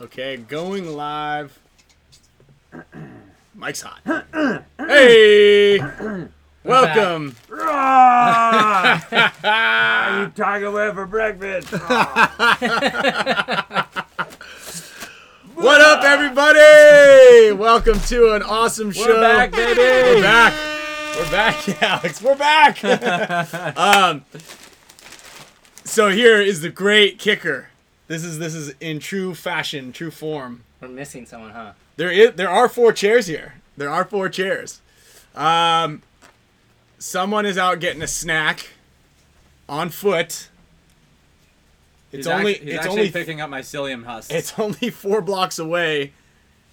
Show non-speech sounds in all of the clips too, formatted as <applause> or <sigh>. Okay, going live. <clears throat> Mike's hot. <clears throat> hey! Welcome. Ah! <laughs> Are you Taco Bell for breakfast? What up, everybody? Welcome to an awesome show. back, baby. We're back. We're back, <laughs> Alex. We're back. <laughs> um, so here is the great kicker. This is this is in true fashion, true form. <laughs> We're missing someone, huh? There is there are four chairs here. There are four chairs. Um, someone is out getting a snack on foot. It's He's only act- he's it's actually only picking up my psyllium <laughs> husk. it's only four blocks away,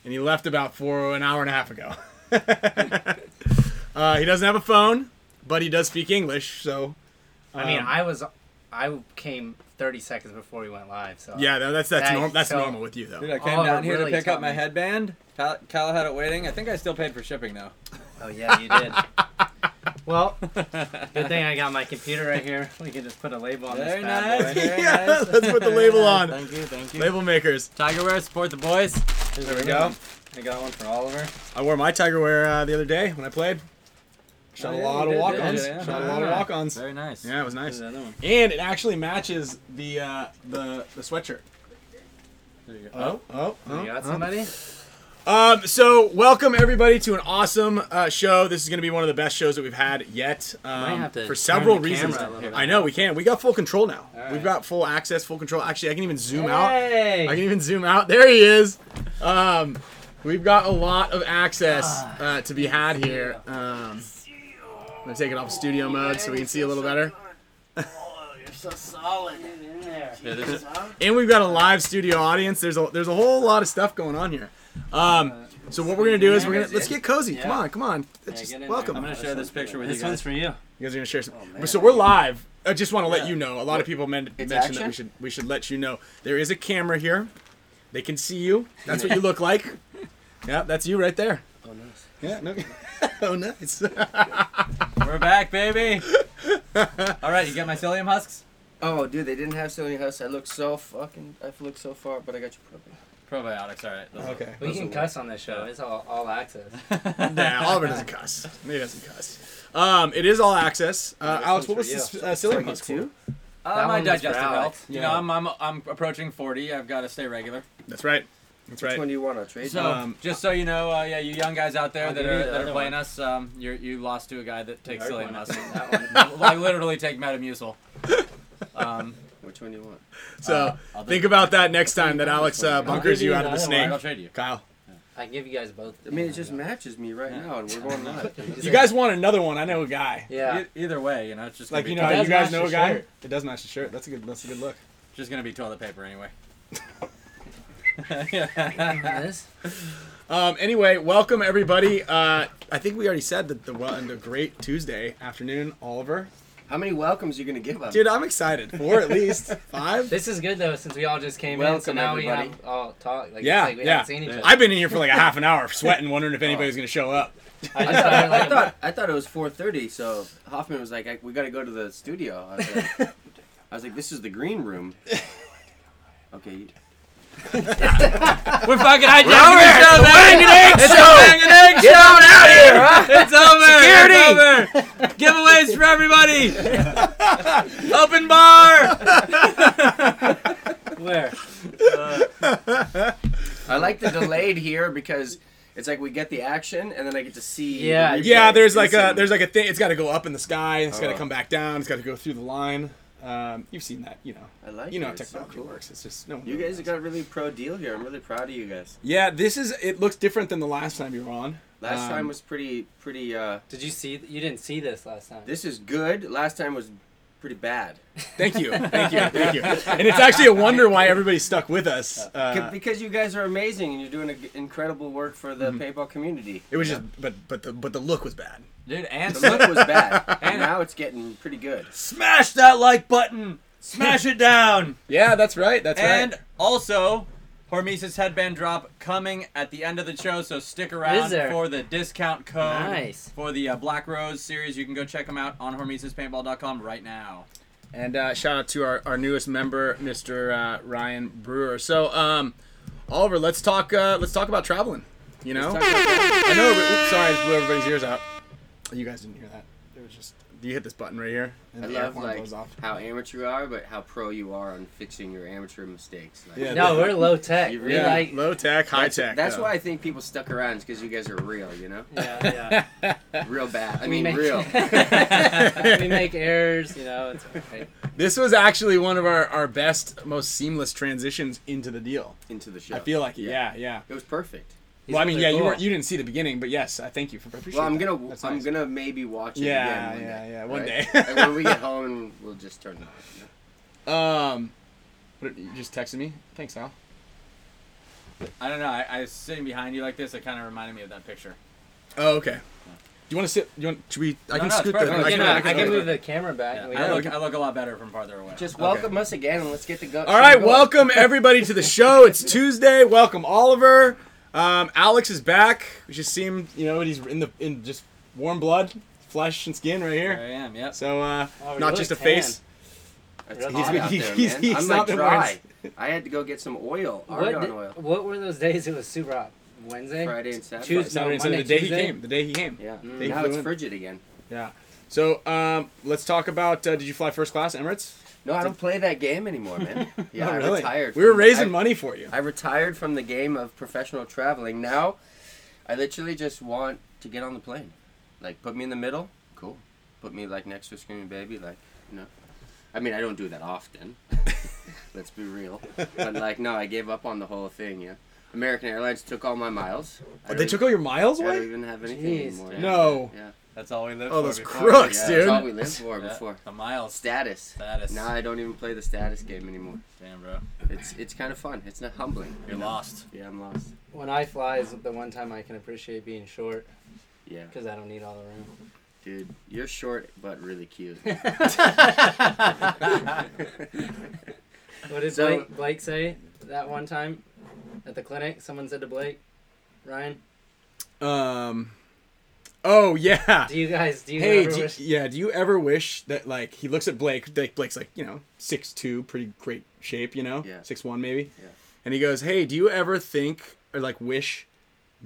and he left about four an hour and a half ago. <laughs> uh, he doesn't have a phone, but he does speak English, so I mean, Um, I was, I came 30 seconds before we went live, so yeah, no, that's that's That- norm- that's so- normal with you though. Dude, I came Oliver down here really to pick taught up my me. headband. Cal, Cal had it waiting. I think I still paid for shipping though. Oh yeah, you <laughs> did. well, good thing I got my computer right here. We can just put a label on Very this bad nice. boy. Very Yeah, nice. let's put the <laughs> label on. thank you, thank you. Label makers. Tiger Wear, support the boys. There's There a we room. go. I got one for Oliver. I wore my tiger wear uh, the other day when I played. Shot Oh, a yeah, lot you of did, walk ons. did you? Yeah. Shot a lot of Ah. walk ons. Very nice. Yeah, it was There's nice. another one. And it actually matches the uh, the the sweatshirt. There you go. Oh, oh, You got somebody? Um, so welcome everybody to an awesome uh, show. This is going to be one of the best shows that we've had yet. Um, have to for turn several the reasons. camera a little bit. I know we can. We got full control now. All right. We've got full access, full control. Actually, I can even zoom out. Hey! I can even zoom out. There he is. Um, we've got a lot of access Ah. uh, to be had here. Um, I'm gonna take it off studio mode so we can see a little better. You're so solid in there. Yeah, there's a- and we've got a live studio audience. There's a there's a whole lot of stuff going on here. Um, so what we're gonna do is we're gonna let's get cozy. Come on, come on. Just get in there. Oh, welcome. I'm gonna share this picture with This you guys. one's for you. You guys are gonna share some. so we're live. I just want to let Yeah. you know. A lot of people men- mentioned that we action? should we should let you know there is a camera here. They can see you. That's what you look like. <laughs> Yeah, that's you right there. Oh, nice. Yeah. No. <laughs> oh, nice. We're back, baby. All right, you got my psyllium husks. Oh, dude, they didn't have Sony House. I looked so fucking. I looked so far, but I got you probably. Probiotics. All right. those okay. We can cuss on this show. It's all, all <laughs> access. Nah, Oliver doesn't cuss. He doesn't cuss. Um, it is all access. Uh, Alex, what was one's this for uh, silly one? are- That <laughs> Uh, my one was for digestive Alex. health. You know, Yeah. I'm, I'm I'm approaching 40. I've got to stay regular. That's right. That's Which one right. do you want? A trade? So, Um, just so you know, uh, yeah, you young guys out there I'll that give you are, the that other are playing us, um, you you lost to a guy that takes Hard psyllium one. husk. <laughs> <laughs> That one. I literally take Metamucil. Um, Which one do you want? So I'll do think it. about that next time that Alex uh, bunkers you out of the snake. I'll trade you. Kyle, I can give you guys both. I mean, it just matches me right Yeah. now, and <laughs> we're going live. you guys want another one? I know a guy. Yeah. E- either way, you know, it's just Like gonna you be know, how does you guys match know the a guy. shirt. It does match the shirt. That's a good. That's a good look. just gonna be toilet paper anyway. <laughs> <laughs> This? Um, anyway, welcome everybody. Uh, I think we already said that the well, the great Tuesday afternoon, Oliver. How many welcomes you gonna give us? Dude, I'm excited. Four at <laughs> least five. This is good though, since we all just came in, so Welcome, now we everybody. have all talk. Like, Yeah, it's like we yeah. haven't seen each other. I've been in here for like a half an hour, sweating, wondering <laughs> if anybody's gonna show up. I I just thought, started, I like, thought I thought it was 4:30, so Hoffman was like, I, "We gotta go to the studio." I <laughs> was like, I was like "This is the green room." Okay. you- We're fucking hijacking the show, man. It's a banging egg show. out here! It's over. Security. <laughs> Giveaways for everybody. Open <laughs> bar. where? I like the delayed here because it's like we get the action, and then I get to see. the Yeah. replay Yeah, there's like a instantly. there's like a thing. It's got to go up in the sky. and It's got to Oh. come back down. It's got to go through the line. Um, you've seen that, you know. I like you know it. how It's so technology cool. works. It's just no. One You really guys knows. got a really pro deal here. I'm really proud of you guys. Yeah, this is. It looks different than the last time you were on. Last Um, time was pretty pretty. uh Did you see? You didn't see this last time. This is good. Last time was pretty bad Thank <laughs> you, thank you, thank you. And it's actually a wonder why everybody stuck with us. C- Uh, because you guys are amazing and you're doing a g incredible work for the paintball community. Mm-hmm. it was just, but but the but the look was bad. Dude, and The look was <laughs> bad, and now it's getting pretty good. <laughs> smash that like button. Smash it down. Yeah, that's right. That's And also, Hormesis headband drop coming at the end of the show, so stick Is around there? for the discount code Nice. for the uh, Black Rose series. You can go check them out on hormesispaintball.com right now. And uh, shout out to our, our newest member, Mr. Uh, Ryan Brewer. So, um, Oliver, let's talk. Uh, let's talk about traveling. You know, Talk about- I know. every- Oops, sorry, I just blew everybody's ears out. You guys didn't hear that. It was just you hit this button right here, and I the air love horn like goes off. how amateur you are, but how pro you are on fixing your amateur mistakes. Like, Yeah, No, <laughs> we're low tech. You We really- Yeah, like. low tech, high that's- tech. That's though. why I think people stuck around because you guys are real. You know, Yeah, <laughs> real bad. I We mean, make- real. yeah. <laughs> we make errors, you know. It's okay. This was actually one of our, our best, most seamless transitions into the deal. into the show. I feel like it. Yeah, yeah. it was perfect. well, I mean, yeah, you cool. weren't you didn't see the beginning, but yes, I thank you for. I appreciate Well, I'm that. gonna That's I'm nice. gonna maybe watch it Yeah, again. yeah, yeah, one one day. day. right? Like, when <laughs> we get home, we'll just turn it on. you know? Um, what, you just texted me. Thanks, Al. I don't know. I, I was sitting behind you like this. It kind of reminded me of that picture. Oh, okay. Do you want to sit? You want? Should we? I No, can no, it's scoot perfect. the. We I can- can, uh, I can I can move move the camera back. Yeah, We I got- look I look a lot better from farther away. Just Okay. welcome us again, and let's get the go. All right, welcome everybody to the show. It's Tuesday. Welcome Oliver. Um, Alex is back. We just see him. You know, he's in the in just warm blood, flesh and skin right there here. I am. Yep. So uh, Oh, he not looks just a tan. face. It's He's- hot out he's- there, he's- man. he's I'm not like been dry. I had to go get some oil, What, argon did- oil, what were those days? It was super hot. Wednesday, Friday and Saturday. Tuesday, Saturday and no, Sunday, Monday, the day Tuesday. he came. The day he came. Yeah. They Now flew it's in. frigid again. Yeah. So um, let's talk about. Uh, did you fly first class, Emirates? No, I don't play that game <laughs> anymore, man. Yeah, Oh, I retired. We were from- raising I- money for you. I retired from the game of professional traveling. Now, I literally just want to get on the plane. Like, put me in the middle. Cool. Put me like next to a screaming baby. Like, no. I mean, I don't do that often. <laughs> Let's be real. But like, no, I gave up on the whole thing. Yeah. American Airlines took all my miles. I they don't took all your miles even- I don't away. even have anything Jeez, anymore. dude. No. Yeah. That's all we lived Oh, for. those before. yeah crooks, that's dude. all we lived for Yeah, before. The miles. Status. Status. Now I don't even play the status game anymore. Damn, bro. It's it's kind of fun. It's not humbling. you You're know? lost. <laughs> Yeah, I'm lost. When I fly is the one time I can appreciate being short Yeah. because I don't need all the room. Dude, you're short but <laughs> really cute. What did So- Blake, Blake say that one time at the clinic? Someone said to Blake, Ryan, Um. Oh yeah. do you guys do you Hey, ever do, wish yeah. Do you ever wish that like he looks at Blake? Like Blake's like you know six two, pretty great shape, you know, Yeah. six one maybe. Yeah. And he goes, "Hey, do you ever think or like wish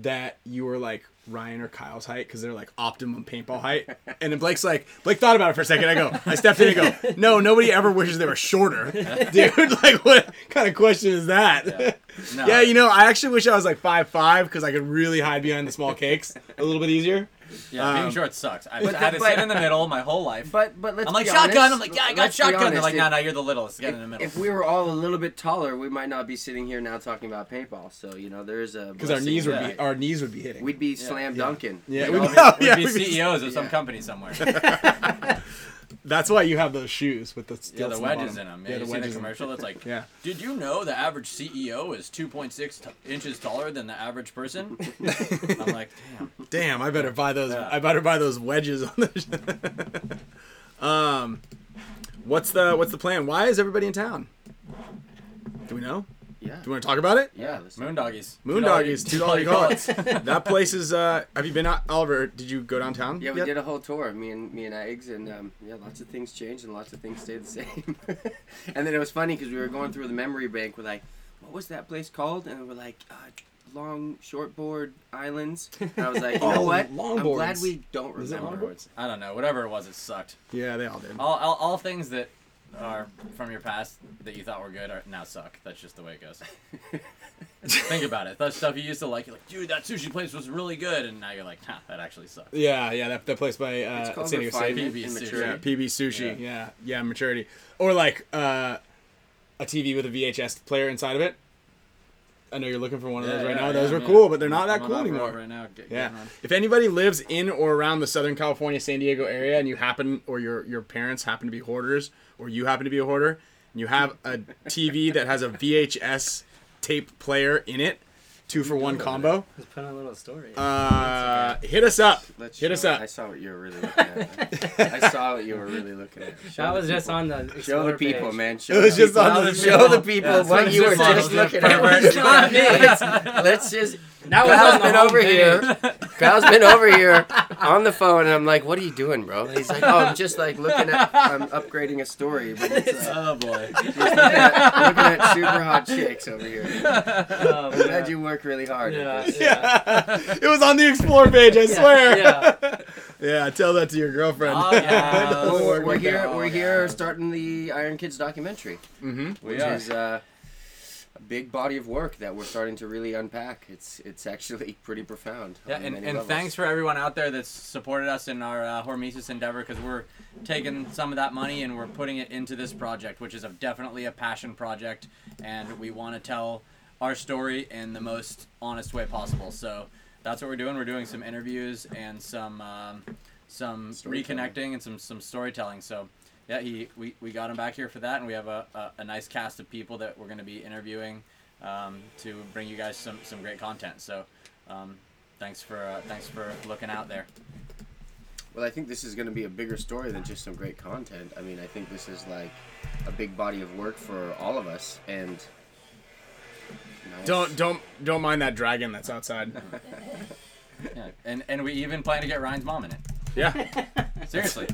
that you were like Ryan or Kyle's height because they're like optimum paintball height?" and then Blake's like, Blake thought about it for a second. I go, I stepped in and go, "No, nobody ever wishes they were shorter, <laughs> dude. Like, what kind of question is that?" No. <laughs> Yeah, you know, I actually wish I was like five five because I could really hide behind the small cakes a little bit easier. yeah, um, being short sucks. I have but- had to but- sit in the middle my whole life. <laughs> but but let's I'm like be shotgun. honest- I'm like, yeah, I got let's be shotgun. They're honest, like, if- no, no, you're the littlest. Get in the middle. <laughs> If we were all a little bit taller, we might not be sitting here now talking about paintball. So you know, there's a Because our blessing knees would in be that. our knees would be hitting. we'd be slam dunking. yeah, <laughs> We'd we'd be- oh, all be- We'd yeah, be we'd be- E CEOs of some yeah. company somewhere. that's why you have those shoes with the Yeah, steel the wedges in them. Yeah, you see the commercial? That's like, Yeah. did you know the average CEO is 2.6 t- inches taller than the average person? I'm like, damn. Damn, I better buy those. Yeah. I better buy those wedges on the. <laughs> um, what's the what's the plan? Why is everybody in town? Do we know? yeah, Do we want to talk about it? yeah. Let's Moondoggies. Moondoggies, <laughs> two dollar dollars. cards. <laughs> that place is. Uh, have you been out, Oliver? Did you go downtown? yeah, we yet? did a whole tour, me and me and Eggs, and um, yeah, lots of things changed and lots of things stayed the same. <laughs> and then it was funny because we were going through the memory bank. We're like, what was that place called? And we're like, uh, Long Shortboard Islands. And I <laughs> was like, you know Oh, what? I'm longboards. glad we don't Is it remember. longboards? I don't know. Whatever it was, it sucked. Yeah, they all did. All, all, all things that are from your past that you thought were good are now suck. That's just the way it <laughs> goes. Think about it. That stuff you used to like, you're like, dude, that sushi place was really good. And now you're like, nah, that actually sucked. Yeah, yeah, that, that place by uh, It's called San Diego State. refinement PB and sushi. maturity. Yeah, PB sushi. Yeah. yeah, maturity, or like uh, a TV with a VHS player inside of it. I know you're looking for one of those Yeah, right yeah, now. Those yeah, were yeah. cool, but they're not that I'm cool on anymore. off-road Right now, Get- Yeah. getting on. If anybody lives in or around the Southern California, San Diego area, and you happen, or your your parents happen to be hoarders, or you happen to be a hoarder, and you have a TV that has a VHS tape player in it, two <laughs> for one combo, just put in a little story? uh, hit us up. Let's Hit us show- up. I saw what you were really <laughs> looking at. man. I saw what you were really looking at. Show that the was just people. on the Show Explorer the people, page. man. Show It was the just people. on the show show. the people Yeah, it's what from you were Ziploc. just looking at. Pervert. It's not me. <laughs> Let's, let's just Now <laughs> it's Kyle's on the been Oh, home over page. here. Kyle's been over here on the phone, and I'm like, "What are you doing, bro?" He's like, "Oh, I'm just like looking at, I'm upgrading a story, but it's, uh, Oh <laughs> boy. looking, at, looking at super hot chicks over here." Oh, <laughs> I'm glad you work really hard. yeah, at this. yeah, <laughs> it was on the explore page, I swear. yeah. <laughs> Yeah, tell that to your girlfriend. Oh, <laughs> yeah. Well, we're, Doesn't we're work here. out. We're here starting the Iron Kids documentary, Mhm. which are. is uh, a big body of work that we're starting to really unpack. It's it's actually <laughs> pretty profound. Yeah, on and, many and levels. thanks for everyone out there that's supported us in our uh, Hormesis endeavor because we're taking some of that money and we're putting it into this project, which is a, definitely a passion project, and we want to tell our story in the most honest way possible. So that's what we're doing. We're doing some interviews and some um, some Storytelling. reconnecting and some some storytelling. So yeah, he we, we got him back here for that, and we have a, a, a nice cast of people that we're going to be interviewing um, to bring you guys some, some great content. So. Um, Thanks for uh, thanks for looking out there. Well, I think this is going to be a bigger story than just some great content. I mean, I think this is like a big body of work for all of us, and you know, Don't don't don't mind that dragon that's outside. Yeah. And and we even plan to get Ryan's mom in it. Yeah. Seriously.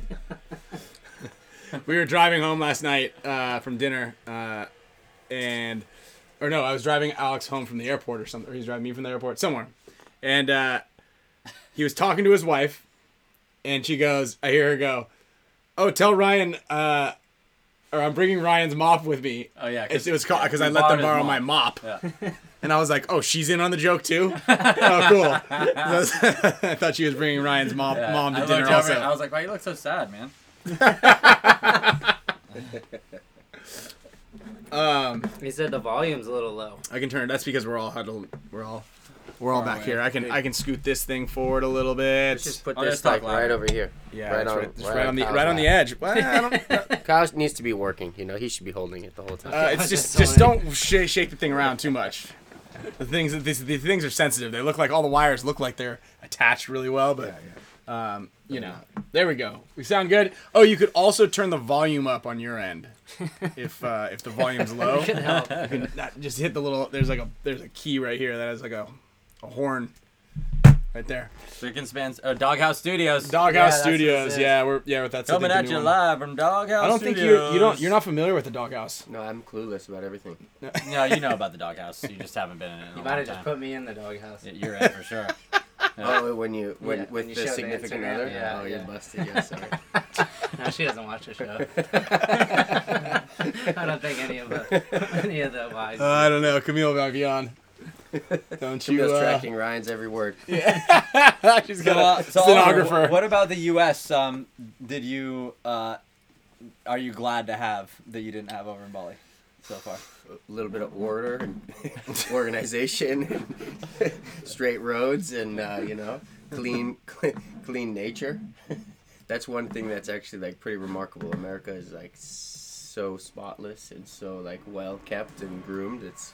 we were driving home last night uh, from dinner, uh, and or no, I was driving Alex home from the airport or something. Or he's driving me from the airport somewhere, and uh, he was talking to his wife, and she goes, "I hear her go, oh, tell Ryan, uh, or I'm bringing Ryan's mop with me." Oh yeah. It's- it was called because I we let them borrowed his borrow mop. my mop, Yeah. <laughs> and I was like, "Oh, she's in on the joke <laughs> too." oh, cool. <laughs> I thought she was bringing Ryan's mom, Yeah. mom I to looked dinner over also. and I was like, "Why you look so sad, man?" um, He said the volume's a little low. <laughs> I can turn it. That's because we're all huddled. We're all we're all back away. here. I can I can scoot this thing forward a little bit. let's just put I'll this just talk like right louder. over here. yeah, right it's on- right, just right right on on the Kyle's right on the edge. Well, I don't, <laughs> Kyle needs to be working. You know, he should be holding it the whole time. uh, it's just just don't sh- shake the thing around too much. The things that these the things are sensitive. They look like all the wires look like they're attached really well, but um, you know, there we go. We sound good. Oh, you could also turn the volume up on your <laughs> end if uh, if the volume's low. Can help. You can not- just hit the little. There's like a there's a key right here that has like a a horn right there. Chicken spans. Oh, Doghouse Studios. Doghouse Yeah, that's what it Studios. says. Yeah, we're yeah, we're- that's I coming think, the at new you one. live from Doghouse. I don't think you you don't you're not familiar with the Doghouse. no, I'm clueless about everything. <laughs> No, you know about the Doghouse. You just haven't been in it. In You a might long have just time. put me in the doghouse. Yeah, you're in <laughs> for sure. Oh, when you when Yeah, with when you the show the significant Instagram, other. yeah, oh, yeah. you're busted. <laughs> Yeah, sorry. No, she doesn't watch the show. I don't think any of the any of the wise. I don't know. Camille might be on. Don't uh, Camille's tracking Ryan's every word. <laughs> she's So, uh, got a so Oliver, stenographer. wh- what about the U.S.? Um, did you uh, are you glad to have that you didn't have over in Bali so far? A little bit of order and <laughs> organization, and <laughs> straight roads, and uh, you know, clean, clean, clean nature. <laughs> That's one thing that's actually like pretty remarkable. America is like so spotless and so like well kept and groomed. It's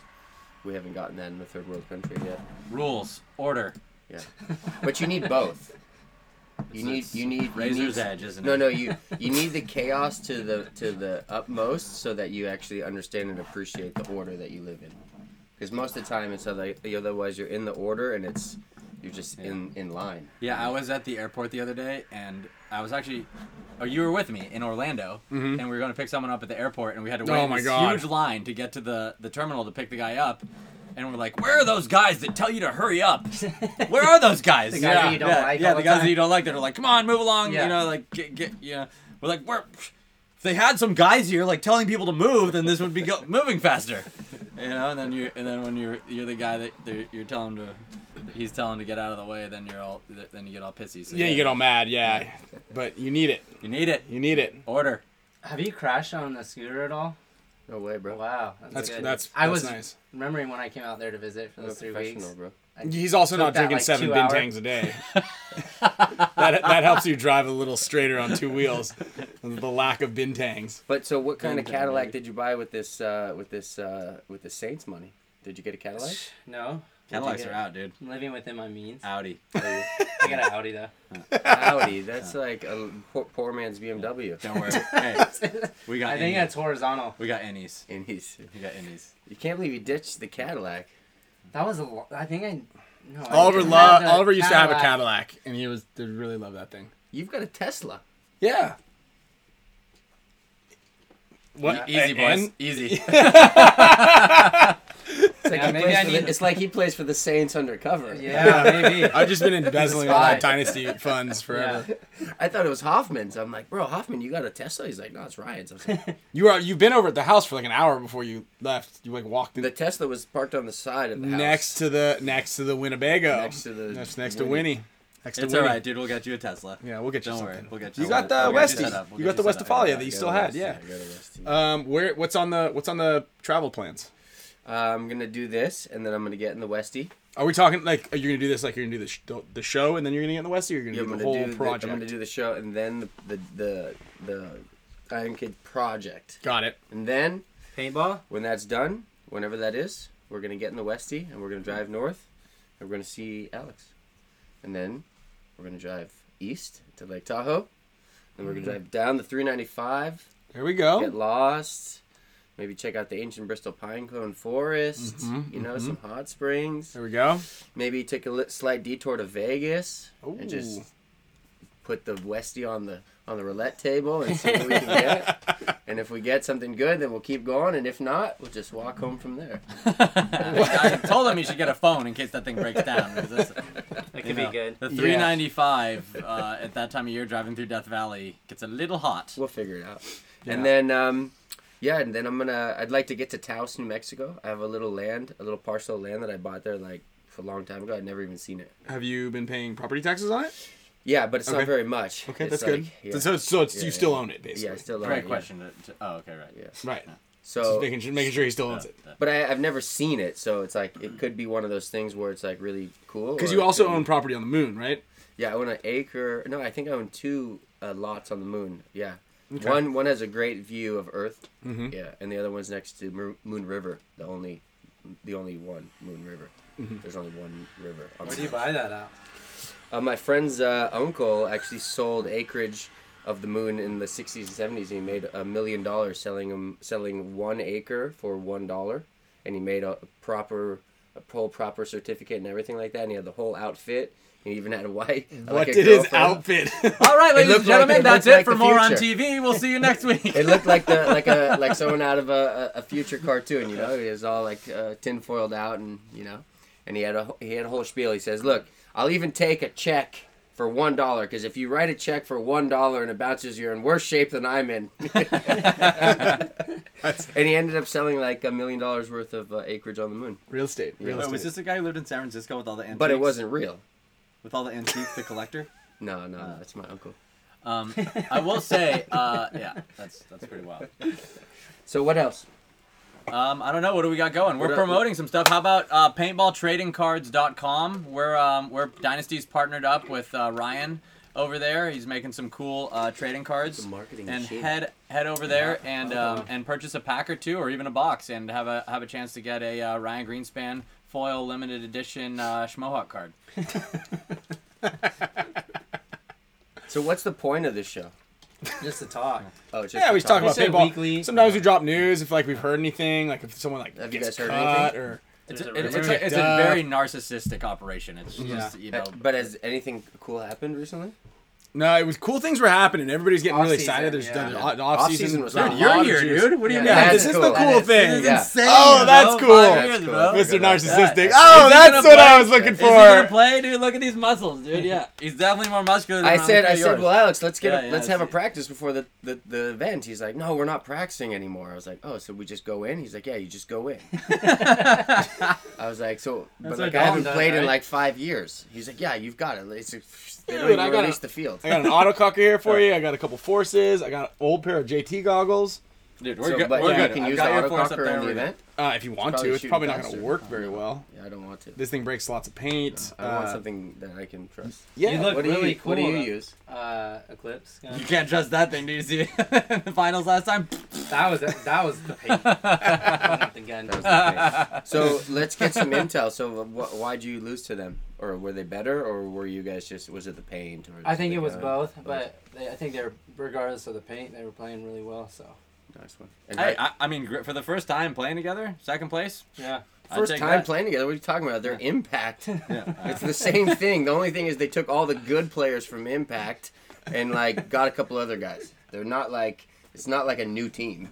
we haven't gotten that in the third world country yet. Rules, order, Yeah, but you need both. You It's- need it's you need you razor's need- edge, isn't No, it? <laughs> no, you you need the chaos to the to the utmost so that you actually understand and appreciate the order that you live in. Because most of the time, it's other, otherwise you're in the order and it's you're just in in line. Yeah, I was at the airport the other day, and I was actually, oh, you were with me in Orlando, and we were going to pick someone up at the airport, and we had to wait Mm-hmm. Oh in my this God. huge line to get to the, the terminal to pick the guy up, and we're like, where are those guys that tell you to hurry <laughs> up? Where are those guys? The guys yeah, that you don't yeah, like yeah, all the the guys time. that you don't like that are like, come on, move along, Yeah. you know, like get get yeah. We're like, we're. If they had some guys here like telling people to move, then this would be go- moving faster, you know. And then you and then when you're you're the guy that they're- you're telling to he's telling to get out of the way, then you're all then you get all pissy. So yeah, you get all mad. Yeah, but you need it. You need it. You need it. Order. Have you crashed on the scooter at all? No way, bro. Wow, That's good. that's I that's was nice. remembering when I came out there to visit for I'm a those three weeks. professional, bro. He's also took not that, drinking like, seven two hour- bintangs a day. that that helps you drive a little straighter on two wheels. The lack of bintangs. But so, what kind of Thank you, Cadillac baby. did you buy with this uh, with this uh, with the Saints money? Did you get a Cadillac? No, Cadillacs get it? are out, dude. I'm living within my means. <laughs> Audi. I got an Audi though. <laughs> Audi. That's like a poor, poor man's BMW. Don't worry. Hey, we got. I think innies. that's horizontal. we got innies. <laughs> And he's We got E-, innies. you can't believe you ditched the Cadillac. That was a. Lo- I think I No, I Oliver didn't loved. have that Oliver used to have a Cadillac. Cadillac, and he was did really love that thing. You've got a Tesla. Yeah. E- easy, boys. Uh, <laughs> and- Easy. It's like, Yeah, he maybe plays I for the- need- <laughs> it's like he plays for the Saints undercover. Yeah, maybe. <laughs> <laughs> I've just been embezzling all Fine. that dynasty funds forever. I thought it was Hoffman's. I'm like, bro, Hoffman, you got a Tesla? He's like, no, it's Ryan's. I was <laughs> like, You are you've been over at the house for like an hour before you left. You like walked in the Tesla was parked on the side of the house. next to the next to the Winnebago. Next to the That's next to Winnie. Winnie. Next it's to all Winnie. right, dude. We'll get you a Tesla. Yeah, we'll get you Don't something. worry, we'll get you. you got the we'll get Westie. set up, we'll you get got the set up. Westafalia that you Go still to had. Westie, Yeah. go to Uh, Westie. Um, where what's on the what's on the travel plans? Uh, I'm gonna do this, and then I'm gonna get in the Westie. Are we talking like are you gonna do this like you're gonna do the sh- the- the show and then you're gonna get in the Westie? Or you're gonna Yeah, I'm do the gonna whole do the, I'm project. gonna do the show, and then the the the, the Iron Kid project, Got it. and then Paintball? when that's done, whenever that is, we're gonna get in the Westie, and we're gonna drive north, and we're gonna see Alex, and then we're gonna drive east to Lake Tahoe, then we're gonna drive down the 395, There we go. get lost. Maybe check out the ancient Bristol Pine Cone Forest. Mhm, you know, some hot springs. There we go. Maybe take a li- slight detour to Vegas and just Ooh. put the Westie on the on the roulette table and see what we <laughs> can get. And if we get something good, then we'll keep going. And if not, we'll just walk home from there. <laughs> I I told him he should get a phone in case that thing breaks down. 'cause that's- That you could know, be good. The 395 uh, at that time of year driving through Death Valley gets a little hot. We'll figure it out. Yeah. And then, um, yeah, and then I'm gonna. I'd like to get to Taos, New Mexico. I have a little land, a little parcel of land that I bought there like a long time ago. I'd never even seen it. Have you been paying property taxes on it? Yeah, but it's Okay. not very much. Okay, It's that's like- good. Yeah, So, so it's, Yeah, you still yeah. own it, basically. yeah I still love Great it, yeah. question. to- to- oh, okay, right. Yeah. Right. So uh, Just making, sure- making sure he still owns it. But I, I've never seen it, so it's like it could be one of those things where it's like really cool. Because or you it also could be- own property on the moon, right? Yeah, I own an acre. No, I think I own two uh, lots on the moon. Yeah, one one has a great view of Earth. Mhm. Yeah, and the other one's next to Mo- Moon River, the only, the only one Moon River. Mm-hmm. There's only one river. On the moon. buy that out? Uh, my friend's uh, uncle actually sold acreage of the moon in the 60s and 70s. And he made a million dollars selling him selling one acre for one dollar, and he made a proper a whole proper certificate and everything like that. And he had the whole outfit. He even had a wife. what like a did his girlfriend. outfit? <laughs> All right, ladies and looked like- gentlemen, it that's looked it like for the more on future. TV. We'll see you next week. It looked like the like a like someone out of a, a a future cartoon, you know. It was all like uh, tinfoiled out, and you know, and he had a he had a whole spiel. He says, "Look, I'll even take a check for one dollar, because if you write a check for one dollar and it bounces, you're in worse shape than <laughs> I'm in." and he ended up selling like a million dollars worth of uh, acreage on the moon, Real estate. Real Wait, estate. was Oh, this the guy who lived in San Francisco with all the antiques? but it wasn't real. With all the antiques, the <laughs> collector? No, no, no, that's my uncle. Um, I will say, uh, yeah, that's that's pretty wild. So what else? Um, I don't know. What do we got going? We're What, uh, promoting some stuff. How about uh, paintballtradingcards.com? We're um, we're Dynasty's partnered up with uh, Ryan over there. He's making some cool uh, trading cards. The marketing and machine. head head over there and Oh. Hold um, on. and purchase a pack or two or even a box and have a have a chance to get a uh, Ryan Greenspan foil limited edition uh, Schmohawk card. So what's the point of this show? <laughs> Just to talk. Oh, it's just yeah, we to talk talk. about said paintball. weekly. Sometimes we drop news if like we've heard anything, like if someone like Have you gets guys heard cut anything? or It's, There's a, a it's, rumor. a, it's a Duh. very narcissistic operation. It's just you know. But has anything cool happened recently? no, it was cool things were happening. Everybody's getting really Off-season, excited. There's yeah. the off, off season. Off-season was Dude, hot. you're Lot of here, juice. dude. What do you Yeah, mean? that's This is the cool. That cool is- thing. Yeah. Oh, that's cool. cool. Mr. Narcissistic. Is Oh, he that's gonna what I play? was looking Is he gonna for. play, dude? Look at these muscles, <laughs> dude. Yeah, he's definitely more muscular. Than I I'm said, sure I said, yours. well, Alex, let's get, Yeah, a, yeah, let's have a see. practice before the, the, the event. He's like, no, we're not practicing anymore. I was like, oh, so we just go in? He's like, yeah, you just <laughs> go in. I was like, so, but That's like, what I Dom haven't does, played in right? like five years. He's like, <laughs> yeah, you've got it. It's a, they Dude, don't I even got release a- the field. I got an autococker here for you. I got a couple forces. I got an old pair of JT goggles. dude, we're So, good. but We're yeah, good. you can I've use the got your force up autococker there. in the We're good. event. Uh, if you want Probably to, it's shoot probably a not going dumpster. to work very well. Yeah, I don't want to. This thing breaks lots of paint. I want Uh, something that I can trust. Yeah, You look What do you, really cool. what do you though. <laughs> use? Uh, Eclipse. kinda. You can't trust that thing. Do you see <laughs> it in the finals last <laughs> time? That was that was the paint. Not the gun. That was the thing. <laughs> so let's get some intel. So wh- why'd you lose to them? Or were they better? Or were you guys just, was it the paint? Or I think the it was gun? both, but they, I think they were regardless of the paint, they were playing really well. So Nice one. And Hey, like, I, I mean, gr- for the first time playing together, second place. Yeah. I'd first take time that. playing together. What are you talking <laughs> about? Their impact. Yeah. <laughs> It's the same thing. The only thing is they took all the good players from Impact and like got a couple other guys. They're not like it's not like a new team.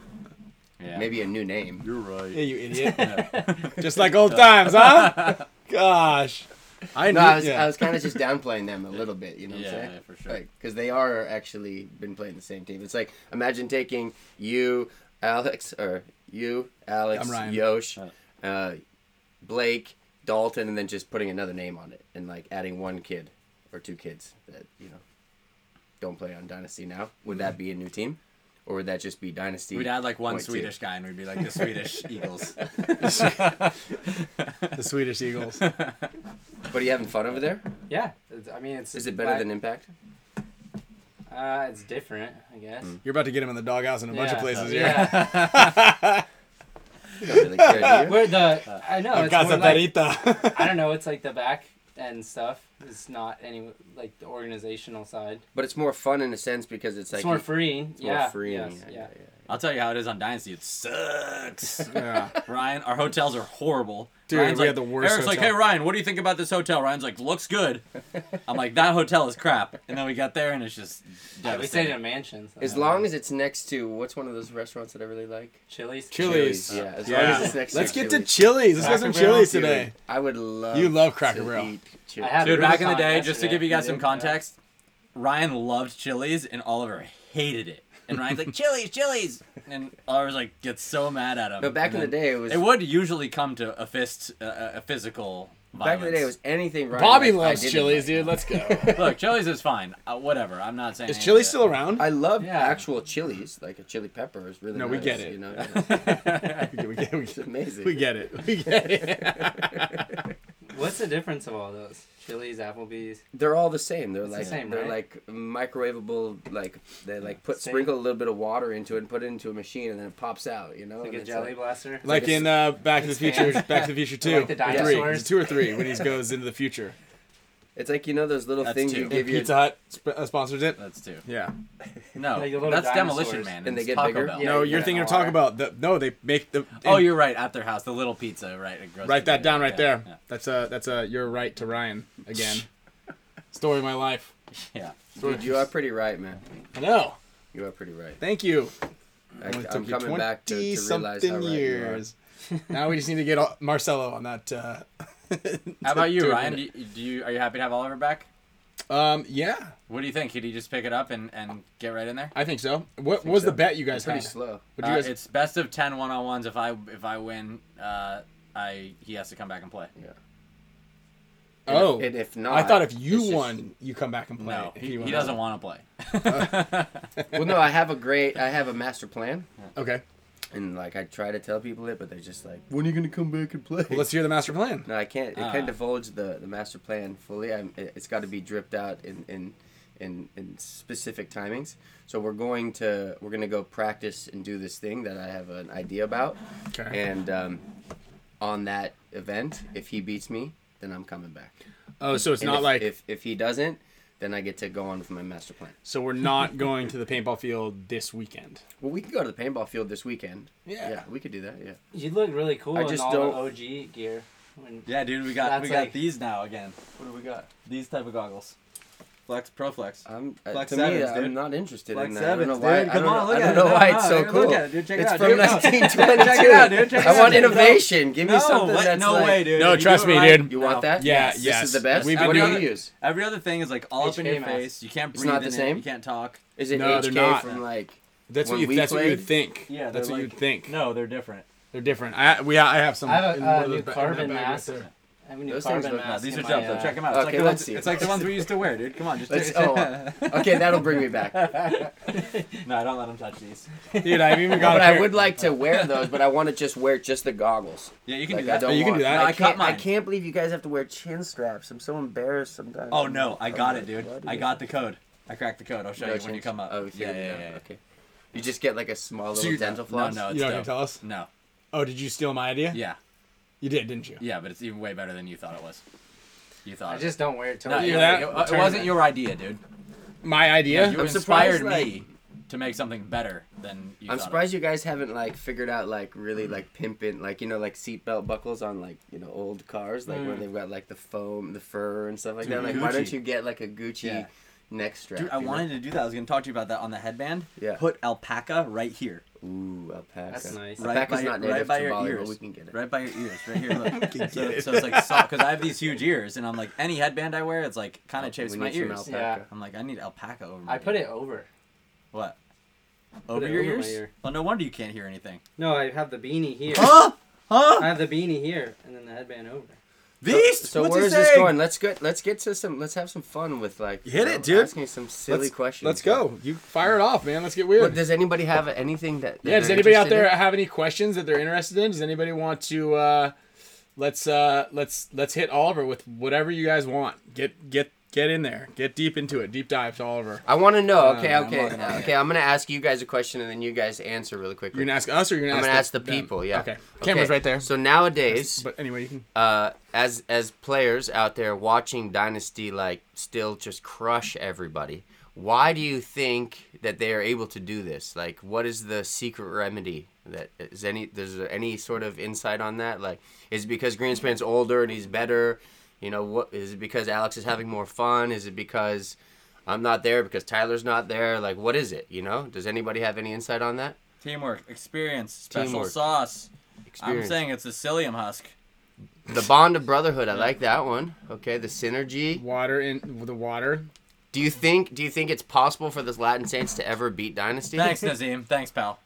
Yeah. Maybe a new <laughs> name. you're right. Yeah, you idiot. Yeah. Just like old times, huh? Gosh. I No, knew- I was, yeah. I was kind of just downplaying them a little bit, you know what I'm Yeah, saying? yeah, for sure. Because they are actually been playing the same team. It's like, imagine taking you, Alex, or you, Alex, I'm Ryan. Yosh, uh, Blake, Dalton, and then just putting another name on it and like adding one kid or two kids that, you know, don't play on Dynasty now. Would that be a new team? Or would that just be Dynasty? We'd add like one Point two. Swedish guy, and we'd be like the Swedish Eagles. the Swedish Eagles. But are you having fun over there? Yeah. It's, I mean, it's. Is it better like- than Impact? Uh, it's different, I guess. Mm. You're about to get him in the doghouse in a bunch of Yeah. places here. Yeah. <laughs> You don't really care, do <laughs> you? Where the I know La Oh, it's Casa more like, Perita. I don't know. It's like the back end stuff. It's not any like the organizational side. But it's more fun in a sense because it's like it's more you- free. It's yeah. more free. yes, yeah, yeah. yeah, yeah. I'll tell you how it is on Dynasty. It sucks. <laughs> yeah. Ryan, our hotels are horrible. Dude, we Ryan's like, had the worst Eric's like, hotel. hey Ryan, what do you think about this hotel? Ryan's like, looks good. I'm like, that hotel is crap. And then we got there, and it's just. Yeah, we stayed devastating. in uh, a mansion. So. As long as it's next to what's one of those restaurants that I really like? Chili's. Chili's. Chili's, yeah, as Yeah. long as it's next Let's to get to Chili's. Chili's. Let's get Cracker some Barrel, Chili's dude. today. I would love. You love Cracker to Barrel. eat Chili's. I have- Dude, back in the Rubicon day, just to yesterday. give you guys some You did, yeah. context, Ryan loved Chili's and Oliver hated it. And <laughs> Ryan's like, Chili's, Chili's! And Oliver's like, gets so mad at him. No, back in And the then- day it was. It would usually come to a fist, uh, uh, a physical back violence. in the day it was anything. Ryan Bobby liked, I loves didn't Chili's, like. dude. Let's go. <laughs> Look, Chili's is fine. Uh, whatever. I'm not saying. Is any Chili's of still around? I love Yeah. actual Chili's, like a chili pepper is really. No, we nice, get it. You know, <laughs> <laughs> we, get, we, get, we, it's get, amazing. we get it. We get it. What's the difference of all those? Chili's, Applebee's. They're all the same. They're the like same, they're right? like microwavable. Like they like put Same. sprinkle a little bit of water into it and put it into a machine and then it pops out. You know, Like And a it's jelly like- blaster. like in uh, Back to the Future, Back to the Future Two, Like the Or three, dinosaurs. It's two or three when he goes into the future. It's like you know those little That's things two. you And give your Pizza Hut sp- uh, sponsors it. <laughs> That's two. Yeah. No, Like the little that's Demolition dinosaurs. Man. And they it's get Taco bigger? Bell. Yeah, No, you you're get thinking you're an talking R. about the. No, they make the. Oh, you're right. At their house, the little pizza. Right. it grows Write that together. down right Yeah, there. yeah, That's a that's a you're right to Ryan <laughs> again. Story of my life. Yeah. Dude, you are pretty right, man. I know. You are pretty right. Thank you. I, Only I'm took you coming back to, to realize how right 20-something years. <laughs> now we just need to get all, Marcelo on that. Uh, <laughs> How about Dude, you, Ryan? Do you, do you are you happy to have Oliver back? um, yeah, What do you think? Could he just pick it up and, and get right in there? I think so. What was the so. bet you guys you are. Pretty had? slow. Would you Uh, guys? it's best of 10 one-on-ones. If I if I win, uh, I he has to come back and play. And if- oh, and if not, I thought if you it's just- won, you come back and play. No, If he, you won, he I doesn't won. want to play. <laughs> well, no, I have a great, I have a master plan, Okay, and like I try to tell people it, but they're just like, when are you gonna come back and play? well, <laughs> let's hear the master plan. no, I can't. I Ah. can't divulge the, the master plan fully. I'm, it- it's got to be dripped out in, in in in specific timings. So we're going to we're gonna go practice and do this thing that I have an idea about, Okay. and um, on that event, if he beats me, then I'm coming back. oh, so it's And not if, like if if he doesn't, then I get to go on with my master plan. so we're not going to the paintball field this weekend. Well, we could go to the paintball field this weekend. Yeah. yeah, we could do that. Yeah, You look really cool I in just all don't- the OG gear. When- Yeah, dude, we got That's we got like- these now again. what do we got? These type of goggles. Flex Pro Flex. I'm uh, Flex to me, sevens, I'm dude. not interested Flex in that. I don't know sevens, why. dude. I Come don't, on, know- look I don't at know it. No, why no, it's so look cool. at it, dude. Check it it's out, from dude. No. 1922. <laughs> Check it out, dude. Check it I out, want dude. innovation. Give me No, something what? that's no like, way, dude. No, If you trust do it me, right- dude. You want No. that? Yeah, This yes. is the best. We've been what do you doing it. use? Every other thing is like all up in HK your mask. face. You can't breathe. not the in it, same? You can't talk. Is it No, they're HK not. from like? That's When what you. we That's what played- you'd think. Yeah, that's they're what like- you'd think. No, they're different. They're different. I we I have some. I have in a one uh, of new those ba- in that carbon bag right mask. there. I have a new Those things carbon look- mask. No, these in are my, jumps. uh, though. Check them out. okay, it's, like the let's ones, see. it's like the ones we used to wear, dude. Come on, just. Let's, do it. oh, okay, that'll bring me back. <laughs> no, I don't let them touch these. Dude, I've <laughs> even got. but a I pair- would like to wear those, but I want to just wear just the goggles. Yeah, you can Like, do I that. don't you can want- do that. I, I cut can't, I mine. can't believe you guys have to wear chin straps. I'm so embarrassed sometimes. Oh no, I got it, dude. Why do I you- got the code. I cracked the code. I'll show No you when you change? come up. Oh, yeah, yeah, yeah, yeah. Okay. You just get like a small So little you- dental No, floss. no, it's You don't dope. tell us. No. Oh, did you steal my idea? Yeah, You did, didn't you? yeah, but it's even way better than you thought it was. You thought. I just don't wear it till No, you it, hear that? it- it wasn't your idea, dude. My idea. You I'm surprised, inspired like- me to make something better than you thought I'm of. surprised you guys haven't like figured out like really like pimping like you know like seatbelt buckles on like you know old cars like where they've got like the foam, the fur and stuff like Mm. Dude, that. Like why don't Gucci. you get like a Gucci Yeah. neck strap? Dude, I you know? wanted to do that. I was gonna talk to you about that on the headband. Yeah. Put alpaca right here, Ooh, alpaca. That's nice. Right Alpaca's by- not right native by to your Bali, but ears. we can get it. right by your ears, right here. Look. Can So, get it. so it's like soft because I have these huge ears, and I'm like any headband I wear, it's like kind of chafes Oh, we my need some ears. alpaca. Yeah. I'm like I need alpaca over. My I put ear. it over. what over it your over my ears? ear. Well, no wonder you can't hear anything. <laughs> No, I have the beanie <laughs> here. Huh? I Huh? have the beanie here, and then the headband over. Beast? So What's where he is this saying? going? Let's get let's get to some let's have some fun with like uh, Hit it, dude. Asking some silly let's, questions. Let's go. You fire it off, man. Let's get weird. But does anybody have anything that? that yeah, does they're anybody out interested there in? have any questions that they're interested in? Does anybody want to uh let's uh let's let's hit Oliver with whatever you guys want. Get get get in there. Get deep into it. Deep dive to Oliver. I want to know. no, Okay, I'm okay, walking out. okay. I'm gonna ask you guys a question and then you guys answer really quickly. You're gonna ask us or you're gonna I'm ask gonna ask the them? people. Yeah. Okay. Camera's right there. So nowadays, But anyway, you can uh, as as players out there watching Dynasty like still just crush everybody, why do you think that they are able to do this? Like, what is the secret remedy? That is any there's any sort of insight on that? Like, is it because Greenspan's older and he's better? You know, what is it because Alex is having more fun? Is it because I'm not there because Tyler's not there? Like, what is it? You know, does anybody have any insight on that? Teamwork, experience, special Teamwork. sauce. Experience. I'm saying it's a psyllium <laughs> husk. The bond of brotherhood. I like that one. Okay, the synergy. water in the water. Do you think? Do you think it's possible for the Latin Saints to ever beat Dynasty? Thanks, Nazim. Thanks, pal.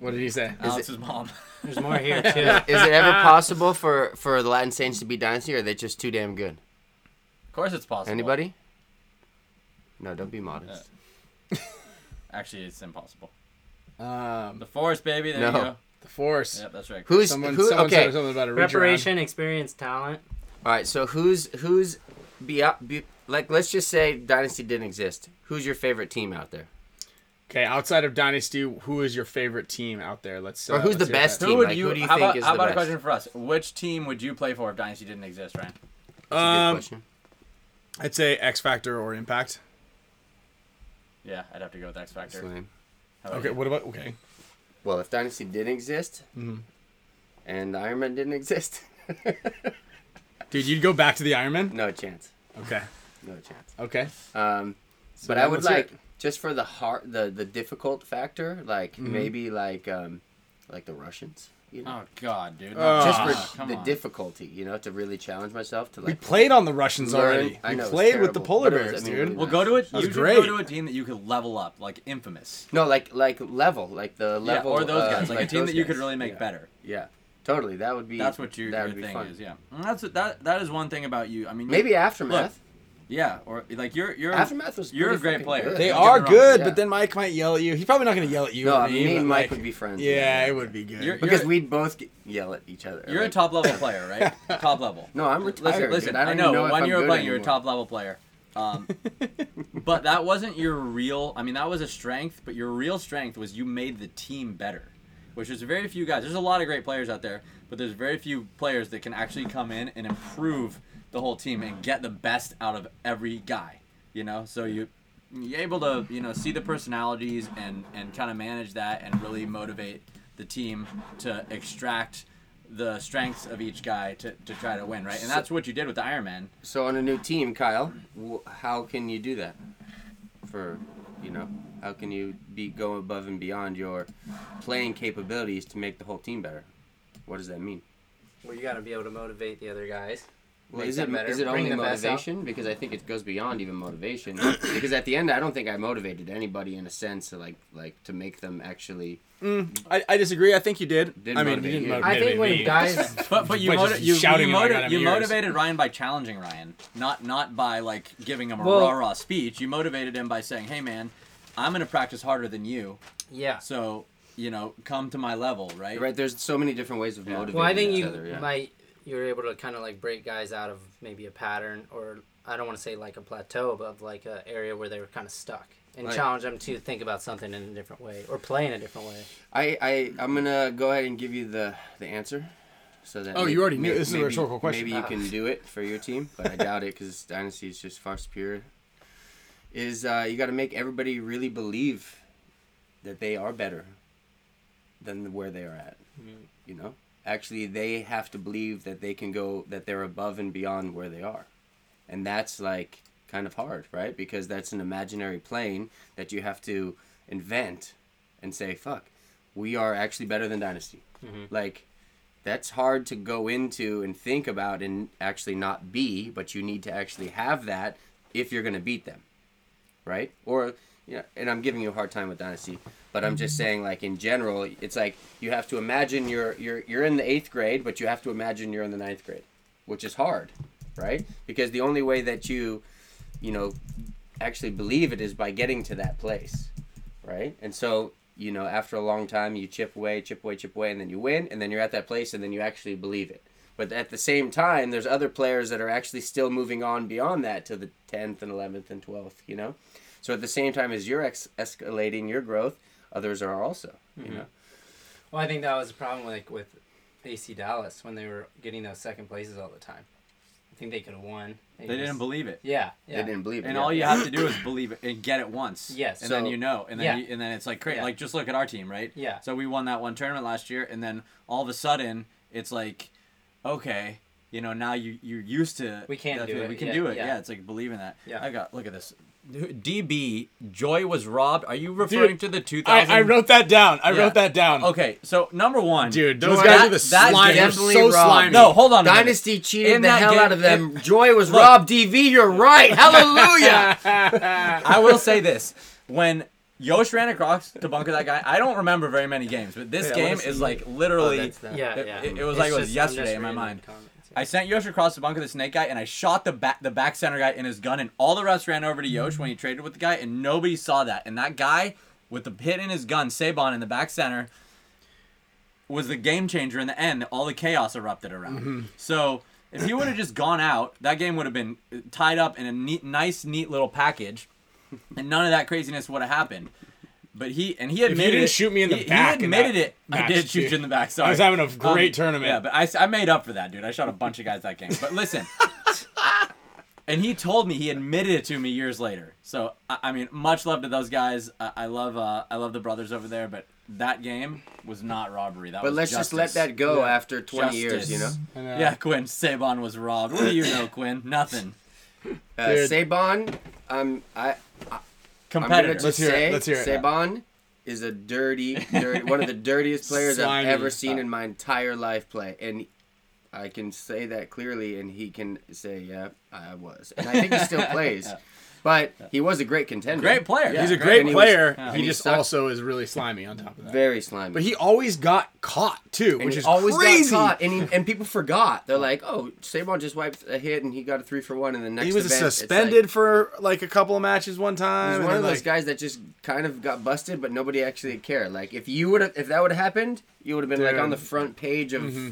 What did he say? <laughs> Alex's mom. <laughs> There's more here too. Is it ever possible for for the Latin Saints to beat Dynasty, or are they just too damn good? Of course, it's possible. Anybody? No, don't be Uh, modest. Actually, it's impossible. Um The forest, baby. There No. you go. the force. Yep, that's right. Who's Someone who? someone okay. said something about a reach around. Preparation, experience, talent. All right. So who's who's be, be like? Let's just say Dynasty didn't exist. Who's your favorite team out there? Okay, outside of Dynasty, who is your favorite team out there? Let's uh, Or let's who's the hear best that. team? Who would Like, you? who do you how think about, is how the about best? a question for us? Which team would you play for if Dynasty didn't exist, Ryan? That's a good Um, question. I'd say X Factor or Impact. Yeah, I'd have to go with X Factor. That's lame. How about Okay, you? what about okay? Well, if Dynasty didn't exist, Mm-hmm. and Iron Man didn't exist, <laughs> Dude, you'd go back to the Iron Man? no chance. Okay. No chance. Okay. Um, but then I would let's hear like just for the hard, the the difficult factor, like Mm-hmm. maybe like um, like the Russians, you know, Oh God, dude. Uh, just Ah, for come the on. difficulty, you know, to really challenge myself to We like. played on the Russians Learn- already. I We know, it's played with the terrible, polar but it was- bears, I mean, dude. we Well, go to was it. You should great. go to a team that you could level up, like Infamous. No, like like level, like the level. yeah, or those uh, guys, like, a team those that you guys. could really make Yeah. better. Yeah, totally. That would be. That's what your, that your would be thing fun. is. Yeah, and that's that. That is one thing about you. I mean, you- Maybe aftermath. yeah, or like you're you're Aftermath was. you're a pretty great fucking player. good. they Don't are get me wrong, good, yeah. but then Mike might yell at you. He's probably not going to yell at you. No, or I mean, me but, and Mike like, would be friends. Yeah, it would be good. You're- Because we'd both get, yell at each other. You're a like- top level player, <laughs> right? top level. No, I'm Listen- retired. Listen, dude. I, don't even know. know if one I'm year of good playing, you're a anymore. top level player. Um, but that wasn't your real. I mean, that was a strength, but your real strength was you made the team better, which is very few guys. There's a lot of great players out there, but there's very few players that can actually come in and improve the whole team and get the best out of every guy. You know, so you you're able to you know see the personalities and and kind of manage that and really motivate the team to extract the strengths of each guy to, to try to win right and that's what you did with the iron man <laughs> So on a new team, Kyle, wh- how can you do that? For, you know, how can you be go above and beyond your playing capabilities to make the whole team better? What does that mean? Well, you got to be able to motivate the other guys. Well, Make is them it better, is it bring only the best out. motivation? Because I think it goes beyond even motivation. because at the end, I don't think I motivated anybody in a sense to like like to make them actually. I, I disagree. I think you did. Didn't I mean, you didn't motivate you. motivate I think me. when guys But but you By just motiv- you, shouting you, him, I motiv- got him you yours. motivated Ryan by challenging Ryan, not not by like giving him a Well- rah rah speech. You motivated him by saying, "Hey man, I'm gonna practice harder than you, Ah. Yeah. so you know come to my level, right?" Right? There's so many different ways of Yeah. motivating Well, I think each you other. Yeah. might you're able to kind of like break guys out of maybe a pattern or I don't want to say like a plateau, but like an area where they were kind of stuck and Right. challenge them to think about something in a different way or play in a different way. I, I I'm gonna go ahead and give you the the answer, so that. Oh, you already knew. This is a maybe- rhetorical question. Maybe you can do it for your team, <laughs> but I doubt it because Dynasty is just far superior. Is uh, you got to make everybody really believe that they are better than where they are at. You know, actually, they have to believe that they can go that they're above and beyond where they are, and that's like kind of hard, right? Because that's an imaginary plane that you have to invent and say, "Fuck, we are actually better than Dynasty." Like. That's hard to go into and think about and actually not be, but you need to actually have that if you're going to beat them right? Or yeah, and I'm giving you a hard time with Dynasty, but I'm just saying like in general, it's like you have to imagine you're you're you're in the eighth grade, but you have to imagine you're in the ninth grade, which is hard, right? Because the only way that you, you know, actually believe it is by getting to that place, right? And so you know, after a long time, you chip away, chip away, chip away, and then you win, and then you're at that place, and then you actually believe it. But at the same time, there's other players that are actually still moving on beyond that to the 10th and 11th and 12th, you know? So at the same time as you're ex- escalating your growth, others are also, Mm-hmm. you know? Well, I think that was the problem like with AC Dallas when they were getting those second places all the time. I think they could have won. They didn't believe it. Yeah, yeah. They didn't believe it. And yeah. all you have to do is believe it and get it once. Yes. And then So- you know. And then Yeah. you, and then it's like great. Yeah. Like just look at our team, right? Yeah. So we won that one tournament last year, and then all of a sudden it's like, okay, you know, now you you're used to. We can that do feeling. it. We can Yeah, do it. yeah. Yeah. It's like believing that. Yeah. I got. Look at this. DB Joy was robbed. Are you referring Dude, to the 2000? I, I wrote that down. I Yeah. wrote that down. <laughs> Okay, so number one, Dude, those Joy- guys that- are the that slime. They're definitely so wrong. slimy. No, hold on. a minute. Dynasty cheated In the that hell game- out of them. Joy was robbed. DV, <laughs> you're right. Hallelujah. I will say this: when Yosh ran across to bunker that guy, I don't remember very many games, but this Yeah, I wanna game see is you. Oh, like literally. that's that. Yeah, it, yeah. it- it was It's like it was just- I'm yesterday just in my reading the mind. comments, yeah. I sent Yosh across to bunker the snake guy, and I shot the back the back center guy in his gun, and all the refs ran over to Yosh when he traded with the guy, and nobody saw that. And that guy with the hit in his gun, Sabon in the back center, was the game changer in the end. All the chaos erupted around. Mm-hmm. So if he would have just gone out, that game would have been uh, tied up in a neat, nice, neat little package, and none of that craziness would have happened. But he and he admitted didn't it. shoot me in the he, back He in admitted that it. I match, did shoot dude. you in the back. Sorry, I was having a great Um, tournament. Yeah, but I, s- I made up for that, dude. I shot a bunch of guys that game. But listen, <laughs> and he told me he admitted it to me years later. So I, I mean, much love to those guys. I, I love uh, I love the brothers over there, but that game was not robbery. That But was let's just let justice. that go after 20 years, Justice. you know? I know. Yeah, Quinn Sabon was robbed. What do you know, Quinn? Nothing. Uh, Dude. Saban, um, I, I'm Competitor. gonna just Let's hear it, say let's hear it. Saban is a dirty, dirty one of the dirtiest players I've Slimy. ever seen in my entire life play, and I can say that clearly, and he can say, "Yeah, I was," and I think he still <laughs> plays, but he was a great contender, Great player. He's a Yeah. great And he was- player. yeah. He, And he just sucked. also is really slimy on top of that. very slimy. But he always got caught too, And which he is crazy. got caught, and, he, and people forgot. They're like, "Oh, Saban just wiped a hit, and he got a three for one." And the next He was event, it's like- suspended for like a couple of matches one time. He's and one of then, those like, guys that just kind of got busted, but nobody actually cared. Like if you would have, if that would have happened, you would have been like on the front page of. Mm-hmm.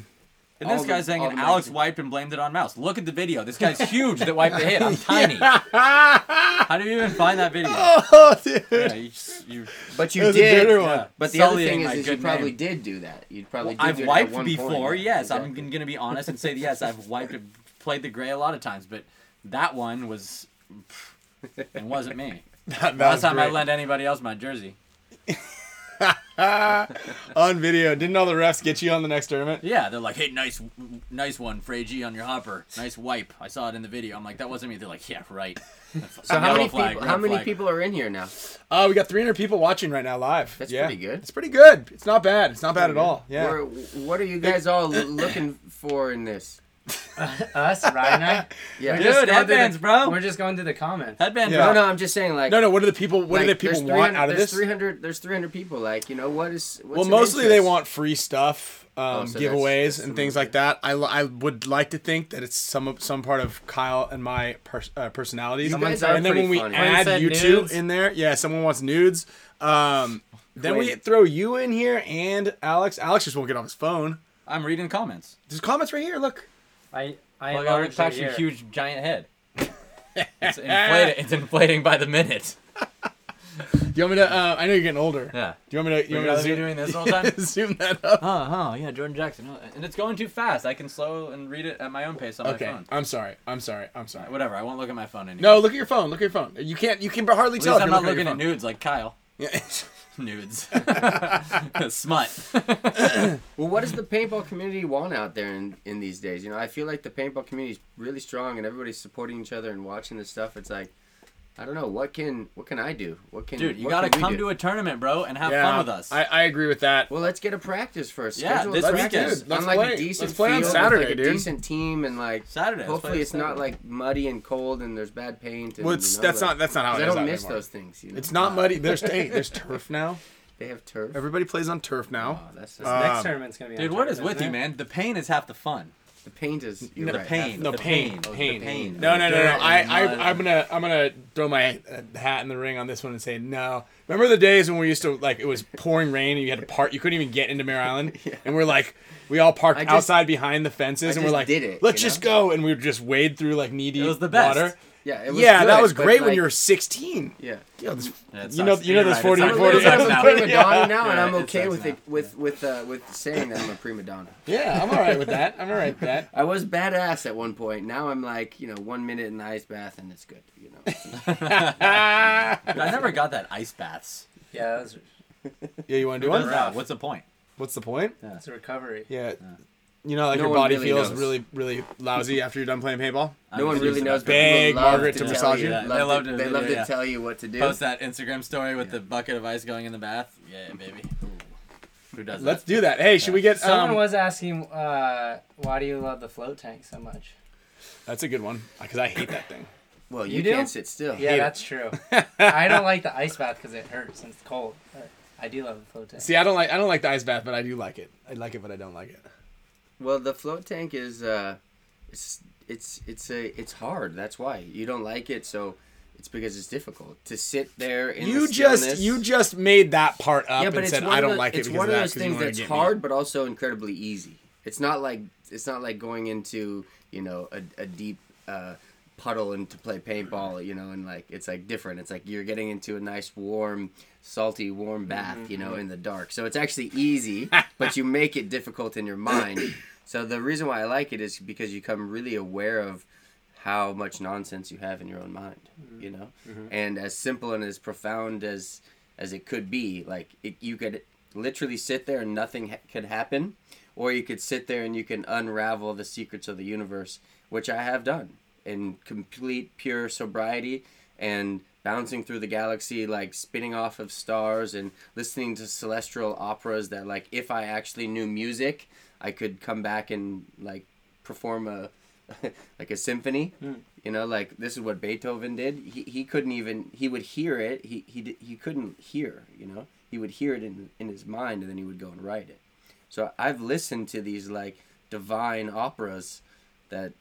And this all the- guy's all saying the Alex magazines. wiped and blamed it on Mouse. Look at the video. This guy's huge that wiped the <laughs> hit. I'm tiny. How do you even find that video? Oh, dude. Yeah, you just, you, But you That was a did. gooder one. <laughs> But the Sullying other thing is, my is you good probably name. did do that. You probably did I've do it at wiped one before. point. Yes, I'm Exactly. going to be honest and say yes. I've wiped and played the gray a lot of times, but that one was it wasn't me. That- that Last was time I great. lent anybody else my jersey. <laughs> on video, didn't all the refs get you on the next tournament? Yeah, they're like, "Hey, nice, nice one, Fragee, on your hopper. Nice wipe. I saw it in the video. I'm like, that wasn't me." They're like, "Yeah, right." So how Yellow many flag, people? red How many flag. people are in here now? Uh, we got 300 people watching right now live. That's Yeah. pretty good. It's pretty good. It's not bad. It's not bad at all. Yeah. Or what are you guys <laughs> all looking for in this? Us, Ryan, and I. <laughs> Yeah. We're Dude, just going through headbands, the, bro. We're just going through the comments. Headband Yeah. no, drop. no. I'm just saying, like. no, no. What do the people? What like, do the people there's want 300 out of there's this? 300. There's 300 people. Like, you know, what is? What's Well, of mostly they interest? want free stuff, um, Oh, so that's- giveaways, that's and the things like that. I, li- I would like to think that it's some of, some part of Kyle and my pers- uh, personalities. You guys are and then pretty when we funny. add Friend said you two nudes. in there, yeah, someone wants nudes. Um, then we Wait. throw you in here and Alex. Alex just won't get off his phone. I'm reading comments. oh, There's comments right here. Look, I, I Look, I enlarged got it your here. huge giant head. It's inflating. It's inflating by the minute. do you want me to? Uh, I know you're getting older. Yeah. Do you want me to? You Would want me you to rather zoom, be doing this <laughs> all the time? zoom that up? Oh, oh, yeah, Jordan Jackson. Oh, And it's going too fast. I can slow and read it at my own pace on Okay, my phone. I'm sorry. I'm sorry. I'm sorry. Whatever. I won't look at my phone anymore. No, look at your phone. Look at your phone. You can't. You can hardly At tell. least if I'm you're not looking at your nudes like Kyle. phone. nudes, <laughs> <laughs> smut. <laughs> Well, what does the paintball community want out there in, in these days? You know, I feel like the paintball community is really strong, and everybody's supporting each other and watching this stuff. It's like, I don't know, what can what can I do? What can Dude, you what gotta can we come do? to a tournament, bro, and <laughs> have fun with us. I, I agree with that. Well, let's get a practice first. Yeah, Schedule a this practice weekend. Let's on like play. a decent Let's play on field with, Saturday, like a dude. decent team, and like Saturday. let's play hopefully it's not Saturday. like muddy and cold and there's bad paint. And, Well, it's, you know, that's like- not that's not how 'cause it I is don't out miss anymore. those things. You know? It's not muddy. <laughs> There's hey, there's turf now. they have turf. Everybody plays on turf now. Oh, that's Uh, Next Um, tournament's gonna be. on Dude, what is Saturday, with you, isn't it? man? The pain is half the fun. the paint is you're The right. pain. No the pain, pain. Oh, the pain. pain. No, no, no, no. Dirt I, and mud. I, I'm gonna, I'm gonna throw my uh, hat in the ring on this one and say no. Remember the days when we used to like it was pouring rain and you had to park, you couldn't even get into Mare <laughs> Island, and we're like, we all parked I just- outside behind the fences, I and just we're like, did it, let's you just go, and we would just wade through like knee deep was the best. water. Yeah, it was Yeah, that good, was but, great when like- you were 16. Yeah. Yeah, this, Yeah, it you know, sucks. you know, You're this right, it 40 sucks. I'm a, Forty little bit sucks of a now. prima Yeah. donna now, and Yeah, I'm it okay sucks with now. it, with with uh, with saying that I'm a prima donna. Yeah, I'm all right with that. I'm all right with <laughs> that. I was badass at one point. Now I'm like, you know, one minute in the ice bath and it's good. You <laughs> know, Dude, <laughs> I never got that ice baths. Yeah, that's, Yeah, you want to do What is one? that? What's the point? What's the point? that's a recovery. Yeah. You know, like No your one body really feels knows. really, really lousy after you're done playing paintball. I'm no one confused really knows. about but that. people Beg love Margaret to tell massage you. They They love love to to, they do love it, to yeah. tell you what to do. Post that Instagram story with the bucket of ice going in the bath. Yeah, baby. Who does Let's that? do that. Hey, should we get? Someone Um, was asking, uh, why do you love the float tank so much? That's a good one because I hate that thing. Well, you, You do? can't sit still. Yeah, hate it. that's true. I don't like the ice bath because it hurts and it's cold. But I do love the float <laughs> tank. See, I don't like I don't like the ice bath, but I do like it. I like it, but I don't like it. Well, the float tank is, uh, it's it's it's a it's hard. That's why you don't like it. So it's because it's difficult to sit there in you the just stillness. you just made that part up yeah, but and it's said one I of don't the- like it It's because one of of that those 'cause you things wanna that's get me. <laughs> hard, but also incredibly easy. It's not like it's not like going into you know a, a deep uh, puddle and to play paintball. You know, and like it's like different. It's like you're getting into a nice warm, salty, warm bath. You Mm-hmm. know, in the dark. So it's actually <laughs> easy, but you make it difficult in your mind. So the reason why I like it is because you become really aware of how much nonsense you have in your own mind, you know? And as simple and as profound as as it could be, like it, you could literally sit there and nothing ha- could happen, or you could sit there and you can unravel the secrets of the universe, which I have done in complete pure sobriety and bouncing through the galaxy like spinning off of stars and listening to celestial operas that like if I actually knew music, I could come back and like perform a <laughs> like a symphony. You know, like this is what Beethoven did. He, he couldn't even he would hear it. He he di- he couldn't hear. You know, he would hear it in in his mind, and then he would go and write it. So I've listened to these like divine operas that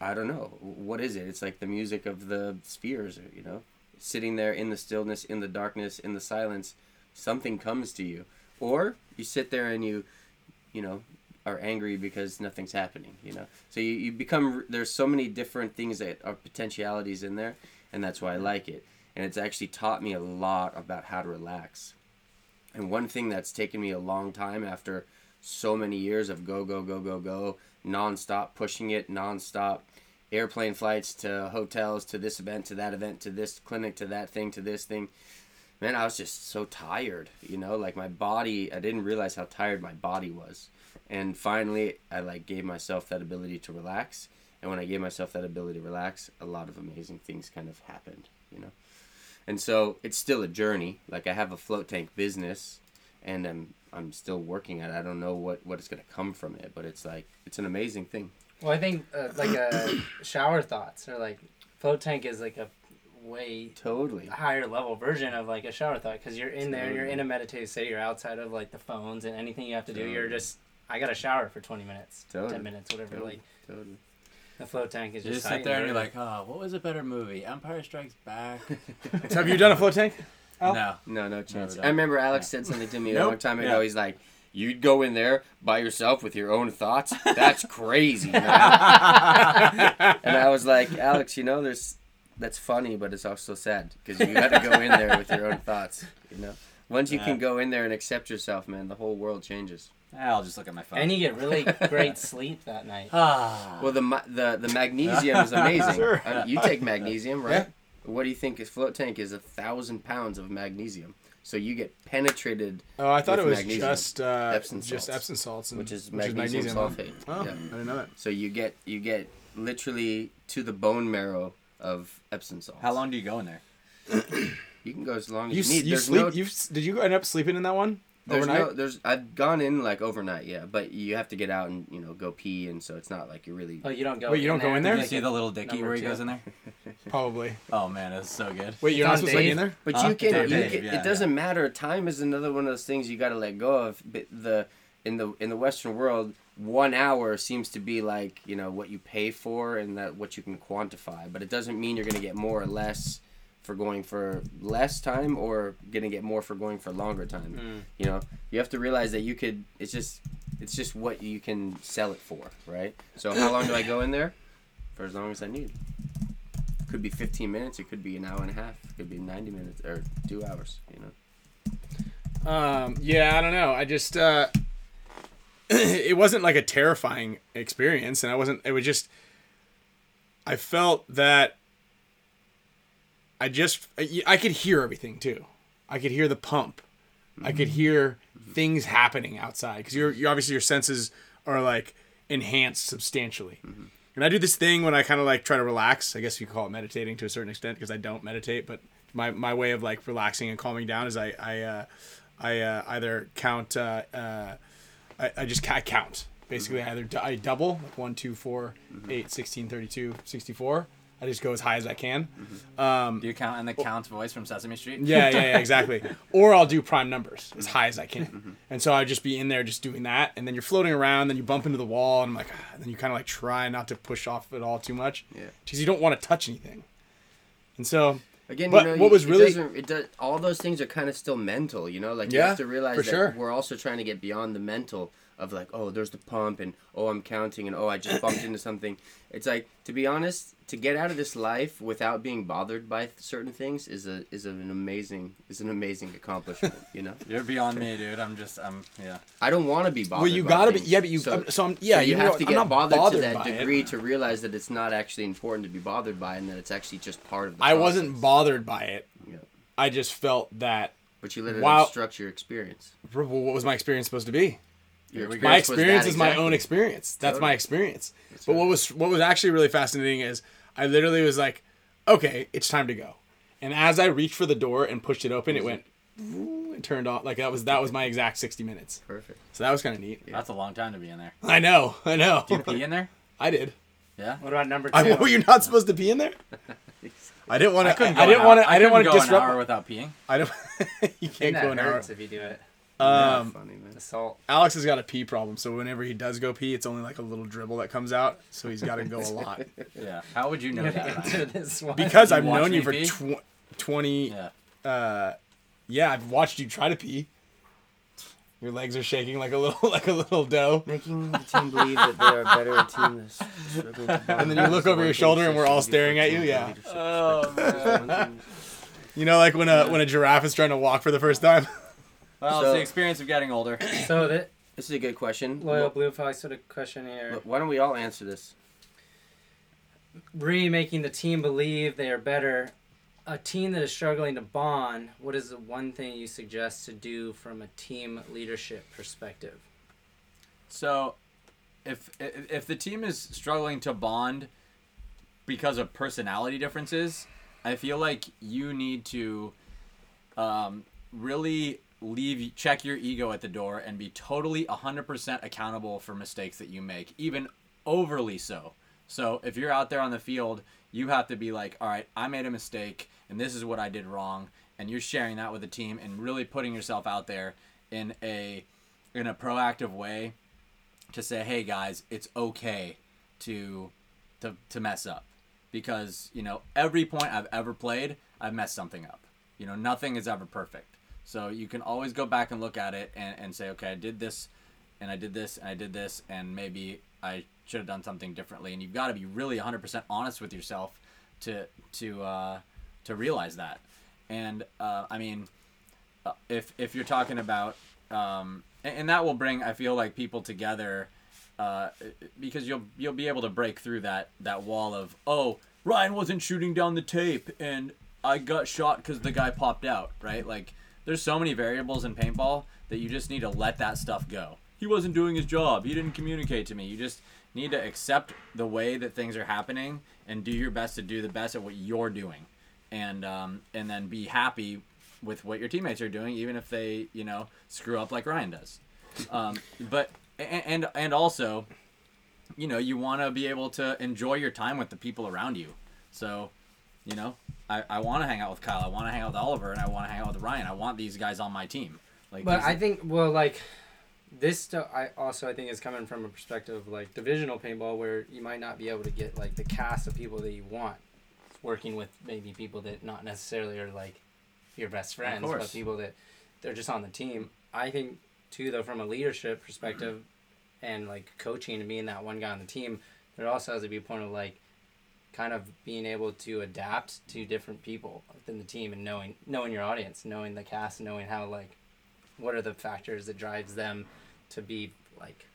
I don't know what is it. It's like the music of the spheres. You know, sitting there in the stillness, in the darkness, in the silence, something comes to you, or you sit there and you you know are angry because nothing's happening you know so you, you become there's so many different things that are potentialities in there and that's why i like it and it's actually taught me a lot about how to relax and one thing that's taken me a long time after so many years of go go go go go nonstop pushing it nonstop airplane flights to hotels to this event to that event to this clinic to that thing to this thing man, I was just so tired, you know, like my body, I didn't realize how tired my body was. And finally, I like gave myself that ability to relax. And when I gave myself that ability to relax, a lot of amazing things kind of happened, you know. And so it's still a journey. Like I have a float tank business and I'm I'm still working at it. I don't know what what is going to come from it, but it's like it's an amazing thing. Well, I think uh, like uh, shower thoughts or like float tank is like a way Totally. higher level version of like a shower thought because you're in there, you're in a meditative state, you're outside of like the phones and anything you have to do. You're just I got to shower for 20 minutes, Totally. 10 minutes, whatever. Totally. Like Totally. the float tank is You just, just hiding sit there and you're like, oh, what was a better movie? Empire Strikes Back. So have you done a float tank? no. No, no chance. done. I remember Alex said something to me a Nope. long time ago. Yeah. He's like, "You'd go in there by yourself with your own thoughts. That's crazy." man." and I was like, "Alex, you know, there's that's funny, but it's also sad because you got to go in there with your own thoughts. You know, once you can go in there and accept yourself, man, the whole world changes." I'll just look at my phone. and you get really great sleep that night. Ah. Well, the ma- the the magnesium is <laughs> amazing. Sure. Uh, you take magnesium, right? What do you think? His float tank is a thousand pounds of magnesium. So you get penetrated, Oh, I thought With it was magnesium. just uh, Epsom just salts. Epsom salts, and, which is magnesium, sulfate. Oh, Yeah. I didn't know that. So you get you get literally to the bone marrow of Epsom salts. How long do you go in there? You can go as long as You, you, s- need. you there's sleep? no, You did you end up sleeping in that one there's overnight? no there's I've gone in like overnight, yeah, but you have to get out and you know go pee, and so it's not like you're really. Oh, you don't go. Wait, you don't go in Did there? you see the little dicky Number where he two. goes in there? <laughs> Probably. Oh man, that's so good. Wait, you're It's not on supposed to be Dave. in there. But Huh? you can, Dave, you Dave, can Ah, yeah, it doesn't matter. Time is another one of those things you got to let go of. But the in the in the Western world, one hour seems to be like you know what you pay for and that what you can quantify. But it doesn't mean you're gonna get more or less for going for less time or gonna get more for going for longer time. Hmm. You know, you have to realize that you could. It's just it's just what you can sell it for, right? So how long do I go in there? For as long as I need. Could be 15 minutes. It could be an hour and a half. It could be 90 minutes or two hours. You know. Um, yeah, I don't know. I just uh, <clears throat> it wasn't like a terrifying experience, and I wasn't. It was just I felt that I just I I could hear everything too. I could hear the pump. I could hear things happening outside because you're, you obviously your senses are like enhanced substantially. And I do this thing when I kind of like try to relax. I guess you call it meditating to a certain extent because I don't meditate, but my, my way of like relaxing and calming down is I I uh, I uh, either count uh, uh, I, I just ca- I count basically. Mm-hmm. I either d- I double like 1, 2, 4, 8, 16, 32, 64. I just go as high as I can. Mm-hmm. Do you count in the count's voice from Sesame Street? Yeah, yeah, yeah, <laughs> exactly. Or I'll do prime numbers as high as I can. Mm-hmm. And so I'd just be in there just doing that. And then you're floating around, then you bump into the wall, and I'm like, ah, then you kind of like try not to push off at all too much. Yeah. Because you don't want to touch anything. And so, Again, But you know, what you- was it really- doesn't- it does, all those things are kind of still mental. You know, like you Yeah, have to realize for that sure. we're also trying to get beyond the mental of like, oh, there's the pump, and oh, I'm counting, and oh, I just bumped into something. It's like to be honest, to get out of this life without being bothered by certain things is a is an amazing is an amazing accomplishment. you know, You're beyond me, dude. I'm just, I'm, yeah. I don't want to be bothered. well, you by got to be, things. yeah, but you, So- I'm- so, I'm, yeah, so you, know, have to I'm get not bothered, to that by it. degree to realize that it's not actually important to be bothered by and that it's actually just part of the I process. wasn't bothered by it. Yeah. I just felt that, but you let it Wow. obstruct your experience well, what was my experience supposed to be? Your my was experience that is my exactly. own experience. That's my Totally. experience. but what was what was actually really fascinating is I literally was like, okay, it's time to go. And as I reached for the door and pushed it open, it went, it turned on. Like that was that was my exact sixty minutes. perfect So that was kind of neat. That's a long time to be in there. I know, I know. Pee in there? <laughs> I did. Yeah. What about number two? I, <laughs> were you not supposed to be in there? I didn't want to. I, go didn't an want hour- to. I didn't couldn't want to go an hour disrupt. without peeing. I don't. <laughs> you can't <laughs> that go an hour. hurts if you do it. Yeah, Um, funny man The <laughs> salt. Alex has got a pee problem, so whenever he does go pee, it's only like a little dribble that comes out. So he's got to go a lot. Yeah. How <laughs> would you know that? Ryan? to this one. because <laughs> You I've watch known you me for pee? tw- 20 yeah. Yeah. I've watched you try to pee. Your legs are shaking like a little <laughs> like a little dough. making the team believe that they are better a team that's struggling to bond And then you look is the over one your thing shoulder and that we're all should be staring at you, from yeah. Oh, leadership perspective. That's one thing. You know like when a when a giraffe is trying to walk for the first time. <laughs> Well, So- it's the experience of getting older. So that this is a good question loyal Wh- blue fox sort of question here. wh- why don't we all answer this Bree making the team believe they are better. A team that is struggling to bond. What is the one thing you suggest to do from a team leadership perspective? So, if if if the team is struggling to bond because of personality differences, I feel like you need to um, really leave check your ego at the door and be totally 100% accountable for mistakes that you make, even overly so. So, if you're out there on the field, you have to be like, "All right, I made a mistake and this is what I did wrong." And you're sharing that with the team and really putting yourself out there in a in a proactive way to say, "Hey guys, it's okay to to to mess up." Because, you know, every point I've ever played, I've messed something up. You know, nothing is ever perfect. So you can always go back and look at it and, and say, okay, I did this and I did this and I did this and maybe I should have done something differently. And you've got to be really 100% honest with yourself to to uh, to realize that. And uh, I mean, uh, if if you're talking about um, and, and that will bring I feel like people together uh, because you'll you'll be able to break through that that wall of oh Ryan wasn't shooting down the tape and I got shot because the guy popped out right like There's so many variables in paintball that you just need to let that stuff go. He wasn't doing his job. He didn't communicate to me. You just need to accept the way that things are happening and do your best to do the best at what you're doing, and um, and then be happy with what your teammates are doing, even if they you know screw up like Ryan does. Um, but and and, and also you know you want to be able to enjoy your time with the people around you so you know i, I want to hang out with kyle i want to hang out with oliver and i want to hang out with ryan i want these guys on my team like But these- I think well, like this stuff. I also I think is coming from a perspective of, like divisional paintball, where you might not be able to get like the cast of people that you want. It's working with maybe people that not necessarily are like your best friends, but course. people that they're just on the team. I think too, though, from a leadership perspective, and like coaching and being that one guy on the team, there also has to be a point of like kind of being able to adapt to different people within the team and knowing knowing your audience, knowing the cast, knowing how like what are the factors that drives them to be like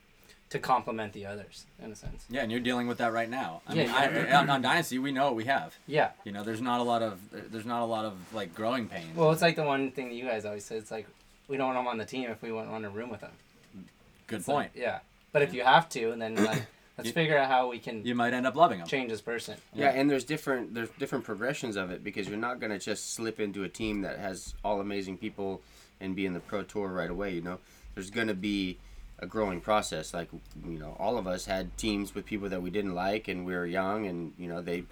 to complement the others in a sense. yeah and you're dealing with that right now i Yeah, mean I- yeah. on, on dynasty we know what we have Yeah. you know there's not a lot of there- there's not a lot of like growing pains Well, it's like the one thing that you guys always say. It's like we don't want them on the team if we wouldn't want to room with them. good So, point Yeah. But if you have to, <coughs> then like let's You- figure out how we can you might end up loving them change this person. Yeah, and there's different there's different progressions of it because you're not gonna just slip into a team that has all amazing people and be in the pro tour right away. You know, there's gonna be a growing process. Like you know, all of us had teams with people that we didn't like, and we were young, and you know they.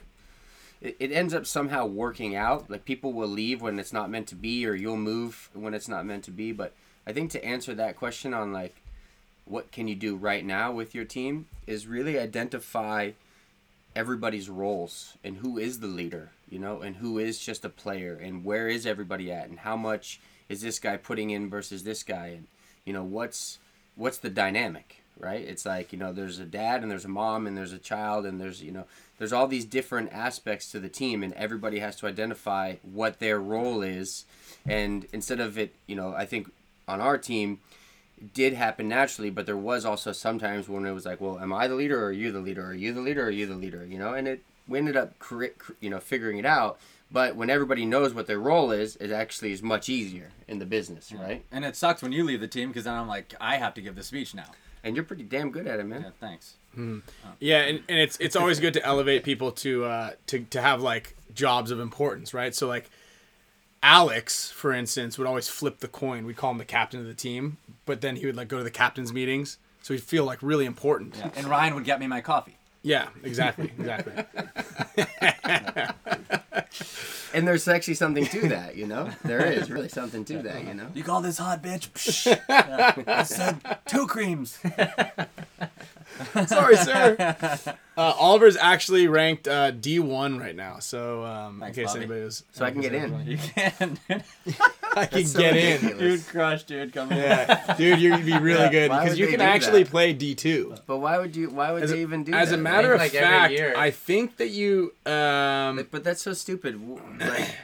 It, it ends up somehow working out. Like people will leave when it's not meant to be, or you'll move when it's not meant to be. But I think to answer that question on like what can you do right now with your team is really identify everybody's roles and who is the leader, you know, and who is just a player and where is everybody at and how much is this guy putting in versus this guy and you know what's what's the dynamic, right? It's like, you know, there's a dad and there's a mom and there's a child and there's, you know, there's all these different aspects to the team and everybody has to identify what their role is and instead of it, you know, I think on our team did happen naturally, but there was also sometimes when it was like, well, am I the leader or are you the leader? Are you the leader or are you the leader? You know, and it we ended up, cre- cre- you know, figuring it out. But when everybody knows what their role is, it actually is much easier in the business, right? and it sucks when you leave the team because then i'm like i have to give the speech now And you're pretty damn good at it, man. yeah thanks Yeah, and, and it's it's always good to elevate people to uh to, to have like jobs of importance, right? So like Alex, for instance, would always flip the coin. We'd call him the captain of the team, but then he would like go to the captain's meetings. So he'd feel like really important. Yeah, and ryan would get me my coffee exactly. Exactly. And there's actually something to that, you know. There <laughs> is really something to that, you know. You call this hot, <laughs> bitch? Psh. I said two creams. Sorry, sir. Uh, Oliver's actually ranked uh, D one right now. So um, Thanks, in case Bobby. anybody was So I can get in. You can. <laughs> I can So get in. ridiculous. crush, dude. Come on. Yeah, dude, you'd <laughs> be really good why because would you they can do actually that? play D two. But why would you? Why would As a- they even do As that? a right? matter of Like, every fact, year. I think that you. Um, Like, but that's so stupid. W- Like,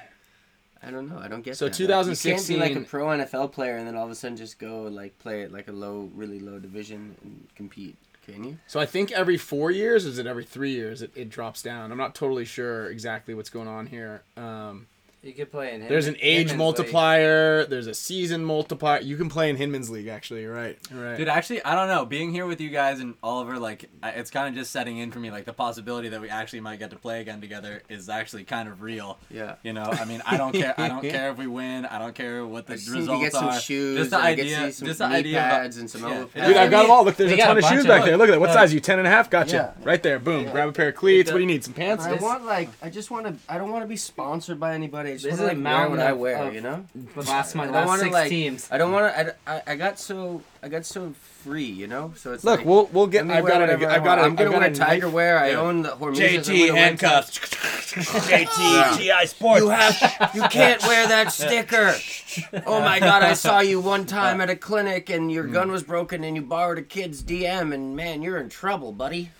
I don't know. I don't get So that. Like, You can't be 2016 like a pro NFL player and then all of a sudden just go like play at like a low, really low division and compete. Can you? so I think every four years, or is it every three years? It, it drops down. I'm not totally sure exactly what's going on here. Um, You could play in. Him, there's an age Hinman's multiplier. There's a season multiplier. You can play in Hinman's league, actually. You're right. You're right. Dude, actually, I don't know. Being here with you guys and Oliver, like, I- it's kind of just setting in for me. Like, the possibility that we actually might get to play again together is actually kind of real. Yeah. You know, I mean, I don't care. I <laughs> don't care if we win. I don't care what the I just need to results get are. some shoes. just the and I get idea. to see some just the knee idea. of- pads and some yeah. elbow Yeah. pads. Dude, I've <laughs> got them all. Look, there's They a got ton a of bunch shoes of- back there. Look at that. What look. size? Are you 10 and a half? Gotcha. Yeah. Right there. Boom. Grab a pair of cleats. What do you need? Some pants? I want like I just want to. I don't want to be sponsored by anybody. I just This want is a to like wear what mountain I of- wear. of- you know. League. Last I month, don't last want to six like. teams. I don't want to. I, I, I got so I got so free. You know. So it's Look, like, we'll we'll get. let me I've wear got it. whatever I I've got it. want. I'm gonna wear Tiger wear. I Yeah. own the Hormuzas. JT handcuffs. JT GI Sports. <laughs> You have you can't <laughs> wear that sticker. Oh my god, I saw you one time at a clinic and your Mm. gun was broken and you borrowed a kid's DM and man, you're in trouble, buddy.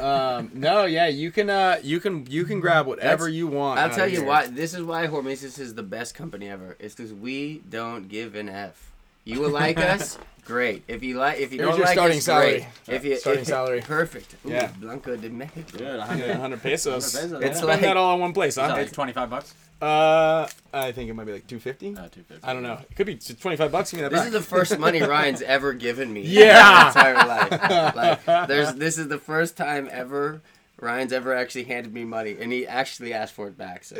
Um, no, yeah, you can. Uh, you can. You can grab whatever That's- you want. I'll out tell of you here. why this is why Hormesis is the best company ever. It's cuz we don't give an F. You <laughs> will like us. Great. If you like, if you Here's don't your like starting us, salary. great. If you Starting if- salary. perfect. Ooh, Yeah. Blanco de Mexico. Dude, Yeah, 100. 100 <laughs> pesos. 100 pesos, It's yeah. spend that all in one place, huh? like 25 bucks? Uh, I think it might be like 250. Uh, 250. I don't know. It could be 25 bucks. Give me that <laughs> This back. is the first money Ryan's ever given me. Yeah. In my entire life. Like, there's this is the first time ever Ryan's ever actually handed me money, and he actually asked for it back. So.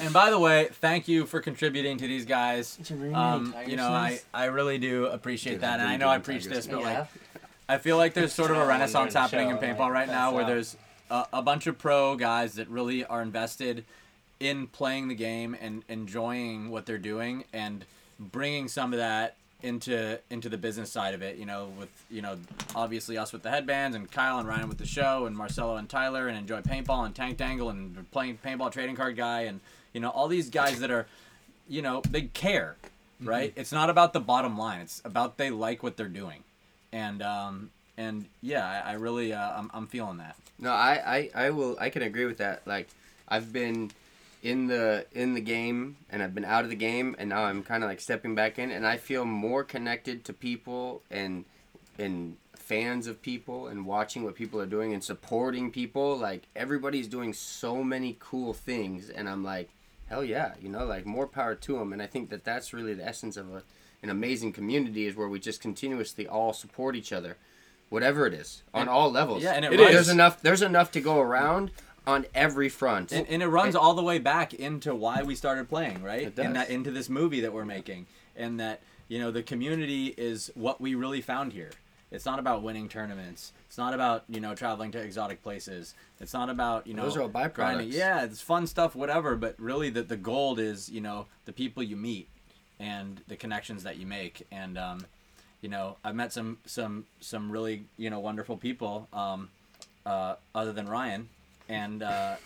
And by the way, thank you for contributing to these guys. Um, you know, I, I really do appreciate Dude, that. And I I really know do I enjoy preach this this, but guy. like, I feel like there's sort of a Yeah, renaissance I'm doing happening in show, paintball like, right now that's where up. there's a, a bunch of pro guys that really are invested in playing the game and enjoying what they're doing and bringing some of that into into the business side of it you know with you know obviously us with the headbands and Kyle and Ryan with the show and Marcelo and Tyler and enjoy paintball and Tank Dangle and playing paintball trading card guy and you know all these guys that are you know they care right it's not about the bottom line it's about they like what they're doing and um and yeah i, I really uh, I'm, I'm feeling that No, I, I, I will I can agree with that. Like I've been in the in the game and I've been out of the game and now I'm kinda like stepping back in and I feel more connected to people and and fans of people and watching what people are doing and supporting people. Like everybody's doing so many cool things and I'm like, hell yeah, you know, like more power to them. And I think that that's really the essence of a, an amazing community is where we just continuously all support each other. Whatever it is, on all levels. yeah, and it It runs- is. There's enough. There's enough to go around on every front. and, and it runs all the way back into why we started playing right It does. and that into this movie that we're making and that you know the community is what we really found here it's not about winning tournaments it's not about you know traveling to exotic places it's not about you know Those are all byproducts. grinding. yeah it's fun stuff whatever but really the, the gold is you know the people you meet and the connections that you make and um, you know i've met some some some really you know wonderful people um, uh, other than ryan and uh,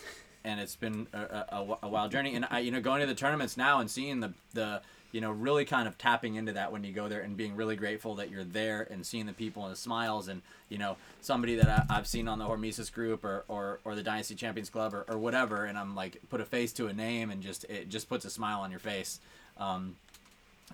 and it's been a, a- a, wi- a wild journey and i you know going to the tournaments now and seeing the the you know really kind of tapping into that when you go there and being really grateful that you're there and seeing the people and the smiles and you know somebody that I, i've seen on the hormesis group or, or or the dynasty champions club or, or whatever and i'm like put a face to a name and just it just puts a smile on your face um,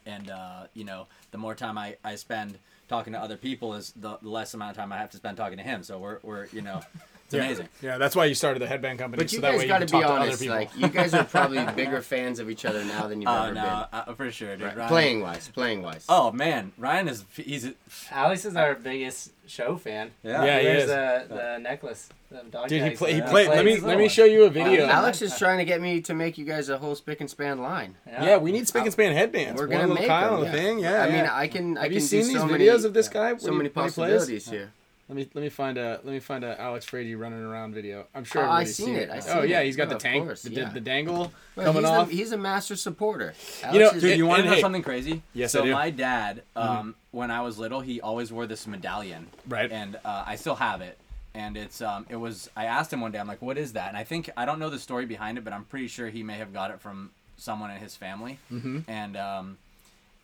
and uh, you know the more time I, I spend talking to other people is the the less amount of time I have to spend talking to him. So we're, we're you know it's yeah. amazing. <laughs> Yeah, that's why you started the headband company. but you so that guys way got to you be can talk to other honest. people. Like you guys are <laughs> probably bigger fans of each other now than you've Oh ever no, uh, for sure, dude. been. Right. Ryan- Playing wise, playing wise. Oh man, Ryan is he's a- Alex is our biggest show fan. yeah. Yeah. he Where's is. the, the necklace? The dog Dude, he, tags play, he that played. Let me plays? let me show you a video. Wow. Uh, Alex is trying to get me to make you guys a whole spick and span line. yeah, we need spick and span headbands. Uh, We're One gonna little make Kyle them, and a thing. Yeah. I yeah. mean, I can. I Have can you seen do these so videos many, of this guy? So many possibilities here. Let me let me find a let me find a Alex Frady running around video. I'm sure Oh, I everybody's seen it. I now. seen oh yeah, it. he's got No, the of tank, course, the, yeah. the dangle Well, coming he's, off. The, e- he's a master supporter. Alex know, is, Dude, you want to And know hey- something crazy? Yes, I so do. Mm-hmm. my dad, um, when I was little, he always wore this medallion. Right. And uh, I still have it. And it's um, it was I asked him one day, I'm like, what is that? And I think I don't know the story behind it, but I'm pretty sure he may have got it from someone in his family. Mm-hmm. And um,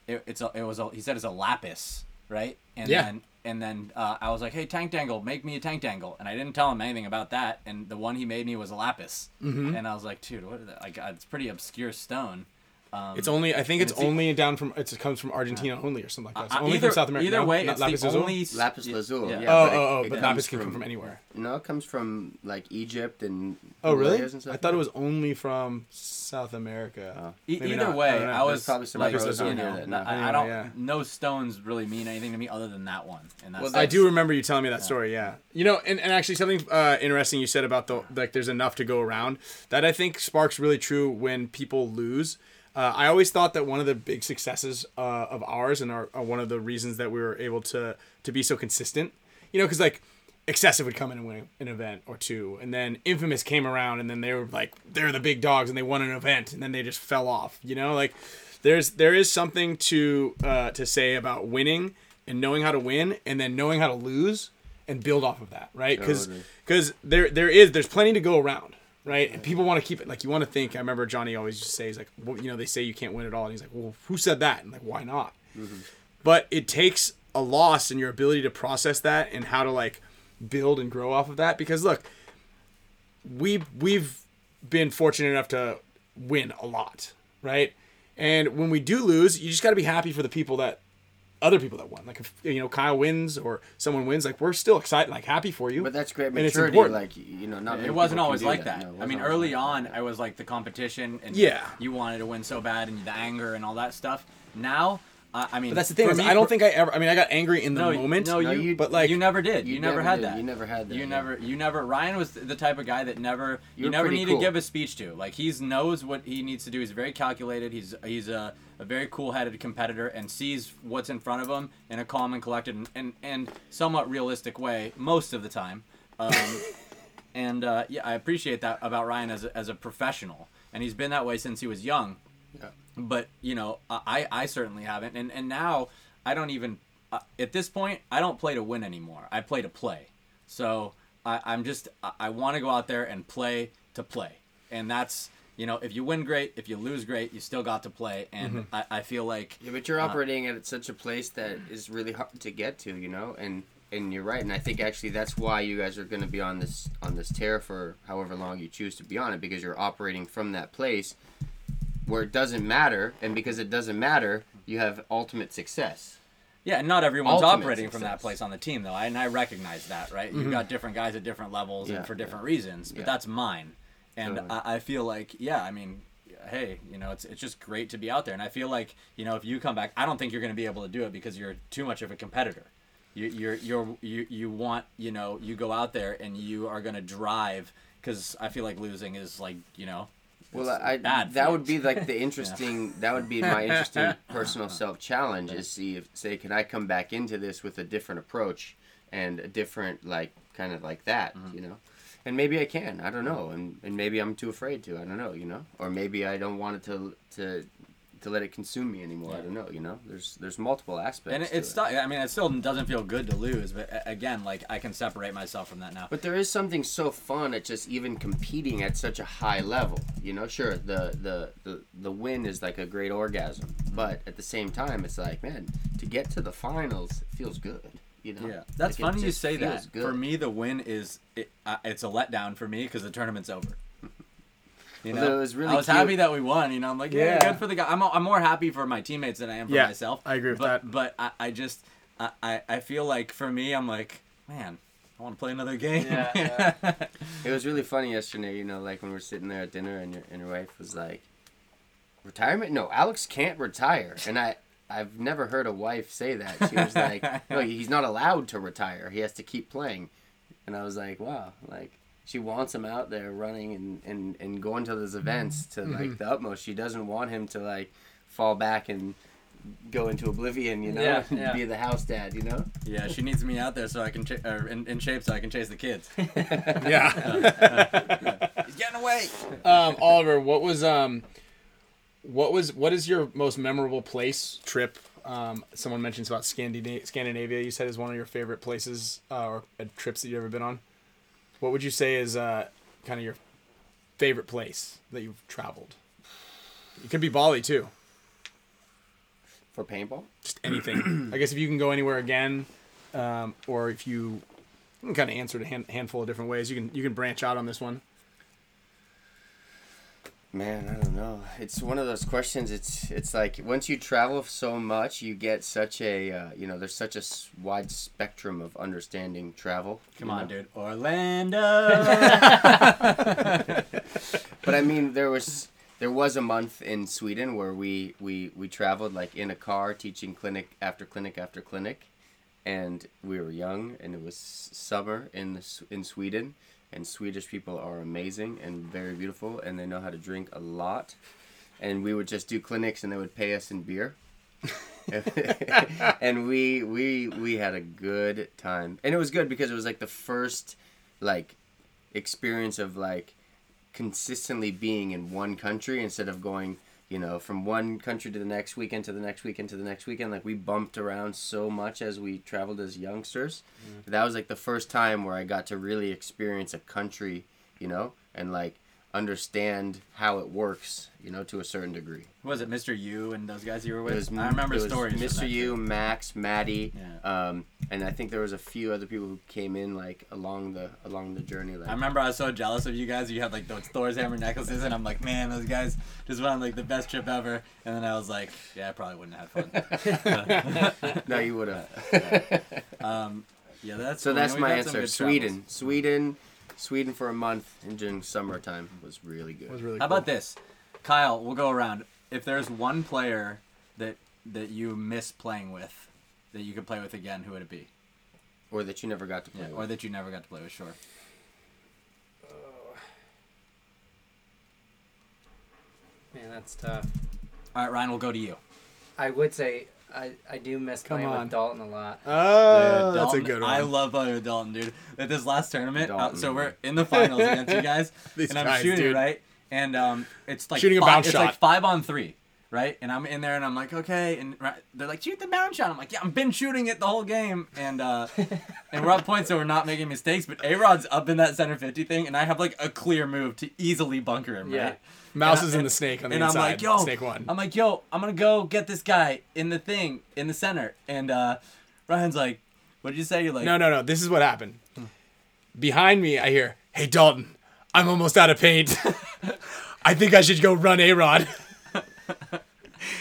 it, it's a, it was a, he said it's a lapis, right? And Yeah. then and then uh, I was like, hey, tank dangle, make me a tank dangle, and I didn't tell him anything about that. And the one he made me was a lapis, Mm-hmm. and I was like, dude, what? Is that? Like, uh, it's pretty obscure stone. It's only I think and it's it's the- only down from it's, it comes from Argentina only or something like that. It's Uh, only either, from South America. Either No, way, not it's lapis the lazuli? only s- lapis yeah, lazuli. yeah. Yeah. Oh, but it- oh, oh, it but comes lapis can come from- from anywhere. No, it comes from like Egypt and. Oh, really? Himalayas and stuff Oh. I thought like it that. was only from South America. E- Maybe either not. way, I don't know. I, was There's probably some like, pros you out there know, that know. I, I Anyway, don't. yeah. No stones really mean anything to me other than that one. And that's, Well, I do remember you telling me that story. Yeah, you know, and, and actually something uh, interesting you said about the like there's enough to go around that I think sparks really true when people lose. Uh, I always thought that one of the big successes uh, of ours and our, uh, one of the reasons that we were able to to be so consistent, you know, because like excessive would come in and win an event or two, and then infamous came around, and then they were like they're the big dogs, and they won an event, and then they just fell off. You know, like there's there is something to uh, to say about winning and knowing how to win and then knowing how to lose and build off of that right because Totally. there there is there's plenty to go around right and people want to keep it like you want to think i remember johnny always just says like well, you know they say you can't win at all and he's like well who said that and like why not but it takes a loss in your ability to process that and how to like build and grow off of that because look we we've been fortunate enough to win a lot right And when we do lose, you just got to be happy for the people that other people that won. Like if you know Kyle wins or someone wins, like we're still excited, like happy for you. But that's great And it's maturity. important. Like you know, not many It wasn't people can always do like that. No, it I wasn't mean, always early like that. on, I was like the competition and Yeah. you wanted to win so bad and the anger and all that stuff. Now, uh, I mean, But that's the thing for is me- I don't think I ever. I mean, I got angry in the no, moment. No, No, you, you- but like you never did. You, never, had did. that. You never had that. You yeah. never, you never. Ryan was the type of guy that never, you You're never pretty need cool. to give a speech to. Like he knows what he needs to do. He's very calculated. He's he's a, a very cool-headed competitor and sees what's in front of him in a calm and collected and and, and somewhat realistic way most of the time. <laughs> Um, and uh, yeah, I appreciate that about Ryan as a, as a professional, and he's been that way since he was young but you know i i certainly haven't and and now i don't even uh, at this point i don't play to win anymore i play to play so I, i'm just i, I want to go out there and play to play and that's you know if you win great if you lose great you still got to play and I, I feel like Yeah, but you're operating at such a place that is really hard to get to, you know, and and you're right, and I think actually that's why you guys are going to be on this on this tear for however long you choose to be on it because you're operating from that place where it doesn't matter, and because it doesn't matter, you have ultimate success. yeah and not everyone's Ultimate operating from that success. Mm-hmm. place on the team though I, and i recognize that right you've got different guys at different levels Yeah, and for yeah. different reasons but Yeah. that's mine and Totally. I, I feel like yeah i mean hey you know it's, it's just great to be out there and i feel like you know if you come back i don't think you're going to be able to do it because you're too much of a competitor you, you're you're you, you want you know you go out there and you are going to drive because i feel like losing is like you know Well, it's I bad for that you. would be <laughs> like the interesting. That would be my interesting personal self challenge is see if say can I come back into this with a different approach and a different like kind of like that, Mm-hmm. you know, and maybe I can. I don't know, and and maybe I'm too afraid to. I don't know, you know, or maybe I don't want it to to to let it consume me anymore. I don't know, you know. There's there's multiple aspects. and it, to it's not i mean it still doesn't feel good to lose but a- again like i can separate myself from that now But there is something so fun at just even competing at such a high level. You know, sure, the the the, the win is like a great orgasm, but at the same time, it's like, man, to get to the finals it feels good. You know, Yeah, that's Like, it funny you just say feels that. good. For me, the win is it, uh, it's a letdown for me because the tournament's <laughs> over. You know, Although it was really I was cute. happy that we won. You know, I'm like, yeah, Yeah. good for the guy. I'm, I'm more happy for my teammates than I am for Yeah, myself. I agree with but, that. But I, I just, I, I, I feel like for me, I'm like, man, I want to play another game. <laughs> Yeah, it was really funny yesterday. You know, like when we were sitting there at dinner, and your and your wife was like, retirement? No, Alex can't retire, and I. I've never heard a wife say that. She was <laughs> like, "No, he's not allowed to retire. He has to keep playing." and I was like, wow, like she wants him out there running and, and, and going to those events to Mm-hmm. like the utmost. She doesn't want him to like fall back and go into oblivion, you know, Yeah, <laughs> and yeah. be the house dad, you know. yeah, she needs me out there so I can, ch- or in, in shape so I can chase the <laughs> kids. yeah. He's getting away. um, Oliver, what was um, what was what is your most memorable place trip? Um, someone mentions about Scandinavia. Scandinavia, you said is one of your favorite places uh, or uh, trips that you've ever been on. What would you say is uh, kind of your favorite place that you've traveled? It could be Bali too. For paintball, Just <clears throat> anything. I guess if you can go anywhere again, um, or if you, you can kind of answer it a hand, handful of different ways. You can you can branch out on this one. man, I don't know. It's one of those questions. It's it's like once you travel so much, you get such a uh, you know, there's such a s- wide spectrum of understanding travel. Come you on, know? <laughs> dude. Orlando. <laughs> but I mean, there was there was a month in Sweden where we we we traveled like in a car, teaching clinic after clinic after clinic, and we were young, and it was summer in the, S- in Sweden, and Swedish people are amazing and very beautiful, and they know how to drink a lot, and we would just do clinics, and they would pay us in beer. <laughs> and we we we had a good time and it was good because it was like the first like experience of like consistently being in one country instead of going you know from one country to the next weekend to the next weekend to the next weekend like we bumped around so much as we traveled as youngsters Mm-hmm. that was like the first time where i got to really experience a country you know and like understand how it works, you know, to a certain degree. Who was it, Mr. U and those guys you were with? It was, I remember it was stories. from Mr. that U, Max, Maddie, Yeah. um, and I think there was a few other people who came in like along the along the journey. Like I remember I was so jealous of you guys. You had like those Thor's hammer necklaces, and I'm like, man, those guys just went on like the best trip ever. And then I was like, yeah, I probably wouldn't have <laughs> fun. no, you would have. Yeah, that's So cool. that's Oh, We've my had some answer. good Sweden, travels. Sweden, Sweden for a month and during summertime was really good. was really How cool. about this, Kyle? We'll go around. If there's one player that that you miss playing with, that you could play with again, who would it be? or that you never got to play. Or with. that you never got to play with? Sure. Man, that's tough. All right, Ryan, we'll go to you. I would say I, I do miss Come playing on. with Dalton a lot. Oh, that's Dude, a Dalton- good one. I love playing with Dalton, dude. At this last tournament, uh, Dalton. so we're in the finals against you guys, <laughs> These and I'm guys, shooting dude. right, and um, it's like Shooting a fi- bounce it's shot. like five on three, right? And I'm in there, and I'm like, okay, and right, they're like, shoot the bounce shot. I'm like, yeah, I've been shooting it the whole game, <laughs> and uh, and we're up points, so we're not making mistakes. But A Rod's up in that center fifty thing, and I have like a clear move to easily bunker him, Yeah. right? Mouse and I- is in and- the snake on the and inside. I'm like, yo, snake one. I'm like, yo, I'm gonna go get this guy in the thing in the center, and uh, Ryan's like, what did you say? You're like, no, no, no. This is what happened. Hmm. Behind me, I hear, "Hey Dalton, I'm almost out of paint. <laughs> I think I should go run a <laughs> rod."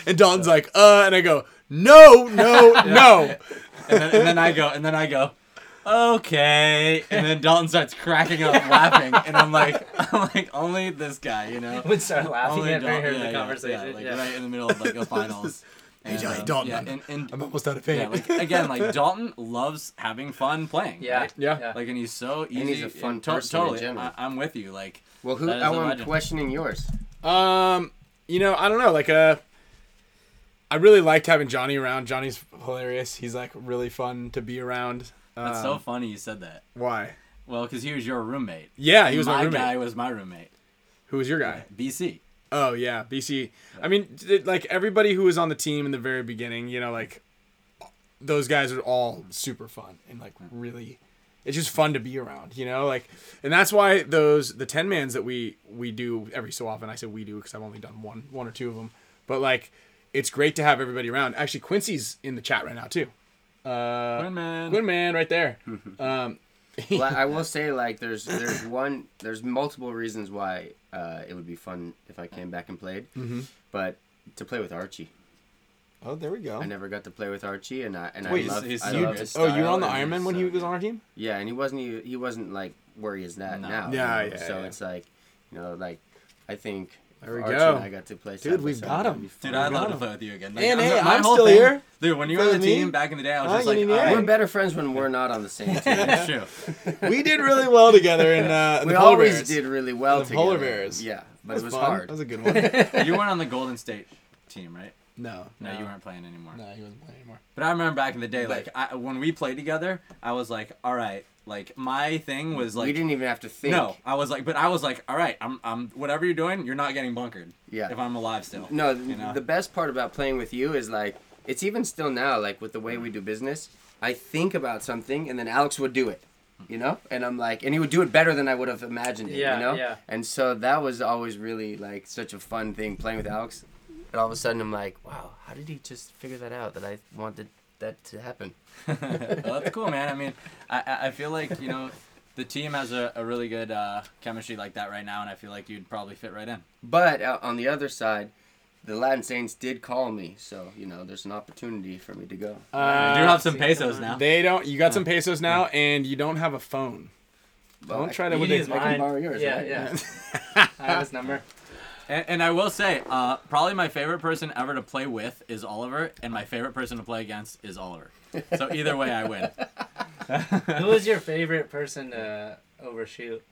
and Dalton's like, "Uh," and I go, "No, <laughs> no, no." and, then, and then I go, and then I go, okay, and then Dalton starts cracking <laughs> up laughing, and I'm like, I'm like, only this guy, you know, <laughs> would start laughing only at Dalton- her in yeah, the yeah, conversation. yeah, like yeah. right in the middle of like a finals. And, Johnny, um, Dalton, yeah, I'm- and, and I'm almost out of <laughs> yeah, paint. like again, like Dalton loves having fun playing. Yeah, right? Yeah. Like and he's so easy. he's a fun to- person in totally. general. I, I'm with you. Like Well, who? That is I a am legend. <laughs> questioning yours. <laughs> Um, you know, I don't know. Like, uh, I really liked having Johnny around. Johnny's hilarious. He's like really fun to be around. Um, that's so funny you said that. why? Well, because he was your roommate. Yeah, he was my, roommate. guy was my roommate. Who was your guy? BC. Oh yeah, BC. I mean, th- like everybody who was on the team in the very beginning, you know, like those guys are all super fun and like really, it's just fun to be around, you know, like, and that's why those the ten mans that we we do every so often. I said we do because I've only done one one or two of them, but like, it's great to have everybody around. Actually, Quincy's in the chat right now too. Uh, Quinn, man. Quinn man, right <laughs> there. um, Well, I will say like there's there's one there's multiple reasons why uh, it would be fun if I came back and played, mm-hmm. but to play with Archie, oh, there we go. I never got to play with Archie, and I and Wait, I love is- is I you- love his Oh, you were style on the and Iron Man when so he was good. on our team. <laughs> Yeah, and he wasn't he, he wasn't like where he is that No. now. Yeah, you know? yeah, So yeah. it's like you know like I think if There we Archie go. and I got to play. Dude, side by we've side, got that'd him. be fun. Dude, I'd love to Got play with you again. And I'm hey, not- my I'm whole still thing- here. Dude, when you were Play on the with me. team back in the day, I was I just ain't like, getting any all We're right, better friends when we're not on <laughs> the same team. that's true. we did really well together in <laughs> uh, in we the polar always bears. did really well The together. polar bears. Yeah, but That it was fun. hard. That was a good <laughs> one. You weren't on the Golden State team, right? no, No, you weren't playing anymore. he wasn't playing anymore. But I remember back in the day, like I, when we played together, I was like, all right, like my thing was like. we didn't even have to think. No, I was like, but I was like, all right, I'm, I'm, whatever you're doing, you're not getting bunkered. Yeah. If I'm alive still. No, you know? the best part about playing with you is like it's even still now like with the way we do business. I think about something and then Alex would do it, you know, and I'm like, and he would do it better than I would have imagined it, Yeah, you know. yeah. And so that was always really like such a fun thing playing with Alex. And all of a sudden I'm like, wow, how did he just figure that out that I wanted that to happen? well, that's cool, man. I mean, I- I, I feel like you know, the team has a, a really good uh, chemistry like that right now, and I feel like you'd probably fit right in. But uh, on the other side, the Latin Saints did call me, so you know there's an opportunity for me to go. You do Uh, have some pesos now. they don't. You got some pesos now, and you don't have a phone. Well, Don't I- try to. You What can they- use I Mine. can borrow yours. Yeah, right? yeah. I <laughs> have his number. And, and I will say, uh, probably my favorite person ever to play with is Oliver, and my favorite person to play against is Oliver. So either way, I win. Who was your favorite person to overshoot?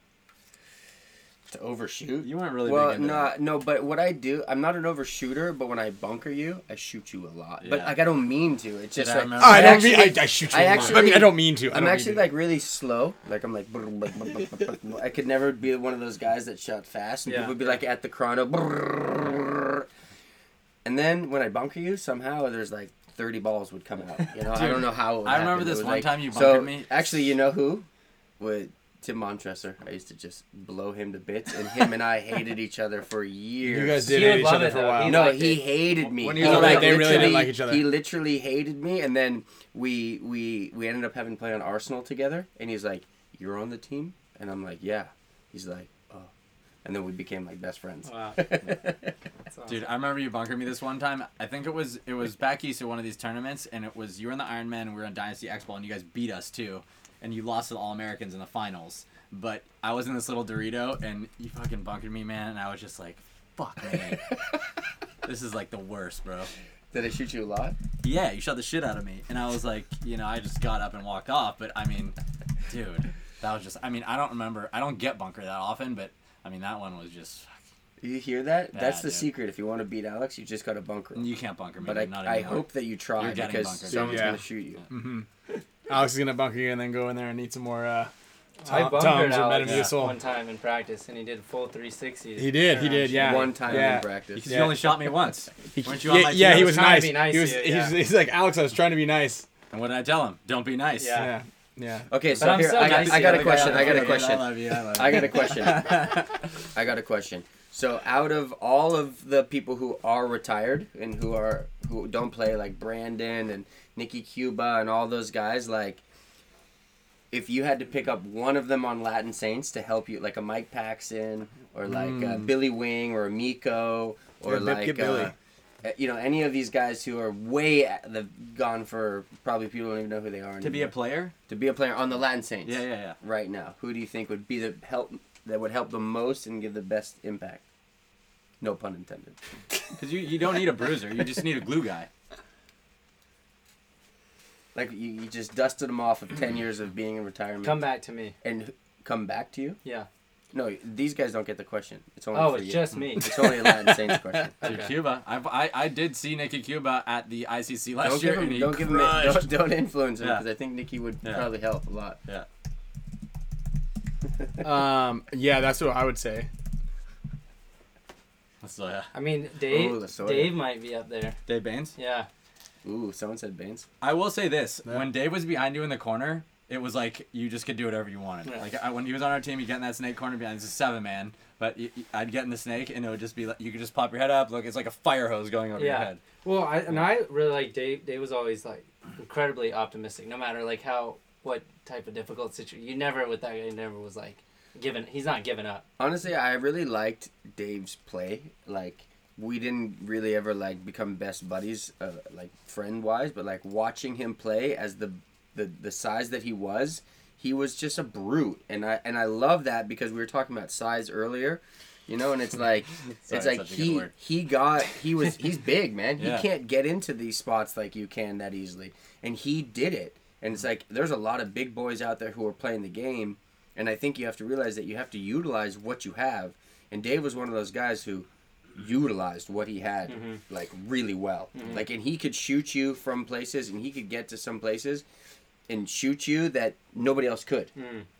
To overshoot. You weren't really Well, big into no, no, but what I do, I'm not an overshooter, but when I bunker you, I shoot you a lot. But Yeah. like I don't mean to. It's just I like remember. I I'm don't actually- mean. I, I shoot you. I a lot. actually- I mean, I don't mean to. I I'm don't actually mean to. like really slow. Like I'm like brr, brr, brr, brr, brr, brr. I could never be one of those guys that shot fast. And Yeah. people would be like at the chrono. brr. And then when I bunker you, somehow there's like 30 balls would come out. You know, I Dude, don't know how. It would I remember happen. It this was one like- time you so, bunkered me. Actually, you know who? Would Tim Montresor. I used to just blow him to bits, and him and I hated each other for years. You guys He did would hate each love other it, for a though. while. He No, liked Uh, he it. <laughs> hated me. When he he was like, around, they really didn't literally- like each other. He literally hated me, and then we we we ended up having to play on Arsenal together. And he's like, "You're on the team," and I'm like, "Yeah." He's like, "Oh," and then we became like best friends. Wow. Dude, I remember you bunkered me this one time. I think it was it was back east at one of these tournaments, and it was you were in the Iron Man, and we were on Dynasty X Ball, and you guys beat us too, and you lost to the All Americans in the finals. But I was in this little Dorito, and you fucking bunkered me, man, and I was just like, fuck <laughs> me. this is like the worst, bro. Did I shoot you a lot? Yeah, you shot the shit out of me, and I was like, you know, I just got up and walked off. But I mean, dude, that was just. I mean, I don't remember. I don't get bunker that often, but I mean, that one was just. You hear that? That's the dude. secret. If you want to beat Alex, you just got to bunker. him. You can't bunker me. But dude, I, not I anymore. hope that you try You're getting because bunkered. someone's Yeah. gonna shoot you. Alex is gonna bunker you and then go in there and eat some more. Uh, I Tom- bunkered Tom's or Alex Metamucil. one time in practice, and he did full 360. He did, he turnaround did, shot. yeah. One time Yeah. in practice. Because Yeah. you only shot me <laughs> once. he, Weren't you on yeah, my team? yeah, I he was was trying nice. to be nice he was, to you, he's, yeah. he's like Alex. I was trying to be nice. And what did I tell him? Don't be nice. Yeah. Yeah, yeah. Okay, so I'm here, so I, nice got, to I you. got I a <laughs> question. I got a Dude, <laughs> question. I love you. I love you. <laughs> I got a question. I got a question. So out of all of the people who are retired and who are who don't play like Brandon and Nikki Cuba and all those guys, like if you had to pick up one of them on Latin Saints to help you, like a Mike Paxson or like uh, Billy Wing or a Miko or Yeah, Bip- like get Billy. uh, you know any of these guys who are way at the gone for probably people don't even know who they are to be a anymore. player? to be a player on the Latin Saints Yeah, yeah, yeah. right now, who do you think would be the help that would help the most and give the best impact? No pun intended. Because you, you don't need a bruiser. You just need a glue <laughs> guy. Like you, you just dusted them off <clears throat> of ten years of being in retirement. Come back to me. and who- come back to you. Yeah. No, these guys don't get the question. It's only Oh, for it's you. just me. <laughs> It's only a Latin <laughs> Saints question. Dude, Okay. Cuba. I've, I I did see Nicky Cuba at the ICC last Don't year, give and him. he Don't give him. <laughs> crushed. Don't, don't influence him Yeah. because I think Nikki would Yeah. probably help a lot. Yeah. Um, yeah, that's what I would say. So, yeah. I mean, Dave. Ooh, Lasoya. Dave might be up there. Dave Baines. Yeah. Ooh, someone said Baines. I will say this: Yeah. when Dave was behind you in the corner, it was like you just could do whatever you wanted. Yeah. Like I, when he was on our team, you get in that snake corner behind. It's a seven man, but y y- I'd get in the snake, and it would just be like you could just pop your head up. Look, it's like a fire hose going over your Yeah. head. Well, I and I really like Dave. Dave was always like incredibly optimistic, no matter like how what type of difficult situation. You never with that guy. you Never was like given. He's not giving <laughs> up. Honestly, I really liked Dave's play. Like we didn't really ever like become best buddies, uh, like friend wise, but like watching him play as the, the the size that he was, he was just a brute, and I and I love that because we were talking about size earlier, you know, and <laughs> it's like it's Sorry, like such a good he word. he got he was he's big man. Yeah. He can't get into these spots like you can that easily, and he did it. And it's like there's a lot of big boys out there who are playing the game. And I think you have to realize that you have to utilize what you have. And Dave was one of those guys who utilized what he had like really well. Like and he could shoot you from places and he could get to some places and shoot you that nobody else could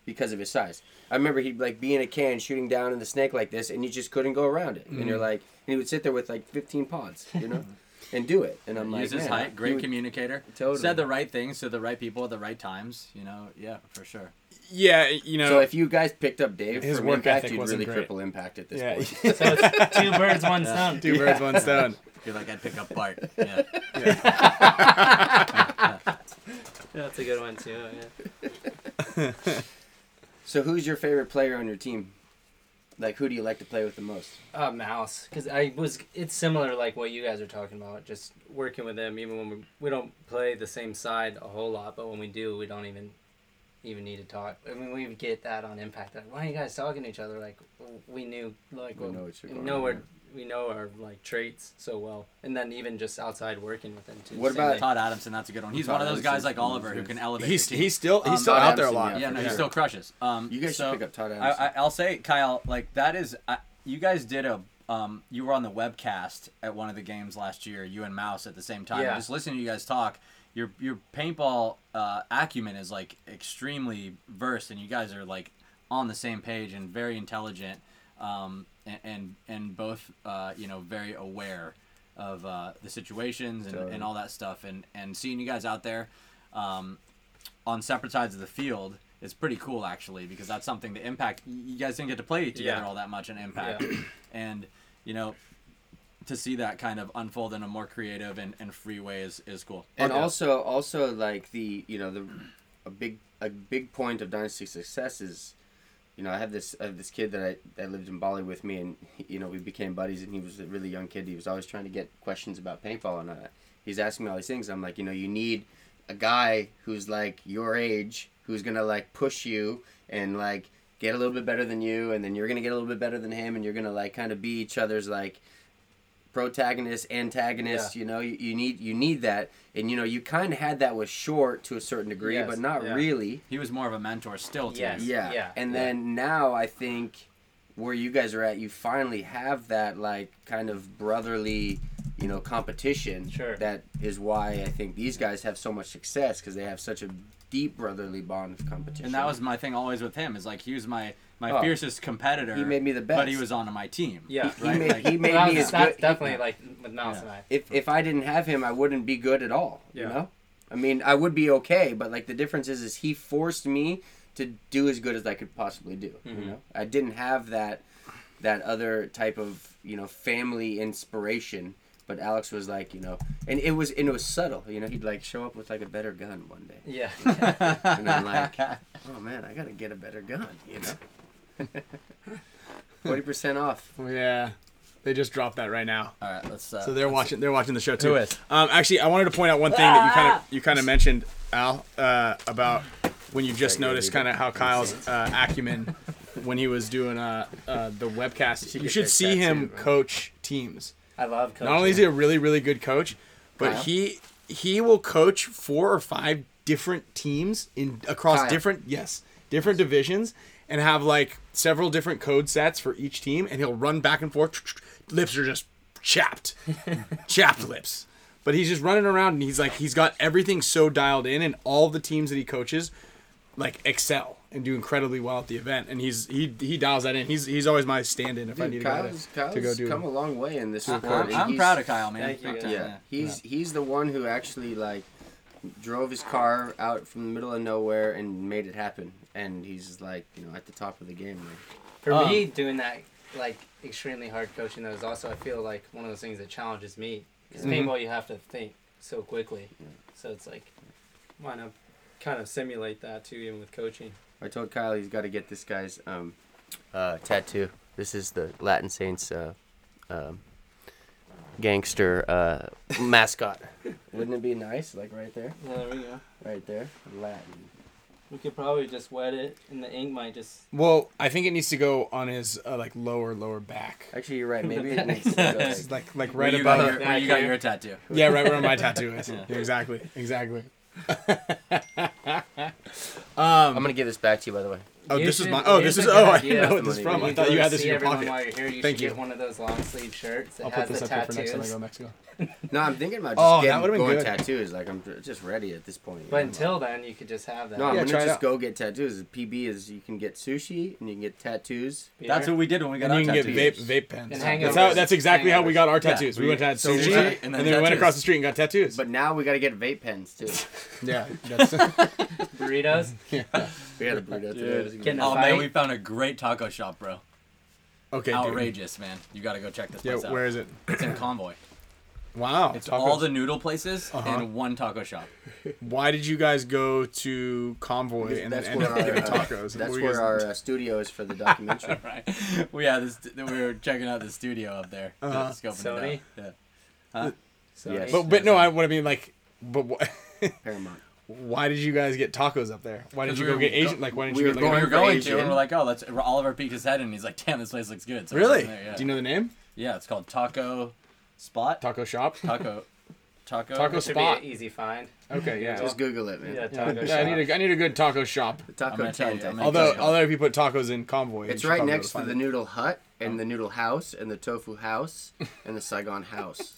because of his size. I remember he'd like be in a can shooting down in the snake like this and you just couldn't go around it. And you're Mm. like and he would sit there with like 15 pods, <laughs> you know? and do it. And I'm like Use his man, height. Great you- communicator. Totally. Said the right things to the right people at the right times. You know. Yeah, for sure. Yeah, you know. <laughs> So if you guys picked up Dave His from work Impact, ethic you'd wasn't really great. cripple Impact at this yeah, <laughs> point. <laughs> So it's two birds, one stone. two birds, one stone. You're like I'd pick up <laughs> Bart. Yeah. That's a good one too. Yeah. So who's your favorite player on your team? Like who do you like to play with the most? Uh, Mouse, because I was. It's similar like what you guys are talking about. Just working with him, even when we we don't play the same side a whole lot, but when we do, we don't even even need to talk. I mean, we get that on Impact. Like, why are you guys talking to each other? Like, we knew like We what- know what you're we going know on, our yeah. we know our like traits so well, and then even just outside working with him too. What same about- thing. Todd Adamson. That's a good one. He's Todd one of those guys Adamson's like one of Oliver those who guys. can elevate. He's your he's still he's Um, still Todd out there a Addison, lot. yeah. team. yeah. No, he sure. still crushes. Um, You guys so, should pick up Todd Anderson. I, I, I'll say, Kyle, like that is, I, you guys did a, um, you were on the webcast at one of the games last year, you and Mouse at the same time. Yeah. Just listening to you guys talk, your your paintball uh, acumen is like extremely versed, and you guys are like on the same page and very intelligent, um, and and, and both uh, you know very aware of uh, the situations and, and all that stuff, and and seeing you guys out there. Um, on separate sides of the field is pretty cool actually because that's something the impact y- you guys didn't get to play together Yeah. all that much in impact, <clears throat> and you know to see that kind of unfold in a more creative and, and free way is, is cool. and also also like the you know the a big a big point of dynasty success is you know i have this I have this kid that i that lived in bali with me and you know we became buddies and he was a really young kid he was always trying to get questions about paintball and uh, he's asking me all these things i'm like you know you need a guy who's like your age who's gonna like push you and like get a little bit better than you and then you're gonna get a little bit better than him and you're gonna like kind of be each other's like protagonist antagonist you know you, you need you need that and you know you kind of had that with short to a certain degree Yes, but not yeah. really He was more of a mentor still to Yes. you. yeah Yeah. and Yeah. then now i think where you guys are at you finally have that like kind of brotherly you know competition Sure. that is why i think these guys have so much success because they have such a deep brotherly bond of competition And that was my thing always with him is like he was my my Oh. fiercest competitor. He made me the But he best. was on my team. Yeah. he right? made, Like- he <laughs> made That me was- as that's good definitely like with Miles Yeah. and I. if if I didn't have him, I wouldn't be good at all. Yeah. You know, I mean, I would be okay, but like the difference is, is he forced me to do as good as I could possibly do. Mm-hmm. You know, I didn't have that that other type of you know family inspiration. But Alex was like, you know, and it was and it was subtle. You know, he'd like show up with like a better gun one day, Yeah. <laughs> <laughs> and I'm like, oh man, I gotta get a better gun. You know, <laughs> forty percent off. Oh, yeah. They just dropped that right now. All right, let's. Uh, So they're watching. They're watching the show too. Who is? Um, actually, I wanted to point out one thing that you kind of you kind of mentioned, Al, uh, about when you just noticed kind of how Kyle's uh, acumen when he was doing uh, uh, the webcast. You get should that see him tattoo, bro. coach teams. I love coaching. Not only is he a really really good coach, but Kyle? he he will coach four or five different teams in across Kyle. different yes different divisions and have like several different code sets for each team, and he'll run back and forth. Lips are just <laughs> chapped, chapped lips. But he's just running around and he's like he's got everything so dialed in, and all the teams that he coaches like excel and do incredibly well at the event. And he's he he dials that in. He's he's always my stand-in if I need Dude, to go Kyle's, to, Kyle's to go do. come a long way in this I'm, sport. and I'm he's- proud of Kyle, man. Thank you, Big time, guys. Yeah, he's he's the one who actually like drove his car out from the middle of nowhere and made it happen. And he's like, you know, at the top of the game. man. For Um, me, doing that like extremely hard coaching though is also I feel like one of those things that challenges me. Because paintball, you have to think so quickly, so it's like, why not kind of simulate that too, even with coaching. I told Kyle he's got to get this guy's um, uh, tattoo. This is the Latin Saints uh, um, gangster uh, mascot. <laughs> Wouldn't it be nice, like right there, Yeah, there we go. right there, Latin. We could probably just wet it, and the ink might just. Well, I think it needs to go on his uh, like lower lower back, Actually, you're <laughs> right. Maybe it needs to go. Like, It's like like Where right you got above. your- where you got your tattoo. <laughs> Yeah, right where my tattoo is. Yeah, exactly, exactly. I'm gonna give this back to you, by the way. Oh, You this is should- my. Oh, here's this is. a good Oh, I idea. know what this is Somebody from. I You thought go you had and this see in your everyone pocket. While you're here, you Thank should you. get one of those long sleeve shirts. It I'll put has this the up here for next time I go tattoos. to Mexico. No, I'm thinking about just Oh, that getting would've been going good. tattoos. Like I'm just ready at this point. you But know? until then, you could just have that. No, I'm Yeah, try gonna it just out. go get tattoos. PB is you can get sushi and you can get tattoos. That's what we did when we got And our you can get tattoos. vape vape pens. And That's hangovers. how. That's exactly how we got our tattoos. We We- went to had so we- sushi, and and then then we went tattoos. across the street and got tattoos. But now we gotta get vape pens too. <laughs> <laughs> yeah, that's, burritos. we had a burrito Get in today. a Oh man, fight. we found a great taco shop, bro. okay. Dude. Outrageous, man. You got to go check this Yeah, place out. where is it? It's in Convoy. Wow. It's tacos. all the noodle places Uh-huh. in one taco shop. <laughs> Why did you guys go to Convoy and then That's end where up our getting uh, tacos? that's Were you guys- where our uh, studio is for <laughs> the documentary. Right. We had this. We were checking out the studio up there. Uh-huh. Scoping it Sony? out. Yeah. So Yes. But but no, I what I mean like, but wh- <laughs> Paramount. why did you guys get tacos up there? Why did 'Cause you we go were get go- Asian? Like why didn't we you were get We like? going- were going Asian. to, and we're like, oh, let's. Oliver peeked his head, and he's like, damn, this place looks good. So we went Really? in there, yeah. Do you know the name? Yeah, it's called Taco Spot. Taco shop. Taco. <laughs> Taco. Taco It should be spot. an easy find. Okay, yeah. Just Google it, man. Yeah, Yeah, taco I shop. need a I need a good taco shop. The I'm Taco gonna tell you, tent. I I'm think. gonna Although Taco shop. although if you put tacos in convoy, It's you should right probably be able next to find the it. noodle hut and the noodle house and the tofu house and the Saigon house.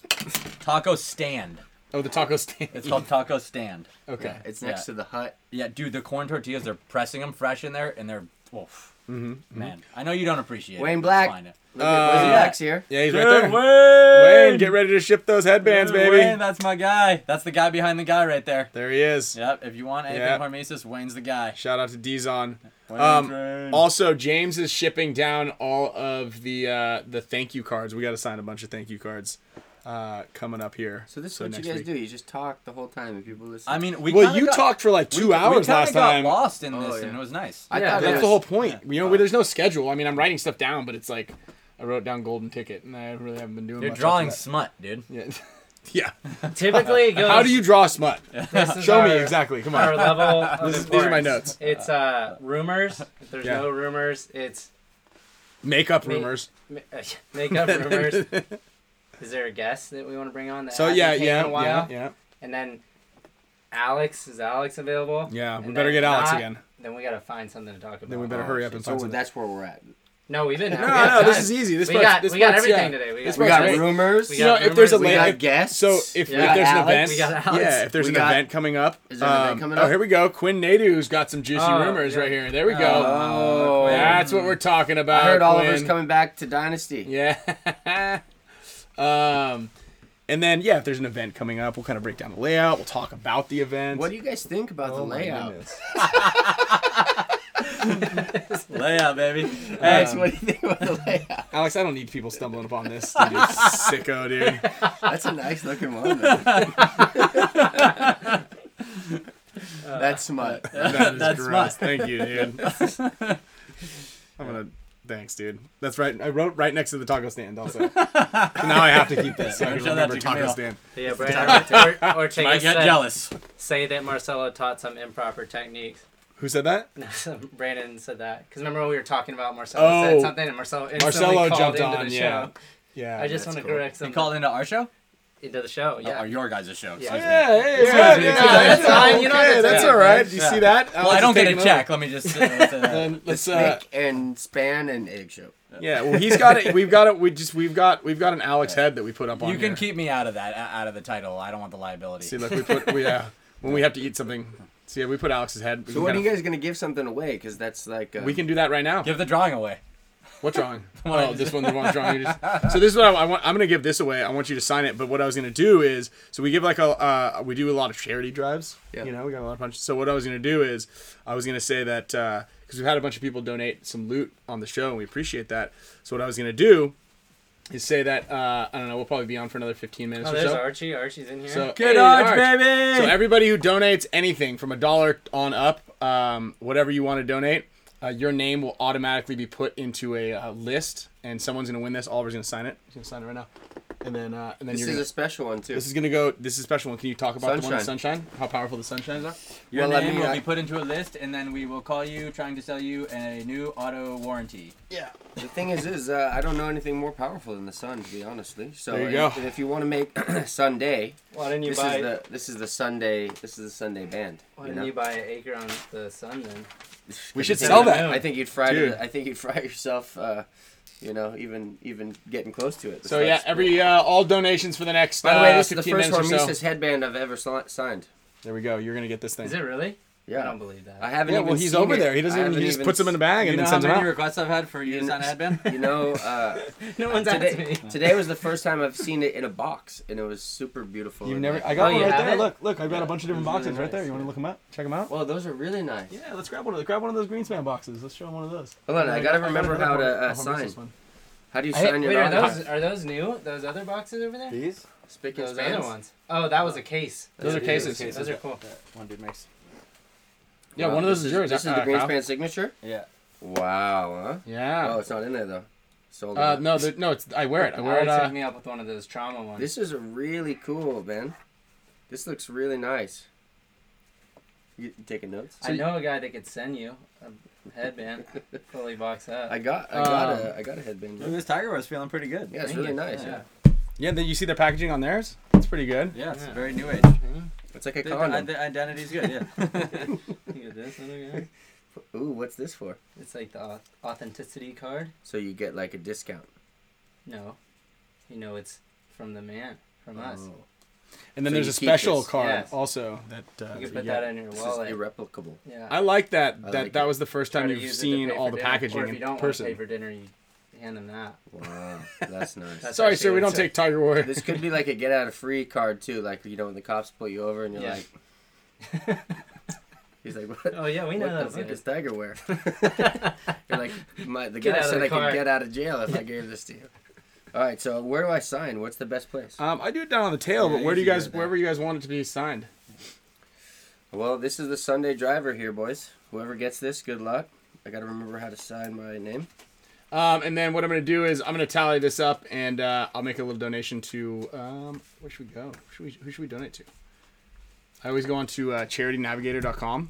Taco Stand. Oh, the taco stand. It's <laughs> called Taco Stand. okay. It's next Yeah. to the hut. Yeah, dude, the corn tortillas, Mm-hmm, they're pressing them fresh in there, and they're, oof. Man, I know you don't appreciate it. Wayne but it's Black. fine. Look at Wayne Uh, Black's here. Yeah, he's Dude, right there. Wayne! Wayne, get ready to ship those headbands, Dude, baby. Wayne, that's my guy. That's the guy behind the guy right there. There he is. Yep. If you want anything Yeah. hormesis, Wayne's the guy. Shout out to Dizon. Wayne Um, Train. also, James is shipping down all of the uh, the thank you cards. We got to sign a bunch of thank you cards uh, coming up here. So this is what you next guys week. do. You just talk the whole time, and people listen. I mean, we Well, kinda you got, talked for like two we, we hours kinda last got time. lost in Oh, this, yeah. and it was nice. I Yeah, thought it That's was- the whole point. You know, there's no schedule. I mean, I'm writing stuff down, but it's like I wrote down golden ticket, and I really haven't been doing. You're much drawing after smut, dude. <laughs> that. Yeah. Typically, it yeah. goes. How do you draw smut? this is Show me our- exactly. Come Our on. level. <laughs> Of This is- these are my importance. notes. It's uh, rumors. If there's Yeah. no rumors, it's Make up Me. rumors. ma- <laughs> make <laughs> up rumors. Is there a guest that we want to bring on? That So hasn't yeah, came yeah, in a while? yeah, yeah, And then Alex is Alex available? yeah. We And better then get Alex not- again. Then we gotta find something to talk about. Then we better hurry up and So find something. that's where we're at. No, we've been. No, no, this is easy. This We part's- got- this we got part's- everything yeah. today. We This got- We part's got great. rumors. We You know, got if there's a rumors, we la- got if- guests. So if, We if got there's an <laughs> Alex, event, we got Alex. yeah, if there's We an got- event coming up, Is there an event um, coming Oh, up? here we go. Quinn Nadu's got some juicy Oh, rumors yeah. right here. There we go. Oh, That's what we're talking about. I heard Oliver's Quinn. coming back to Dynasty. Yeah. <laughs> um, and then yeah, if there's an event coming up, we'll kind of break down the layout. We'll talk about the event. What do you Oh guys think about Oh, the layout? Layout, baby. Alex, what do you think about the layout? Alex, I don't need people stumbling upon this. Dude, you sicko, dude. That's a nice looking one. <laughs> though. That's Uh, smart. <laughs> That is That's gross. Thank you, dude. <laughs> I'm gonna. Thanks, dude. That's right. I wrote right next to the taco stand. Also, <laughs> so now I have to keep this. So I Show can that remember to taco Camille. stand. <laughs> Yeah, Brandon. or, or take I a get set, jealous. Say that Marcelo taught some improper techniques. Who said that? Brandon said that because remember we were talking about Marcelo Oh. said something and Marcelo instantly Marcelo called jumped into on, the yeah. show. Yeah. I just that's want to cool. correct You something. called into our show? into the show. Oh, Yeah. or your guys' show. excuse Yeah. me. Yeah, hey, yeah, Excuse yeah, me, excuse me. that's That's fine. fine, you don't have okay, to that's check. all right. Do you Yeah. see that? Well, I Alex don't is get a taking check. over. Let me just. <laughs> say that. Then let's uh, Thick and span and eggshell. yeah. Well, he's got it. We've got it. We just we've got we've got an Alex head that we put up on. you can here. keep me out of that, uh, out of the title. I don't want the liability. See, look, we put we uh, when we have to eat something. See, yeah, we put Alex's head. We So can what are kind you guys gonna give something away? Because that's like uh, of- We can do that right now. Give the drawing away. What's wrong? one I oh, this one, the one drawing. You just... So this is what I, I want. I'm gonna give this away. I want you to sign it. But what I was gonna do is, so we give like a, uh, we do a lot of charity drives. Yeah. You know, we got a lot of punch. So what I was gonna do is, I was gonna say that because we've had a bunch of people donate some loot on the show, and we appreciate that. So what I was gonna do is say that uh, I don't know. We'll probably be on for another 15 minutes Oh, or there's so. Archie. Archie's in here. So Good Hey, odds, Arch. baby. So everybody who donates anything from a dollar on up, um, whatever you want to donate, uh, your name will automatically be put into a uh, list, and someone's gonna win this. Oliver's gonna sign it. He's gonna sign it right now, and then uh, and then This you're. is Gonna, a special one too. this is gonna go. This is a special one. Can you talk about the one with Sunshine. sunshine? How powerful the sunshines are? Your Well, I name mean, will I- be put into a list, and then we will call you trying to sell you a new auto warranty. the thing is, is uh, I don't know anything more powerful than the sun, to be honestly. So There you go. If, if you want to make <clears throat> Sunday, why didn't you this is buy? the this is the Sunday this is the Sunday band. why You didn't know? you buy an acre on the sun then? We should Because sell I think- that. I think you'd fry. To Dude. the, I think you'd <laughs> fry yourself. Uh, you know, even even getting close to it. So yeah, every uh, all donations for the next. By the way, uh, this is the 15 first minutes or so. Hormesis headband I've ever si- signed. There we go. You're gonna get this thing. Is it really? I Yeah, don't believe that. I haven't. yeah, even well, he's seen over it. there. He doesn't. I Even, he haven't just even puts them in the bag You and know then how sends them many out. requests I've had for you to kn- sign a headband? <laughs> <laughs> You know, uh, <laughs> no one's asked today, me. today was the first time I've seen it in a box, and it was super beautiful. You've and, never. like- I got Oh, one you right have there. it? Look, look. I've got a bunch of different It was boxes really right there. nice, You want to Oh, yeah. look them up? Check them out. Whoa, those are really nice. Yeah, let's grab one of the grab one of those Greenspan boxes. Let's show him one of those. Hold on, I gotta remember how to uh, I'll remember sign. this one. How do you I- sign Wait, your are auto? those are those new? Those other boxes over there? These? Spick and Those other spans? ones. Oh, that was a case. Those are Yeah, cases. those Those are cool. One dude makes. Yeah, Wow, one of those this is yours. This is uh, the Kyle. Greenspan signature. Yeah. Wow, huh? Oh, Yeah. it's not in there though. Sold. Uh, out. no, the, no. It's I wear it. I wear it. Alex Uh, hooked me up with one of those trauma ones. This is really cool, man. This looks really nice. You you taking notes? I know a guy that could send you a headband <laughs> fully boxed up. I got, I got Um, a, I got a headband. Look, this tiger was feeling pretty good. Yeah, it's really nice. Yeah. yeah. yeah. Then you see their packaging on theirs. It's pretty good. Yeah, it's Yeah. very new age. It's like a The, the, condom. the identity's good, yeah. Look at this other guy. Ooh, what's this for? It's like the au- authenticity card. So you get like a discount. No, you know it's from the man, from us. Oh. And then So there's you a keep special this. card Yes. also that. Uh, You you can put get. that in your This wallet. is irreplicable. yeah. I like that. I that like that it. was the first Try time to you've use it to seen pay all for the dinner, packaging Or if you in don't want to pay person. for dinner, you hand them that. <laughs> Wow, that's nice. That's <laughs> Sorry, actually sir, we what's don't up. take Tiger Woods. this could be like a get out of free card too. Like you know when the cops pull you over and you're Yeah. <laughs> like, he's like, what? Oh yeah, we know what the that. fuck man. is Tiger wear? <laughs> <laughs> You're like, my, the Get guy out of said the I car. could get out of jail if I gave this to you. All right, so where do I sign? What's the best place? <laughs> Uh, Um, I do it down on the tail, Yeah, but where do you easier guys, than that. wherever you guys want it to be signed? Well, this is the Sunday driver here, boys. Whoever gets this, good luck. I gotta remember how to sign my name. Um, and then what I'm gonna do is I'm gonna tally this up, and uh, I'll make a little donation to um, where should we go? Who should we, who should we donate to? I always go on to uh, charitynavigator.com.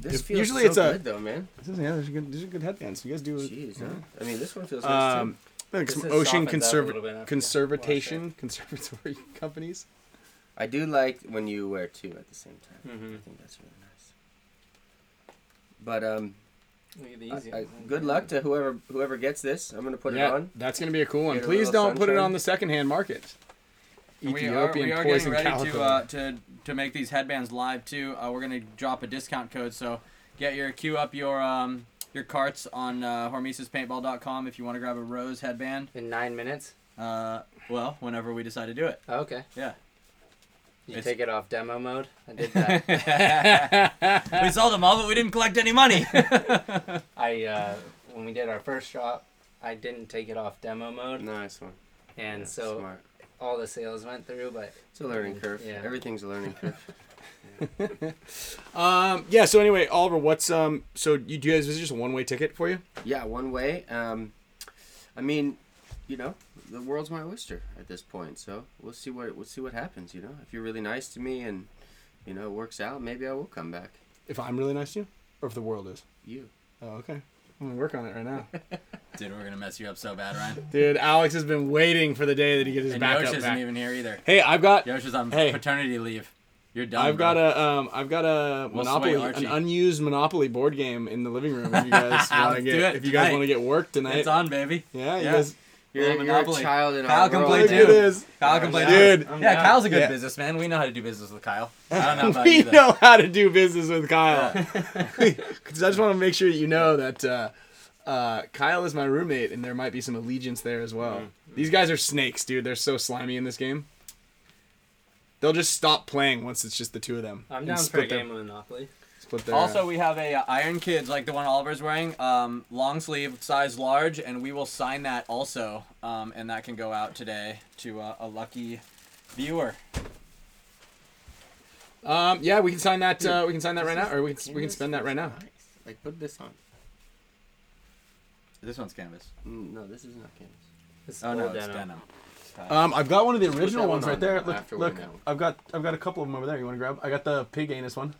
This If- feels usually so it's a- good though, man. This is, yeah, these are good, these are good headbands. You guys do. Jeez, huh? I mean, this one feels nice too. Um, I think some This is ocean softens up a little bit conserva- after you conservatation conservatory <laughs> companies. I do like when you wear two at the same time. Mm-hmm. I think that's really nice. But um, Look at the I- easy I- one. good luck to whoever whoever gets this. I'm gonna put it on. that's gonna be a cool one. Get a Please little don't put it sunshine. on the secondhand market. We are, Ethiopian we are poison getting ready to, calico. uh, to to make these headbands live too. Uh, we're gonna drop a discount code, so get your queue up your um your carts on uh, hormesispaintball.com if you want to grab a rose headband. In nine minutes. Uh, well, whenever we decide to do it. <laughs> Oh, okay. Yeah. You It's- take it off demo mode. <laughs> I did that. we sold them all, but we didn't collect any money. <laughs> I uh, when we did our first shop, I didn't take it off demo mode, Nice one. and Yeah, so smart. all the sales went through. But It's a learning curve. Yeah. Everything's a learning curve. Um, yeah. So anyway, Oliver, what's um? So you do you guys? Is it just a one way ticket for you? yeah, one way. Um, I mean, you know, the world's my oyster at this point. So we'll see what we'll see what happens. You know, if you're really nice to me and you know it works out, maybe I will come back. If I'm really nice to you, or if the world is. You. Oh, okay. I'm gonna work on it right <laughs> now, Dude, we're gonna mess you up so bad, Ryan. dude. Alex has been waiting for the day that he gets his And back Yosh up isn't back. even here either. Hey, I've got, Yosh is on Hey. paternity leave. You're done. I've bro. got a, um, I've got a We'll sway Monopoly, Archie. an unused Monopoly board game in the living room. If you guys <laughs> want to Let's get, do it if you guys tonight. want to get work tonight, it's on, baby. yeah, you Yeah. guys, You're, Little you're a Monopoly. child in Kyle our can world. play look too. at this. Kyle can play. Dude. too. Yeah, Kyle's a good Yeah. businessman. We know how to do business with Kyle. I don't know <laughs> about we you though. know how to do business with Kyle. <laughs> 'Cause I just want to make sure that you know that uh, uh, Kyle is my roommate, and there might be some allegiance there as well. These guys are snakes, dude. They're so slimy in this game. They'll just stop playing once it's just the two of them. I'm and down for a split their- game of Monopoly. Split their, Also, uh, we have a uh, Iron Kids like the one Oliver's wearing, um, long sleeve, size large, and we will sign that also, um, and that can go out today to uh, a lucky viewer. um, yeah, we can sign that. Uh, we can sign that right now, or we can we can spend that right now. Like put this on. This one's canvas. Mm, No, this is not canvas. This is Oh no, old it's demo. denim. Uh, Um, I've got one of the put original that ones right one on there. Look, after we're look, done. I've got I've got a couple of them over there. You want to grab? I got the pig anus one.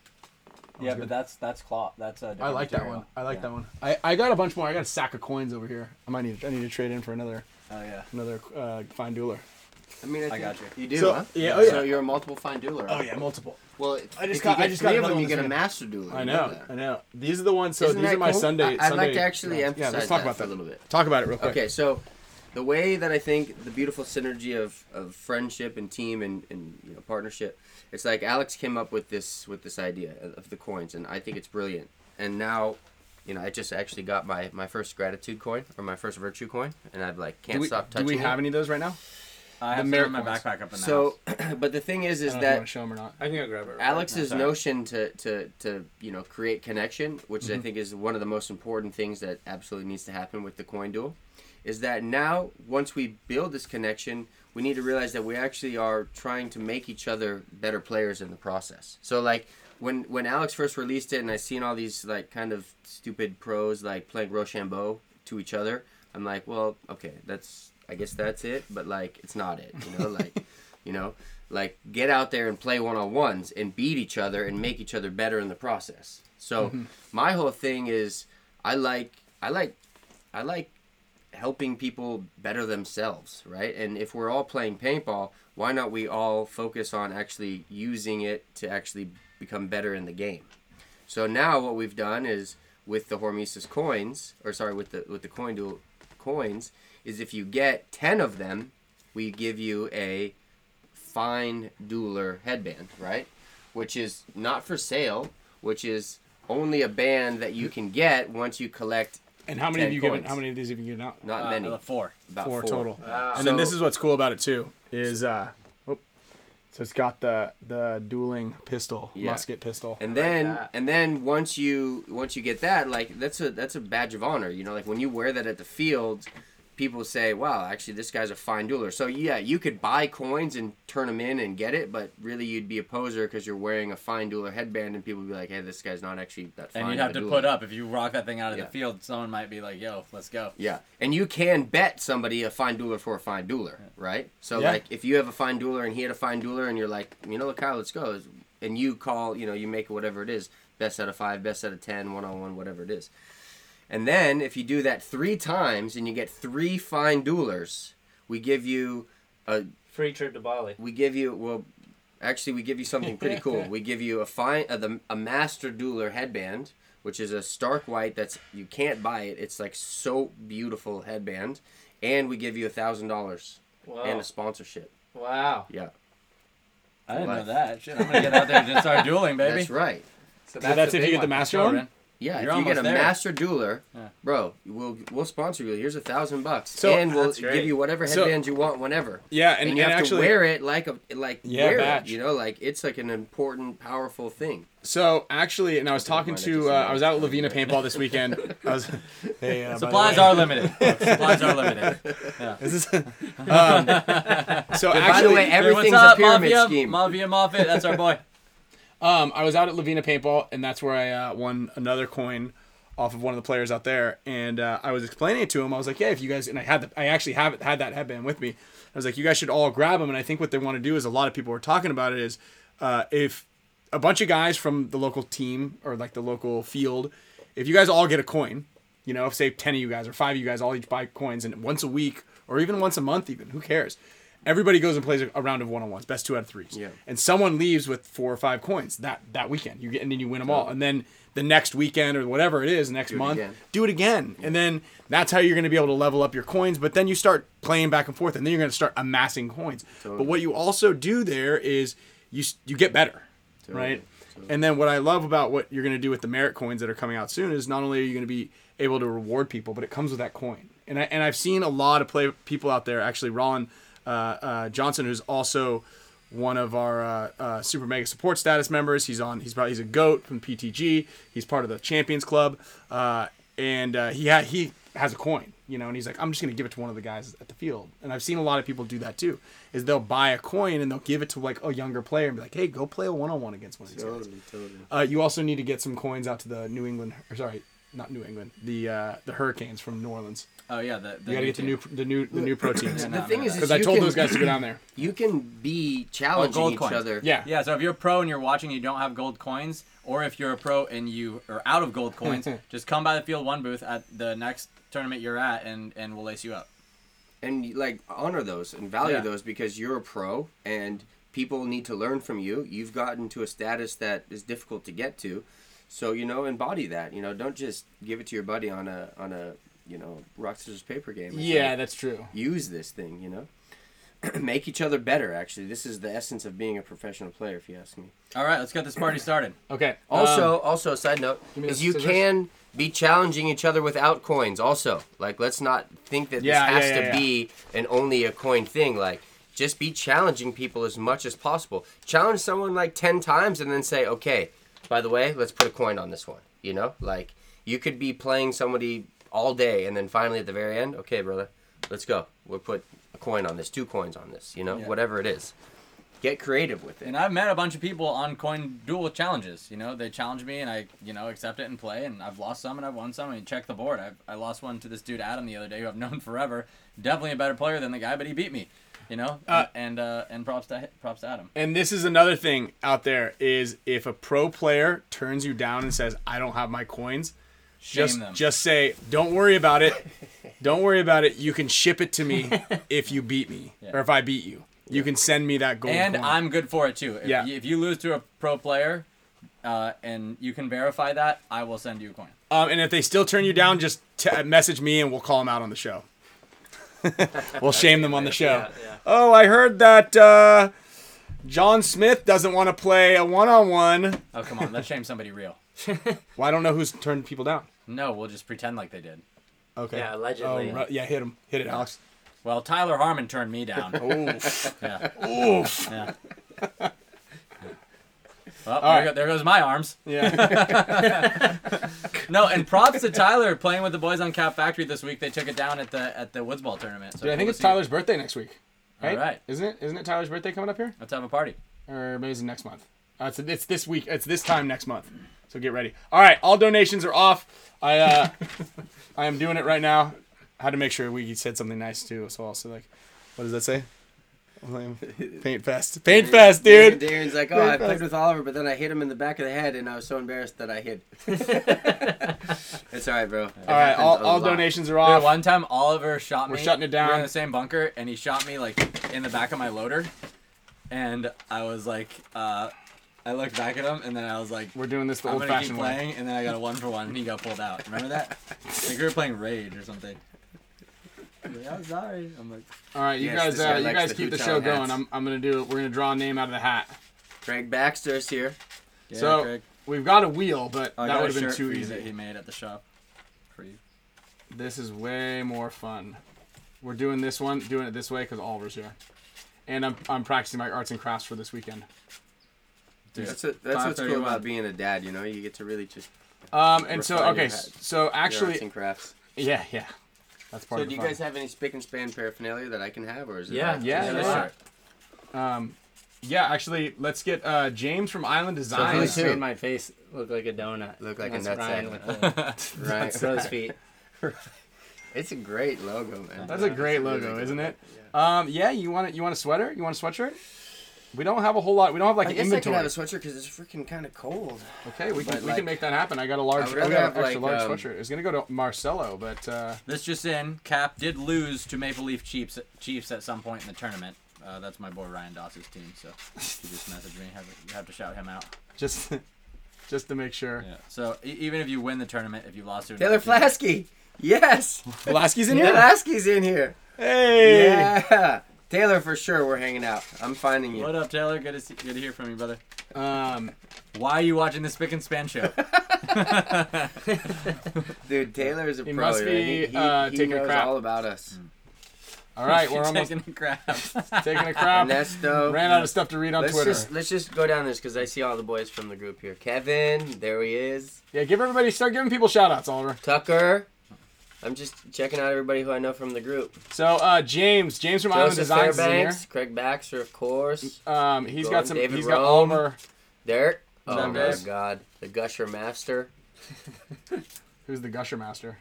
Yeah, good. but that's that's cloth. That's uh, I different like that material. one. I like Yeah. that one. I, I got a bunch more. I got a sack of coins over here. I might need I need to trade in for another Oh yeah. another uh, fine dueler. I mean, I, think got you. You do, So- huh? yeah, oh, yeah. So you're a multiple fine dueler. huh? multiple. Well, if, I just if got- you get I just got three of another them, one you this get a weekend. master dueler. I You know. I know. These are the ones. So Isn't these that are my cool? Sunday. I- I'd Sunday- like to actually emphasize Yeah, let's talk that about for that a little bit. Talk about it real quick. Okay, so the way that I think the beautiful synergy of, of friendship and team and, and you know partnership, it's like Alex came up with this with this idea of- of the coins, and I think it's brilliant. And now, you know, I just actually got my, my first gratitude coin or my first virtue coin, and I've like can't Do we, stop do touching. we have it. any of those right now? I have The some in my merit points. backpack up in the house. So, <clears throat> but the thing is, I is don't know if you that want to show them or not? I can go grab it. Right Alex's Sorry. notion to, to, to you know create connection, which I think is one of the most important things that absolutely needs to happen with the coin duel, is that now once we build this connection, we need to realize that we actually are trying to make each other better players in the process. So like when when Alex first released it, and I seen all these like kind of stupid pros like playing Rochambeau to each other, I'm like, well, okay, that's I guess that's it, but like it's not it, you know, like you know like get out there and play one-on-ones and beat each other and make each other better in the process so my whole thing is i like i like i like helping people better themselves right and if we're all playing paintball why not we all focus on actually using it to actually become better in the game so now what we've done is with the Hormesis coins, or sorry, with the with the coin duel coins, is if you get ten of them, we give you a fine dueler headband, right? Which is not for sale, which is only a band that you can get once you collect And how many have 10 you given? coins. How many of these have you given out? Not Uh, many. Four. About four, four, total. Wow. And then this So- is what's cool about it too is uh, oh, so it's got the the dueling pistol, Yeah. musket pistol. And then that. and then once you once you get that, like that's a that's a badge of honor. You know, like when you wear that at the field, people say, "Wow, actually, this guy's a fine dueler." So yeah, you could buy coins and turn them in and get it, but really you'd be a poser because you're wearing a fine dueler headband, and people would be like, "Hey, this guy's not actually that fine." And you'd of have a to dueler." put up if you rock that thing out of Yeah. the field. Someone might be like, "Yo, let's go." Yeah, and you can bet somebody a fine dueler for a fine dueler, right? So Yeah. like, if you have a fine dueler and he had a fine dueler, and you're like, you know what, Kyle, let's go, and you call, you know, you make whatever it is, best out of five, best out of ten, one on one, whatever it is, and then if you do that three times and you get three fine duelers, we give you a Free trip to Bali. we give you well actually we give you something pretty cool we give you a fine uh, the, a master dueler headband which is a stark white that's you can't buy it it's like so beautiful headband and we give you a thousand dollars and Wow. a sponsorship Wow. yeah I didn't know What? that. Shit, I'm gonna get out there and just start dueling, baby. that's right So that's, that's, a if you big get the one. master Go, one. Ren. yeah You're if you get a almost there. master dueler Yeah. bro we'll we'll sponsor you here's a thousand bucks So- and we'll That's great. give you whatever So- headband you want whenever Yeah, and, and, you and have actually, to wear it like a like Yeah, wear it, badge. you know like it's like an important powerful thing so actually, and I was talking Mine, I to just uh, I was out at noticed. Lavina paintball this weekend. <laughs> I was, hey, uh, by the <laughs> Supplies way- are limited. folks. <laughs> Supplies are limited. This is, <laughs> um, so And by the actually, way everything's hey, what's a up, pyramid Mafia? scheme Mafia Moffat, that's our boy. Um, I was out at Lavina Paintball, and that's where I uh, won another coin off of one of the players out there. And uh, I was explaining it to him. I was like, "Yeah, if you guys," and I had the, I actually have it, had that headband with me. I was like, "You guys should all grab them." And I think what they want to do is a lot of people were talking about it is uh, if a bunch of guys from the local team or like the local field, if you guys all get a coin, you know, if say ten of you guys or five of you guys all each buy coins, and once a week or even once a month, even who cares? Everybody goes and plays a, a round of one on ones, best two out of threes Yeah. and someone leaves with four or five coins that that weekend. You get and then you win them all, and then the next weekend or whatever it is, next it month, again. do it again, and then that's how you're going to be able to level up your coins. But then you start playing back and forth, and then you're going to start amassing coins. But what you also do there is you s- you get better, right? And then what I love about what you're going to do with the merit coins that are coming out soon is not only are you going to be able to reward people, but it comes with that coin. And I and I've seen a lot of play people out there actually. Rollin uh, uh, Johnson, who's also one of our uh, uh, super mega support status members. He's on. He's probably he's a goat from PTG. He's part of the Champions Club, uh, and uh, he ha- he has a coin, you know, and he's like, I'm just gonna give it to one of the guys at the field. And I've seen a lot of people do that too. Is they'll buy a coin and they'll give it to like a younger player and be like, Hey, go play a one on one against one of these guys. Uh, you also need to get some coins out to the New England, or sorry, not New England, the uh, the Hurricanes from New Orleans. Oh yeah, the, the You gotta get the team. new the new the new pro <laughs> teams. no, the thing no, no. is, is Because I you told can- those guys to go down <clears throat> there. you can be challenging Oh, gold each coins. other. Yeah. Yeah, so if you're a pro and you're watching, you don't have gold coins, or if you're a pro and you are out of gold coins, just come by the field one booth at the next tournament you're at, and and we'll lace you up. and like honor those and value Yeah. those because you're a pro and people need to learn from you. You've gotten to a status that is difficult to get to, so you know embody that. You know, don't just give it to your buddy on a on a you know rock scissors paper game. It's Yeah, like, that's true. use this thing. You know, <clears throat> make each other better. Actually, this is the essence of being a professional player, if you ask me. All right, let's get this party started. Okay. um, Also, also a side note me is the you scissors. can be challenging each other without coins. Also, like let's not think that Yeah, yeah, this has yeah, to yeah. be an only a coin thing. Like just be challenging people as much as possible. Challenge someone like ten times and then say, okay, by the way, let's put a coin on this one. You know, like you could be playing somebody all day and then finally at the very end, okay, brother, let's go. We'll put a coin on this, two coins on this. You know, Yeah. whatever it is. Get creative with it. And I've met a bunch of people on coin duel challenges. You know, they challenge me, and I you know accept it and play. And I've lost some, and I've won some. And you check the board. I I lost one to this dude Adam the other day, who I've <laughs> known forever. Definitely a better player than the guy, but he beat me. You know, Uh, and uh, and props to props to Adam. and this is another thing out there is if a pro player turns you down and says, "I don't have my coins," Shame just them. just say, "Don't worry about it. don't worry about it. You can ship it to me if you beat me or if I beat you. You can send me that gold." and coin." I'm good for it too. If, Yeah. you, if you lose to a pro player, uh, and you can verify that, I will send you a coin. Um, and if they still turn you down, just t- message me and we'll call them out on the show. we'll shame them on the show. Yeah, yeah. Oh, I heard that uh, John Smith doesn't want to play a one-on-one. Oh come on, let's shame somebody real. Well, I don't know who's turned people down. No, we'll just pretend like they did. Okay. Yeah, allegedly. Oh, right. Yeah, hit him. Hit it, Alex. Well, Tyler Harmon turned me <laughs> down. Oof. yeah. Oof. Yeah. <laughs> Well, right. there, go, there goes my arms. Yeah. <laughs> No, and props to Tyler playing with the boys on Cap Factory this week. They took it down at the at the Woods Ball tournament. So Dude, I cool think it's to see. Tyler's birthday next week. Right? Alright. Isn't it? Isn't it Tyler's birthday coming up here? Let's have a party. Or maybe it's next month. Uh, it's, it's this week. It's this time next month. So get ready. All right. All donations are off. I uh, I am doing it right now. I had to make sure we said something nice too. So also like, what does that say? Paint fest. <laughs> Paint fest, dude. Darren's like, oh, I played with Oliver, but then I hit him in the back of the head, and I was so embarrassed that <laughs> I hid. <laughs> it's all right, bro. All right, all, all donations are off. Dude, one time Oliver shot me. We're shutting it we were down. in the same bunker, and he shot me like in the back of my loader, and I was like, uh, I looked back at him, and then I was like, We're doing this the I'm gonna keep old-fashioned way. playing, and then I got a one for one, and he got pulled out. <laughs> Remember that? like we were playing Rage or something. He's like, I'm sorry. I'm like, All right, you guys, Yes, this guy uh, you likes guys the keep the Huton show hats. going. I'm, I'm gonna do. We're gonna draw a name out of the hat. Greg Baxter's here. yeah, So, Craig, Oh, We've got a wheel, but I that got a would have been shirt too for you That easy. he made at the shop for you. This is way more fun. We're doing this one, doing it this way because Oliver's here, and I'm I'm practicing my arts and crafts for this weekend. Dude, That's, a, that's what's cool 531. about being a dad, you know? You get to really just Um, and so Refine your okay, hat. s- so Actually, arts actually, and crafts. yeah, yeah, that's part So of the do you fun. guys have any spick and span paraphernalia that I can have, or is it? Yeah. like- Yeah, Yeah, yeah, this yeah. <laughs> shirt. Um, yeah, actually, let's get uh, James from Island I Design. who's- too. made my face look like a donut. Look like a That's nutsack. Ryan with <laughs> the Uh, Right. crow's feet. <laughs> It's a great logo, man. That's a great logo, good isn't logo. it? Um, yeah, you want it? You want a sweater? You want a sweatshirt? We don't have a whole lot. We don't have like I an guess inventory. I can have a sweatshirt because it's freaking kind of cold. okay, we can but, we like, can make that happen. I got a large. I I, would rather got have, an extra like, large um, sweatshirt. It's gonna go to Marcelo, but uh, <laughs> This just in, Cap did lose to Maple Leaf Chiefs Chiefs at some point in the tournament. Uh, that's my boy Ryan Doss's team, so he just messaged me. Have, you have to shout him out. just just to make sure. Yeah. So e- even if you win the tournament, if you lost to Taylor another team- Flasky. Yes. Velasquez in here. Flasky's in here. Hey. Yeah. Taylor for sure. We're hanging out. I'm finding you. What up, Taylor? Good to see, good to hear from you, brother. Um, Why are you watching this Spick and Span <laughs> show? Dude, Taylor is a He pro. must right? be, he, he, uh, he taking a knows crap. all about us. all <laughs> right, <laughs> we're almost taking a crap. taking a crap. Ernesto. Ran out of stuff to read on let's Twitter. just let's just go down this because I see all the boys from the group here. Kevin, there he is. Yeah, give everybody start giving people shout outs, Oliver. Tucker. I'm just checking out everybody who I know from the group. So uh, James, James from Island Joseph Designs is in here. Fairbanks, Craig Baxter, of course. Um, he's Go got on, some. David he's got Rome. Oliver, Derek. Oh up, my guys? God, the Gusher Master, who's the gusher master.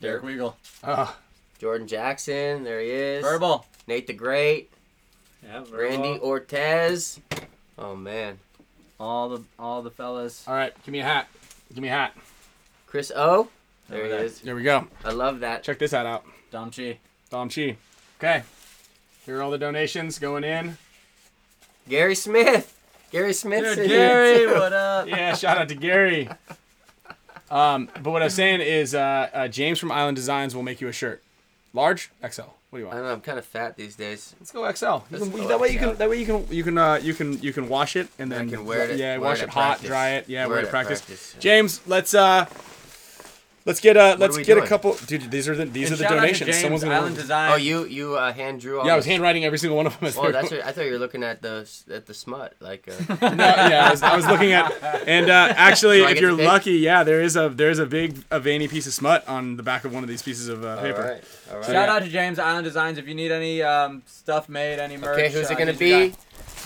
Derek Weagle. Oh, Jordan Jackson. There he is. Verbal. Nate the Great, Yeah, very Randy well. Ortez. Oh man, All the all the fellas. all right, give me a hat. Give me a hat. Chris O. There Over he there. is. There we go. I love that. Check this hat out. Dom Chi. Dom Chi. Okay. Here are all the donations going in. Gary Smith. Gary Smith. Dude, Gary, what <laughs> up? Yeah, shout out to Gary. Um, but what I'm saying is, uh, uh, James from Island Designs will make you a shirt, large XL. What do you I want? don't know. I'm kind of fat these days. Let's go XL. You Let's can, go that way you XL. can. That way you can. You can. Uh, you can. You can wash it and I then can wear it. Yeah, wear wash it, it, at hot, practice. dry it. Yeah, wear, it it at at practice. James, let's uh, let's get uh, let's we get a doing? couple. Dude, these are the these And are the shout out to donations. James, Someone's gonna. Island Design. Oh, you you uh, hand drew all. yeah, I was this- handwriting every single one of them. as Oh, they <laughs> that's were- what, I thought you were looking at the s- at the smut. Like, <laughs> uh, No, yeah, I was, I was looking at, and uh, actually, Do I if get to you're pick? lucky, yeah, there is a there is a big a veiny piece of smut on the back of one of these pieces of uh, all paper. right, all right. Shout out to James Island Designs if you need any um, stuff made, any merch. Okay, who's uh, it gonna he's your be? guy.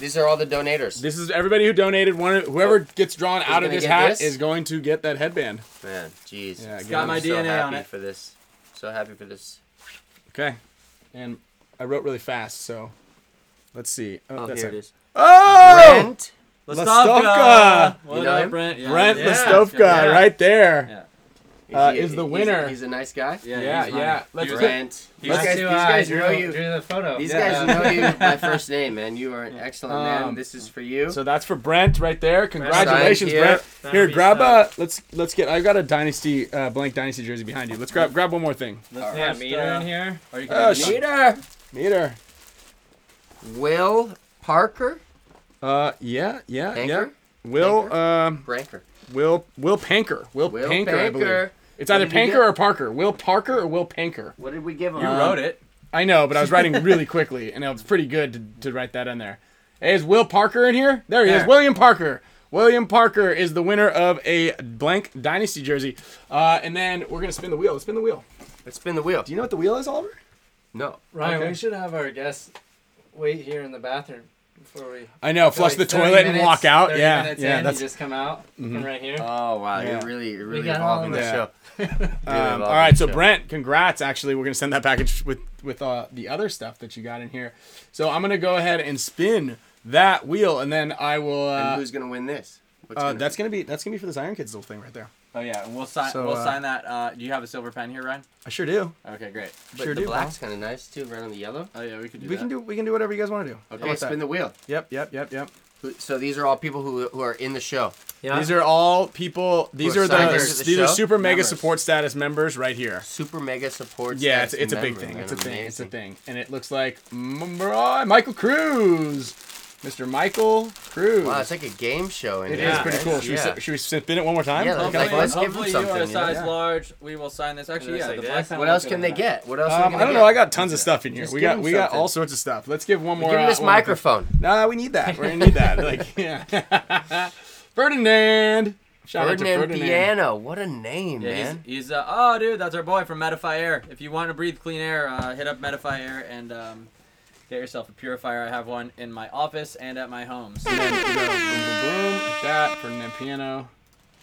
These are all the donators. This is everybody who donated. One, of- whoever gets drawn out of gonna this get hat this? is going to get that headband. Man, jeez. Yeah, It's got I'm my so DNA on happy it. For this, so happy for this. Okay, and I wrote really fast, so let's see. Oh, that's here it. it is. Oh, Brent. Lastovka! What You know up, him? Brent? Yeah, Brent yeah. Lastovka, Yeah. right there. Yeah. Uh, He's- is the he's- winner. He's a nice guy. Yeah, Yeah, he's mine. yeah, let's He was- Brent. These Let's guys, do, these uh, guys drew, know you. drew the photo. These Yeah. guys know you by first name, man. You are an excellent Um, man. This is for you. So that's for Brent right there. Congratulations, Signed here. Brent. That'll Here, be grab signed. a. Let's let's get. I've got a dynasty uh, blank dynasty jersey behind you. Let's grab grab one more thing. Let's Yeah, first, meter uh, in here. Are you Oh, gonna shit. Peter. Meter. Will Parker. Uh, yeah, yeah, Panker? yeah. Will, um, Branker. Will, Will Panker. Will, Will Panker, I believe. Panker. It's either did you Panker get? or Parker. Will Parker or Will Panker? What did we give him? You wrote it. I know, but I was writing really <laughs> quickly, and it was pretty good to, to write that in there. Hey, is Will Parker in here? There he is. There. William Parker. William Parker is the winner of a blank dynasty jersey. Uh, and then we're gonna spin the wheel. Let's spin the wheel. Let's spin the wheel. Do you know what the wheel is, Oliver? No. Ryan, Okay. we should have our guests wait here in the bathroom before we I know. Flush like the 30 toilet and minutes- walk out. 30 Yeah, minutes in, yeah. you That's Mm-hmm. just come out from right here. Oh wow, Yeah. you're really you're really got all involved in of this it. show. <laughs> Um, all right, so Brent, congrats. Actually, we're gonna send that package with with uh, the other stuff that you got in here. So I'm gonna go ahead and spin that wheel, and then I will. and Uh, who's gonna win this? What's uh, gonna- that's gonna be that's gonna be for this Iron Kids little thing right there. Oh yeah, and we'll sign. So, we'll uh, sign that. Uh, do you have a silver pen here, Ryan? I sure do. Okay, great. but sure the do, black's kind of nice too, right on the yellow. Oh yeah, we could do We that. can do we can do whatever you guys want to do. How Okay, about that? spin the wheel. Yep, yep, yep, yep. Who- So these are all people who who are in the show. yeah. These are all people. These Who are are the signers to the these are show? super mega Members. support status members right here. Super mega support. Yeah, it's, staff it's a big member, thing. man, It's a thing. It's a amazing. thing. And it looks like mm, right, Michael Cruz, Mr. Michael Cruz. Wow, it's like a game show. In It is here, pretty right? cool. Should, Yeah. we, should we spin it one more time? Yeah, let's- Okay. like, let's give them hopefully you something, are you a know? size Yeah. large. We will sign this. Just Actually, yeah, like the this? black pen What will else fit can in they that. get? What else? are Um, we I gonna don't get? know. I got tons of stuff in here. Just We give got him we got all something. sorts of stuff. Let's give one more. Give him uh, this one more- microphone. No, no, we need that. We're gonna need that. Like, <laughs> yeah. Ferdinand. Shout Ferdinand, out to Ferdinand. Piano. What a name, Yeah, he's, man. he's uh, oh dude, that's our boy from Medify Air. If you want to breathe clean air, uh, hit up Medify Air and um, get yourself a purifier. I have one in my office and at my home. So, Boom, boom, boom, boom. That Ferdinand Piano.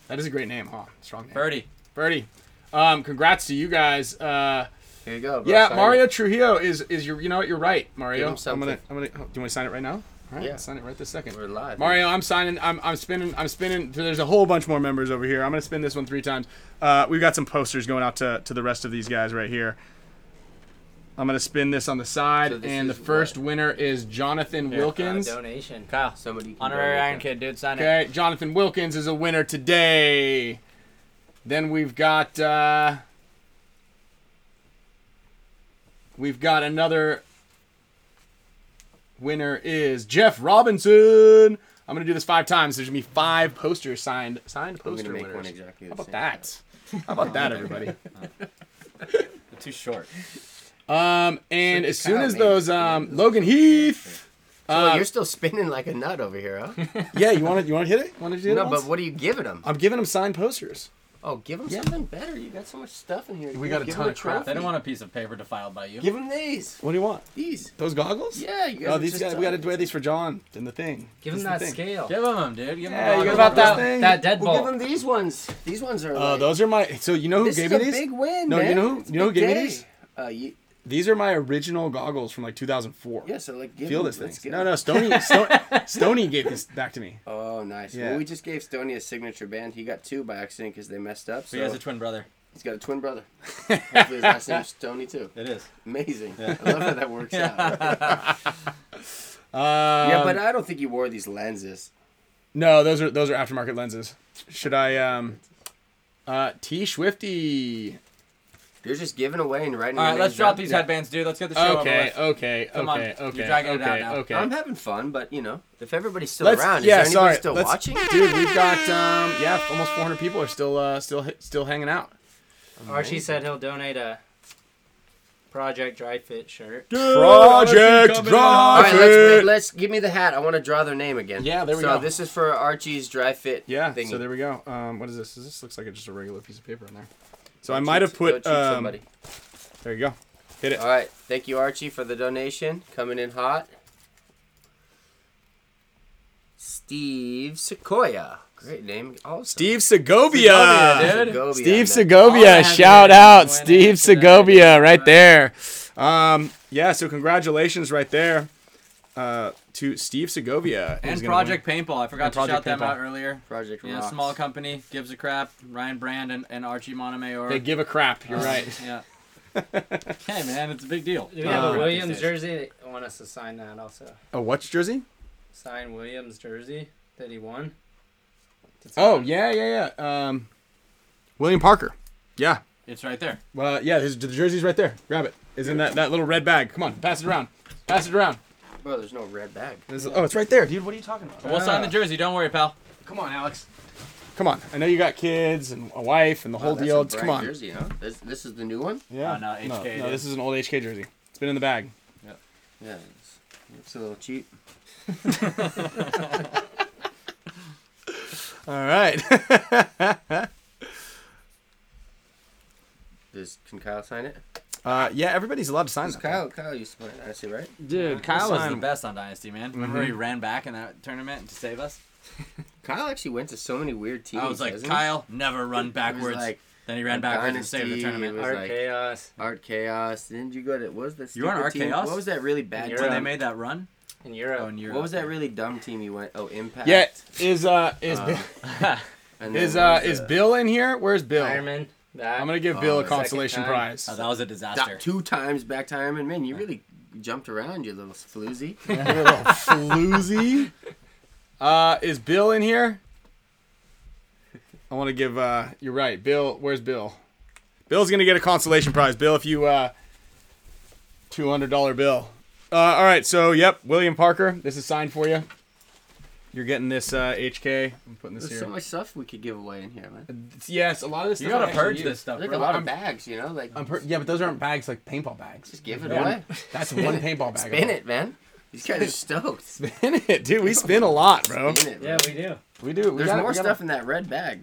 That is a great name, huh? Strong name. Birdie, Birdie. Um, congrats to you guys. Uh, Here you go. Bro. yeah, Sign Mario it. Trujillo is is your. You know what? You're right, Mario. Give him I'm gonna. something. I'm gonna. oh, do you want to sign it right now? All right, Yeah. let's sign it right this second. We're live. Mario, I'm signing. I'm, I'm spinning. I'm spinning. There's a whole bunch more members over here. I'm gonna spin this one three times. Uh, we've got some posters going out to, to the rest of these guys right here. I'm gonna spin this on the side, So this and the is first winner is Jonathan Wilkins. Uh, donation. Kyle, Somebody. can honorary donate Iron that. Kid, dude, sign it. okay, Jonathan Wilkins is a winner today. Then we've got uh, we've got another winner is Jeff Robinson. I'm gonna do this five times. There's gonna be five posters signed signed I'm poster gonna make winners. one exactly. How the about same. that? How about that, everybody? Too short. Um, and as soon Kyle as made it. those, um, Logan Heath. Well, Uh, Oh, you're still spinning like a nut over here, <laughs> huh? yeah, you want to you want to hit it? Want to do no, that? but what are you giving him? I'm giving him signed posters. Oh, give him Yeah. something better. You got so much stuff in here. We Give- got a give ton him of crap. They don't want a piece of paper defiled by you. Give him these. What do you want? These. Those goggles? Yeah, you guys Oh, are these just uh, guys. We got to wear these for John in the thing. Give That's him the that thing. scale. Give him 'em, dude. Give him Yeah, you all got about the- This that thing. that dead We'll give ball? them these ones. These ones are. Uh, like, those are my. So you know who This gave is me a these? big win. No, you man. know who- It's a you know who big gave me day. these? Uh, you, These are my original goggles from like 2004. yeah, so like give Feel him- this let's thing. give No, him- no, Stony, <laughs> Stony, Stony gave this back to me. Oh, nice. Yeah. Well, we just gave Stoney a signature band. He got two by accident because they messed up. So He has a twin brother. he's got a twin <laughs> brother. Hopefully his last name's Stoney too. It is. Amazing. I love how that <laughs> works out. Um, yeah, but I don't think you wore these lenses. No, those are those are aftermarket lenses. Should I um uh T Swifty. They're just giving away and writing. All right, your let's names drop down. these Yeah. headbands, dude. Let's get the show over Okay, with. okay, Come on, okay, you're okay. dragging it okay, out now. Okay. I'm having fun, but you know, if everybody's still Let's- around, yeah, is there sorry. anybody still Let's- watching? Dude, we've got um yeah, almost 400 people are still uh still hi- still hanging out. Archie said he'll donate a Project Dry Fit shirt. Project All right, let's, Drive. let's give me the hat. I want to draw their name again. Yeah, there we so go. So this is for Archie's dry fit. Yeah, thingy. so there we go. Um what is this? This looks like a, just a regular piece of paper in there. So I Don't might cheat- have put don't cheat um, somebody. there you go. Hit it. All right, thank you, Archie, for the donation. Coming in hot. Steve Sequoia. Great name. Also. Steve Segovia. Segovia, dude. Segovia, man. Steve All I Segovia, have shout here is out when I Steve answer that, Segovia right there. Um, yeah, so congratulations right there uh, to Steve Segovia. who's And gonna Project Paintball. I forgot And to Project shout them out Paintball. earlier. Project Yeah, Rocks. small company gives a crap. Ryan Brand and, and Archie Montemayor. win. <laughs> They give a crap. You're Uh, <laughs> right. Yeah. hey man, it's a big deal. Do we have Uh, a Williams these days. jersey? They want us to sign that also. A what's jersey? Sign Williams jersey that he won. Did Oh someone- yeah, yeah, yeah. Um, William Parker. Yeah. It's right there. Well, uh, yeah. His, the jersey's right there. Grab it. It's in that, that little red bag. Come on, pass it around. Pass it around. Bro, there's no red bag. This is- oh, it's right there, dude. What are you talking about? We'll sign the jersey. Don't worry, pal. Come on, Alex. Come on. I know you got kids and Oh, a wife and the whole Wow, that's deal. a It's, bright come on. Jersey, huh? This, this is the new one. Yeah. Oh, no, no, HK, no, dude. this is an old HK jersey. It's been in the bag. Yeah, it's, it's a little cheap. All right. <laughs> Does can Kyle sign it? uh, yeah, everybody's allowed to sign Does that. Kyle Kyle used to play it, I see, right? Dude, Kyle was the Sign- best on Dynasty, Mhm. man. Remember he ran back in that tournament to save us? Kyle actually went to so many weird teams. I was like, hasn't he? Kyle, never run It was backwards. like then he ran backwards and saved the Dynasty, tournament. it was Art like- Chaos Art Chaos. Didn't you go to what was that? You were on stupid Art team? Chaos? What was that really bad? In when team? they Europe. made that run? in Europe. Oh, in Europe. What was that really dumb team you went? Oh, Impact. Yeah, is uh is Bill- <laughs> And then is what uh was is the- Bill in here? Where's Bill? Ironman. That. I'm gonna give Bill a second consolation time. prize. <laughs> Oh, that was a Got disaster. two times back time and man, you really jumped around, you little floozy. You're a little floozy. <laughs> Uh, is Bill in here? I want to give. Uh, you're right, Bill. Where's Bill? Bill's gonna get a consolation prize. Bill, if you uh, two hundred dollar bill. Uh, all right. So, yep, William Parker. This is signed for you. You're getting this uh, HK. I'm putting this There's here. so much stuff we could give away in here, man. yes, a lot of this. You stuff gotta I purge actually this use. stuff, Like bro. a lot Uh, I'm- of bags, you know, like I'm per- yeah, but those aren't bags like paintball bags. just give it Yeah. away. That's one paintball bag. Spin it, man. These guys are stoked. Spin <laughs> Spin it, dude. We spin a lot, bro. it. Yeah, man. we do. We do. We There's gotta- more we gotta- stuff in that red bag.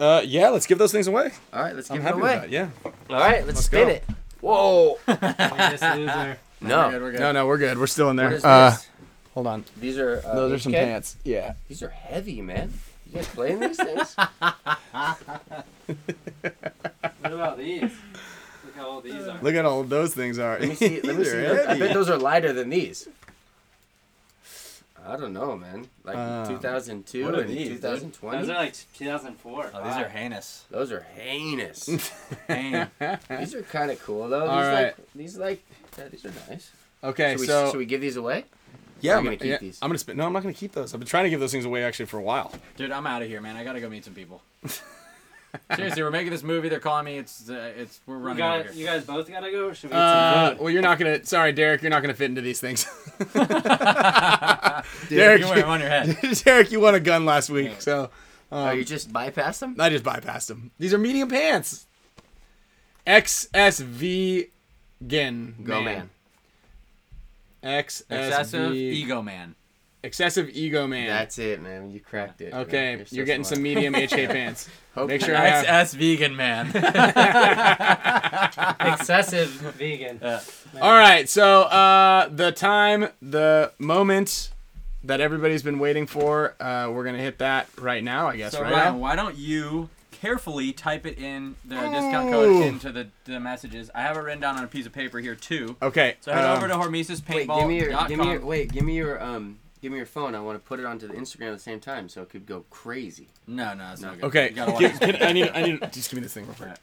Uh, yeah, let's give those things away. All right, let's I'm give it happy away. with that. Yeah. All right, let's, go. spin it. Whoa. no. we're good. No, no, we're good. We're still in there. What is Uh, this? hold on. These are uh, Those are some HK? pants. Yeah. These are heavy, man. You guys playing <laughs> these things? What about these? Look how old these are. Look at all those things are. Let me see. Let me <laughs> see. those. I bet those are lighter than these. I don't know, man. Like Um, 2002 what are and these, dude? 2020. Those are like 2004. Oh, these are <laughs> heinous. Those are <laughs> heinous. Heinous. these are kind of cool though. These All right. like these like yeah, these are nice. Okay, should, we, so should we give these away? yeah, we're I'm gonna gonna keep yeah, these. I'm gonna spin. No, I'm not gonna keep those. I've been trying to give those things away actually for a while. Dude, I'm out of here, man. I gotta go meet some people. <laughs> Seriously, we're making this movie. They're calling me. It's uh, it's we're You, running out got, of you here. guys both gotta go. Or should we? Uh, well, you're not gonna. Sorry, Derek, you're not gonna fit into these things. <laughs> <laughs> Derek, You wear 'em on your head. <laughs> Derek, you won a gun last week, so Oh, um, you just bypass them? I just bypassed him. These are medium pants. XSV, gin Go man. XSV Excessive ego man. excessive ego man. That's it, man. You cracked it. man. Okay, You're you're, so getting smart. some medium <laughs> HK pants. <laughs> Hope Make you- sure I have. XS vegan <laughs> man. <laughs> Excessive vegan. All right, so uh, the time, the moment that everybody's been waiting for, uh, we're gonna hit that right now, I guess. so right. Ryan, why don't you carefully type it in the discount Ooh. code into the, the messages? I have it written down on a piece of paper here too. Okay. So head um, over to Wait, give me your, hormesispaintball.com. give me your, wait, give me your, um, give me your phone. I want to put it onto the Instagram at the same time, so it could go crazy. No, no, it's No. not good. Okay. You gotta watch Give- this. <laughs> can- I need. I need. Just give me this thing real quick.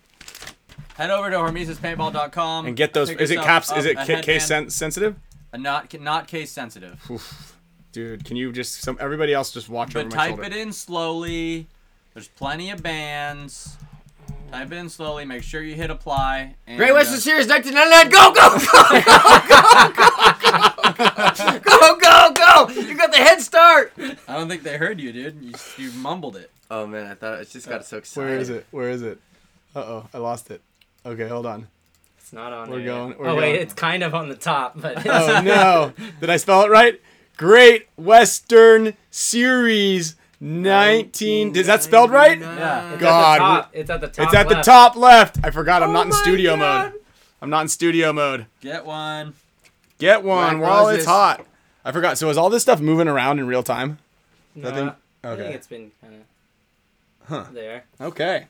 Head over to hormesispaintball.com And get those. Pick Is it yourself cops? up Is it a ca- case headband. sen- sensitive? Uh, Not not case sensitive. <laughs> Dude, can you just? Some everybody else just watch over But my type shoulder. it in slowly. There's plenty of bands. Type it in slowly. Make sure you hit apply. And, Great Western uh, Series 1999. Go, go, go, go, go, go, go, go, go. You got the head start. I don't think they heard you, dude. You, you mumbled it. Oh man, I thought it just got so excited. Where is it? Where is it? Uh oh, I lost it. Okay, hold on. It's not on. We're there going- yet. we're oh wait, going. it's kind of on the top, but <laughs> Oh no! Did I spell it right? Great Western Series 19. Is that spelled right? Yeah. it's God, At the top. It's at the top. It's at the left. Oh top left. I forgot. I'm not in my studio God. mode. I'm not in studio mode. Get one. Get one Black while it's roses. hot. I forgot. So is all this stuff moving around in real time? No, Nothing? I Okay. think it's been kind of. There. Okay.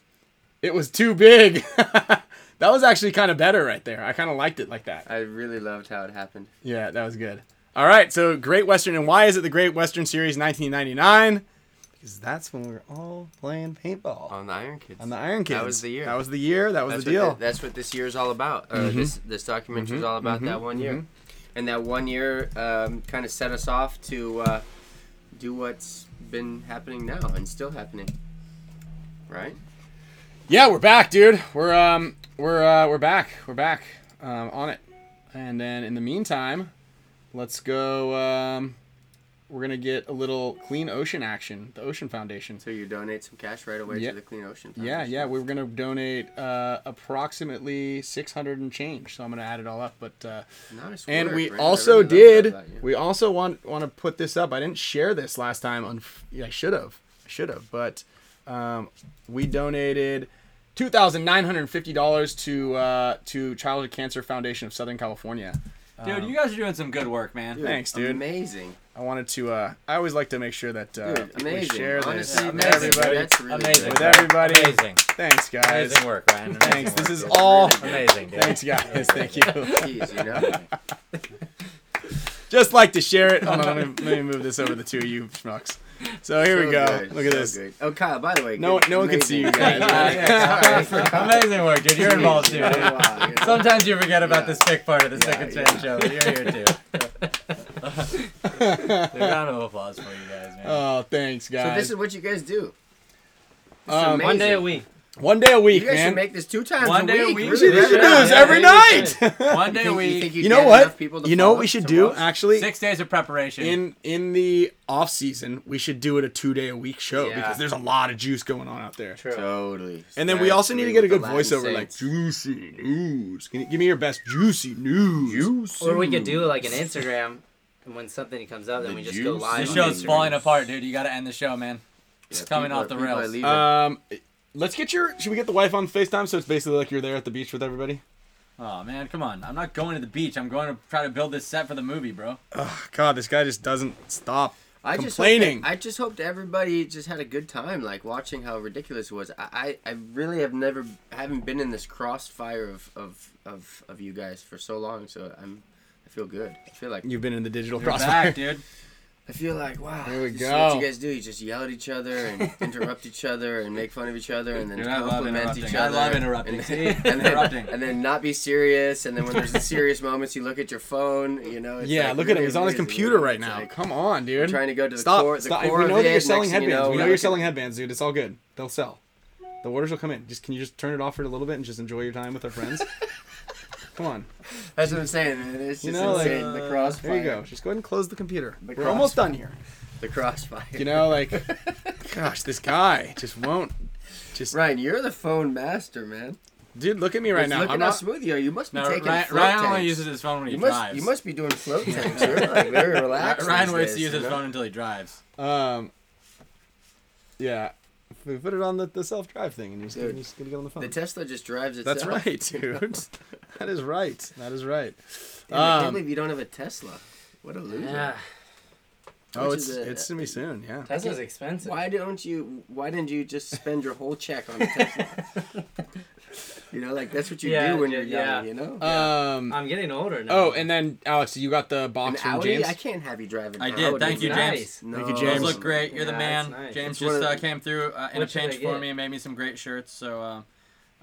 It was too big. <laughs> that was actually kind of better right there. I kind of liked it like that. I really loved how it happened. Yeah, that was good. All right. So Great Western, and why is it the Great Western Series 1999? Because that's when we were all playing paintball On the Iron Kids. on the Iron Kids. That was the year. That was the year. That was that's the what deal. Mm-hmm. thi- that's what this year's all about. Or this this documentary is all about that one year, and that one year um, kind of set us off to uh, do what's been happening now and still happening. Right? Yeah, we're back, dude. We're um we're uh we're back. We're back um on it. And then in the meantime, let's go um we're gonna get a little clean ocean action. The Ocean Foundation. So you donate some cash right away Yeah. to the Clean Ocean. Yeah, Foundation. yeah, we were gonna donate uh, approximately six hundred and change. So I'm gonna add it all up, but uh, Nice and work, we Brandon. I also really love that did. about you. We also want want to put this up. I didn't share this last time. On I should have. I should have. But um, we donated two thousand nine hundred fifty dollars to uh, to Childhood Cancer Foundation of Southern California. Dude, Um, you guys are doing some good work, man. Thanks, dude. Amazing. I wanted to. Uh, I always like to make sure that uh, Dude, we amazing. share this Honestly, with amazing. everybody. That's really Amazing. With good. everybody. Amazing. Thanks, guys. Amazing work, Ryan. Amazing Thanks. This work, is dude. all. amazing, dude. <laughs> Thanks, guys. Thank you. Jeez, you know? Just like to share it. Hold on, let me, let me move this over the two of you schmucks. So <laughs> here we So go. good, Look at so this. good. Oh, Kyle. By the way, No, good- no one can see you guys. amazing. right? <laughs> Yeah, <laughs> sorry. <laughs> Amazing work, dude. You're involved too. Oh, dude. wow, you know. Sometimes you forget about the stick part of the Yeah, second fan show, but you're here too. <laughs> Dude, round of applause for you guys, man. Oh, thanks, guys. So this is what you guys do. This is Um, amazing. One day a week. One day a week, You guys man. should make this two times One a day a week. week. we should, Really, we should do right? this Yeah, every yeah, night. <laughs> yeah. One You day a think- you week, think you'd You know get what? enough people to You know what follow- we should to do watch? actually six days of preparation. in in the off season. We should do it a two day a week show Yeah. because there's a lot of juice going on out there. True. Totally. And then we Smash also need to through get a with the good Latin voiceover, like saints. juicy news. Can you, give me your best juicy news. Or we could do like an Instagram, and when something comes up, then we just go juice. the live. on show's Instagram. falling apart, dude. You got to end the show, man. It's Yeah, coming people off are- the people are rails. leaving. Um, let's get your. Should we get the wife on Facetime so it's basically like you're there at the beach with everybody? Oh man, come on! I'm not going to the beach. I'm going to try to build this set for the movie, bro. Oh, God, this guy just doesn't stop. I complaining. Just hoped, I just hoped everybody just had a good time, like watching how ridiculous it was. I, I, I really have never haven't been in this crossfire of, of, of, of you guys for so long, so I'm I feel good. I feel like You've been in the digital You're crossfire. back, <laughs> dude. I feel like wow. There we this is what go. you guys do? You just yell at each other <laughs> and interrupt each other and make fun of each other and then Dude, I love compliment interrupting. each I other. love interrupting. And See? then, and, Interrupting. then, and then not be serious. And then when there's serious moments, you look at your phone. You know. It's Yeah, like look at really him. He's on his amazing. computer right It's now. like, Come on, dude. we're trying to go to the stop. core. The stop. core we of know that it, you're next selling thing you headbands. we know, we're know you're looking- selling headbands, dude. It's all good. They'll sell. The orders will come in. Just can you just turn it off for a little bit and just enjoy your time with our <laughs> friends? come on. That's what I'm saying. man. It's just You know, like, insane. the crossfire. There you go. Just go ahead and close the computer. We're crossfire. almost done here. The crossfire. You know, <laughs> like, gosh, this guy just won't. Just Ryan, you're the phone master, man. dude, look at me right Just now. Look I'm at how not. smooth you are. You must be No, taking Ryan, float Ryan only tanks. uses his phone when he you must. drives. You must be <laughs> doing float tanks. You're like very relaxed. Ryan these waits to days, use you his know? phone until he drives. Um. Yeah, If we put it on the, the self drive thing, and you're just, Dude. you're just gonna get on the phone. The Tesla just drives itself. <laughs> That's right, dude. that is right. That is right. Damn, I Um, can't believe you don't have a Tesla. What a loser. Yeah. Oh, Which it's is a- it's gonna be soon. Yeah. Tesla's expensive. Why don't you? Why didn't you just spend your whole check on <laughs> a Tesla? you know, like that's what you Yeah, do when yeah, you're young. yeah. You know. Um. <laughs> I'm getting older now. Oh, and then Alex, you got the An box from Audi? James. I can't have you driving. I did. Thank you, James. Nice. No. Thank you, Those James. look great. You're the Yeah, man. it's nice. James It's one just of uh, the- came through uh, in a What should pinch I for get? me and made me some great shirts. So uh,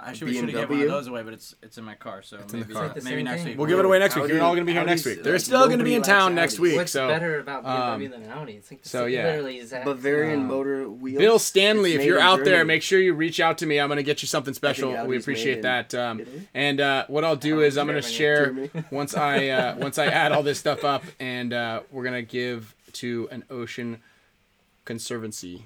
actually, we should have given one BMW? of those away, but it's it's in my car. So in the maybe, car. uh, It's the maybe same next thing. week. We're giving it away next week. Audi- You're all gonna be here Audi's next week. They're like still gonna be nobody in likes town Audis. next week. What's so better about BMW um, than an Audi? It's like the so, same- yeah. literally exact Bavarian same. motor wheels. Um, Bill Stanley, It's if you're made in out there, Germany. make sure you reach out to me. I'm gonna get you something I special. think We Audi's appreciate made in that. Um, Italy? and uh, what I'll do is I'm gonna Germany. share Germany. <laughs> once I uh, once I add all this stuff up, and uh, we're gonna give to an ocean conservancy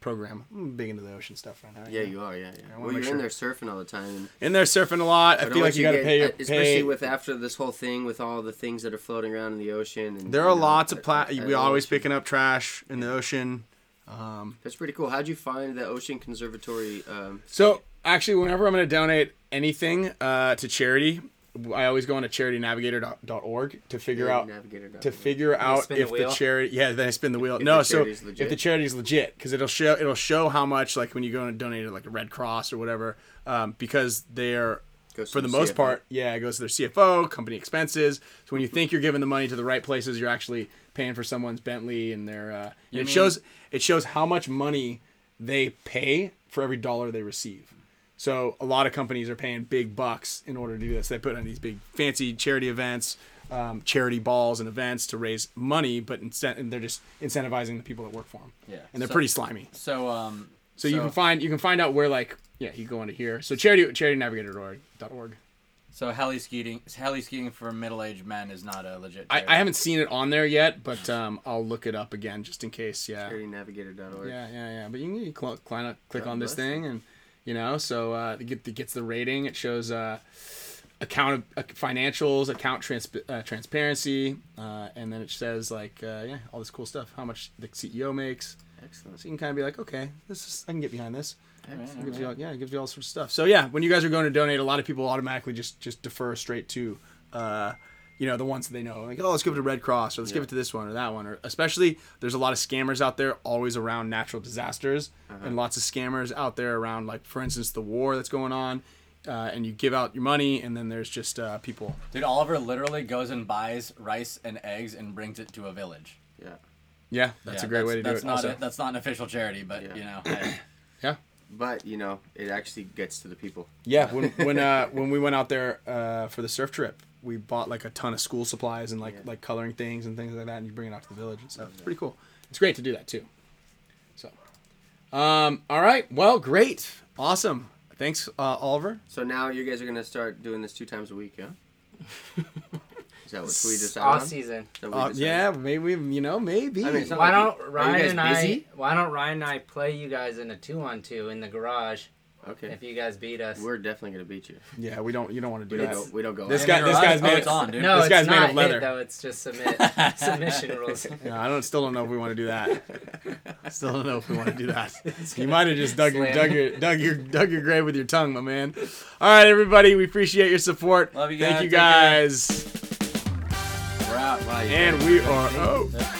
program. I'm big into the ocean stuff right now. Yeah, you are. Yeah, yeah. wanna Well, make you're sure. in there surfing all the time. and- in there surfing a lot. I But feel once like you gotta get- pay your uh, especially pay. with after this whole thing with all the things that are floating around in the ocean. And, There you are know, lots of I- pla- I- I we love always it. picking up trash in the ocean. That's pretty cool. How'd you find the Ocean Conservatory? Um, So actually, whenever I'm going to donate anything uh, to charity, I always go on to charitynavigator.org to figure out navigator to figure out spin the if the wheel? charity. Yeah, then I spin the wheel. no, the so charity's if legit. the charity's legit, because it'll show it'll show how much like when you go and donate to like a Red Cross or whatever, um, because they're Goes to for the the most CFO. part, yeah, it goes to their CFO, company expenses. So when you think you're giving the money to the right places, you're actually paying for someone's Bentley and their. Uh, and it shows it shows how much money they pay for every dollar they receive. So a lot of companies are paying big bucks in order to do this. They put on these big fancy charity events, um, charity balls and events to raise money, but instead and they're just incentivizing the people that work for them. Yeah. and they're So- pretty slimy. So um. So, you can find you can find out where like yeah you go into here. So charity charitynavigator.org. So heli skiing, heli skiing for middle-aged men is not a legit. I, term. I haven't seen it on there yet, but um, I'll look it up again just in case. Yeah. SecurityNavigator.org. Yeah, yeah, yeah. But you can you cl- climb up, click God on this bless thing, and you know, so uh, it, get, it gets the rating. It shows uh, account uh, financials, account transp- uh, transparency, uh, and then it says like uh, yeah, all this cool stuff. How much the CEO makes. Excellent. So you can kind of be like, okay, this is I can get behind this. Excellent. It gives you all, yeah, it gives you all sorts of stuff. So yeah, when you guys are going to donate, a lot of people automatically just just defer straight to, uh, you know, the ones that they know. Like, oh, let's give it to Red Cross, or let's give it to this one or that one, or especially there's a lot of scammers out there always around natural disasters, Uh-huh. and lots of scammers out there around like, for instance, the war that's going on. Uh, and you give out your money, and then there's just uh, people. Dude, Oliver literally goes and buys rice and eggs and brings it to a village. Yeah. Yeah, that's Yeah, a great way to do that's it. Not also. a, that's not an official charity, but Yeah. you know, hey, But you know, it actually gets to the people. <laughs> Yeah, when when uh, when we went out there uh, for the surf trip, we bought like a ton of school supplies and like Yeah. Oh, like coloring things and things like that, and you bring it out to the village and stuff. It's pretty cool. It's great to do that too. So, um, all right, well, great, awesome. Thanks, uh, Oliver. So now you guys are gonna start doing this two times a week, <laughs> yeah? Is that what we decided? on? off season. Is that what we Uh, decided? yeah, maybe you know maybe. I mean, it's not Why like you- don't Ryan and guys I? busy? Why don't Ryan and I play you guys in a two-on-two in the garage? Okay. If you guys beat us, We're definitely gonna beat you. yeah, we don't you don't want to We do don't that. go. We don't go. This out. guy, this guy's oh, made it's on, dude. no, this it's guy's made not of leather. Hit, though it's <laughs> just submit submission rules. Yeah, I don't still don't know if we want to do <laughs> that. Still don't know if we want to do that. You might have just dug your dug your dug your dug your grave with your tongue, my man. All right, everybody, we appreciate your support. Love you Thank guys. you Take care. guys. We're out. And we are out. That's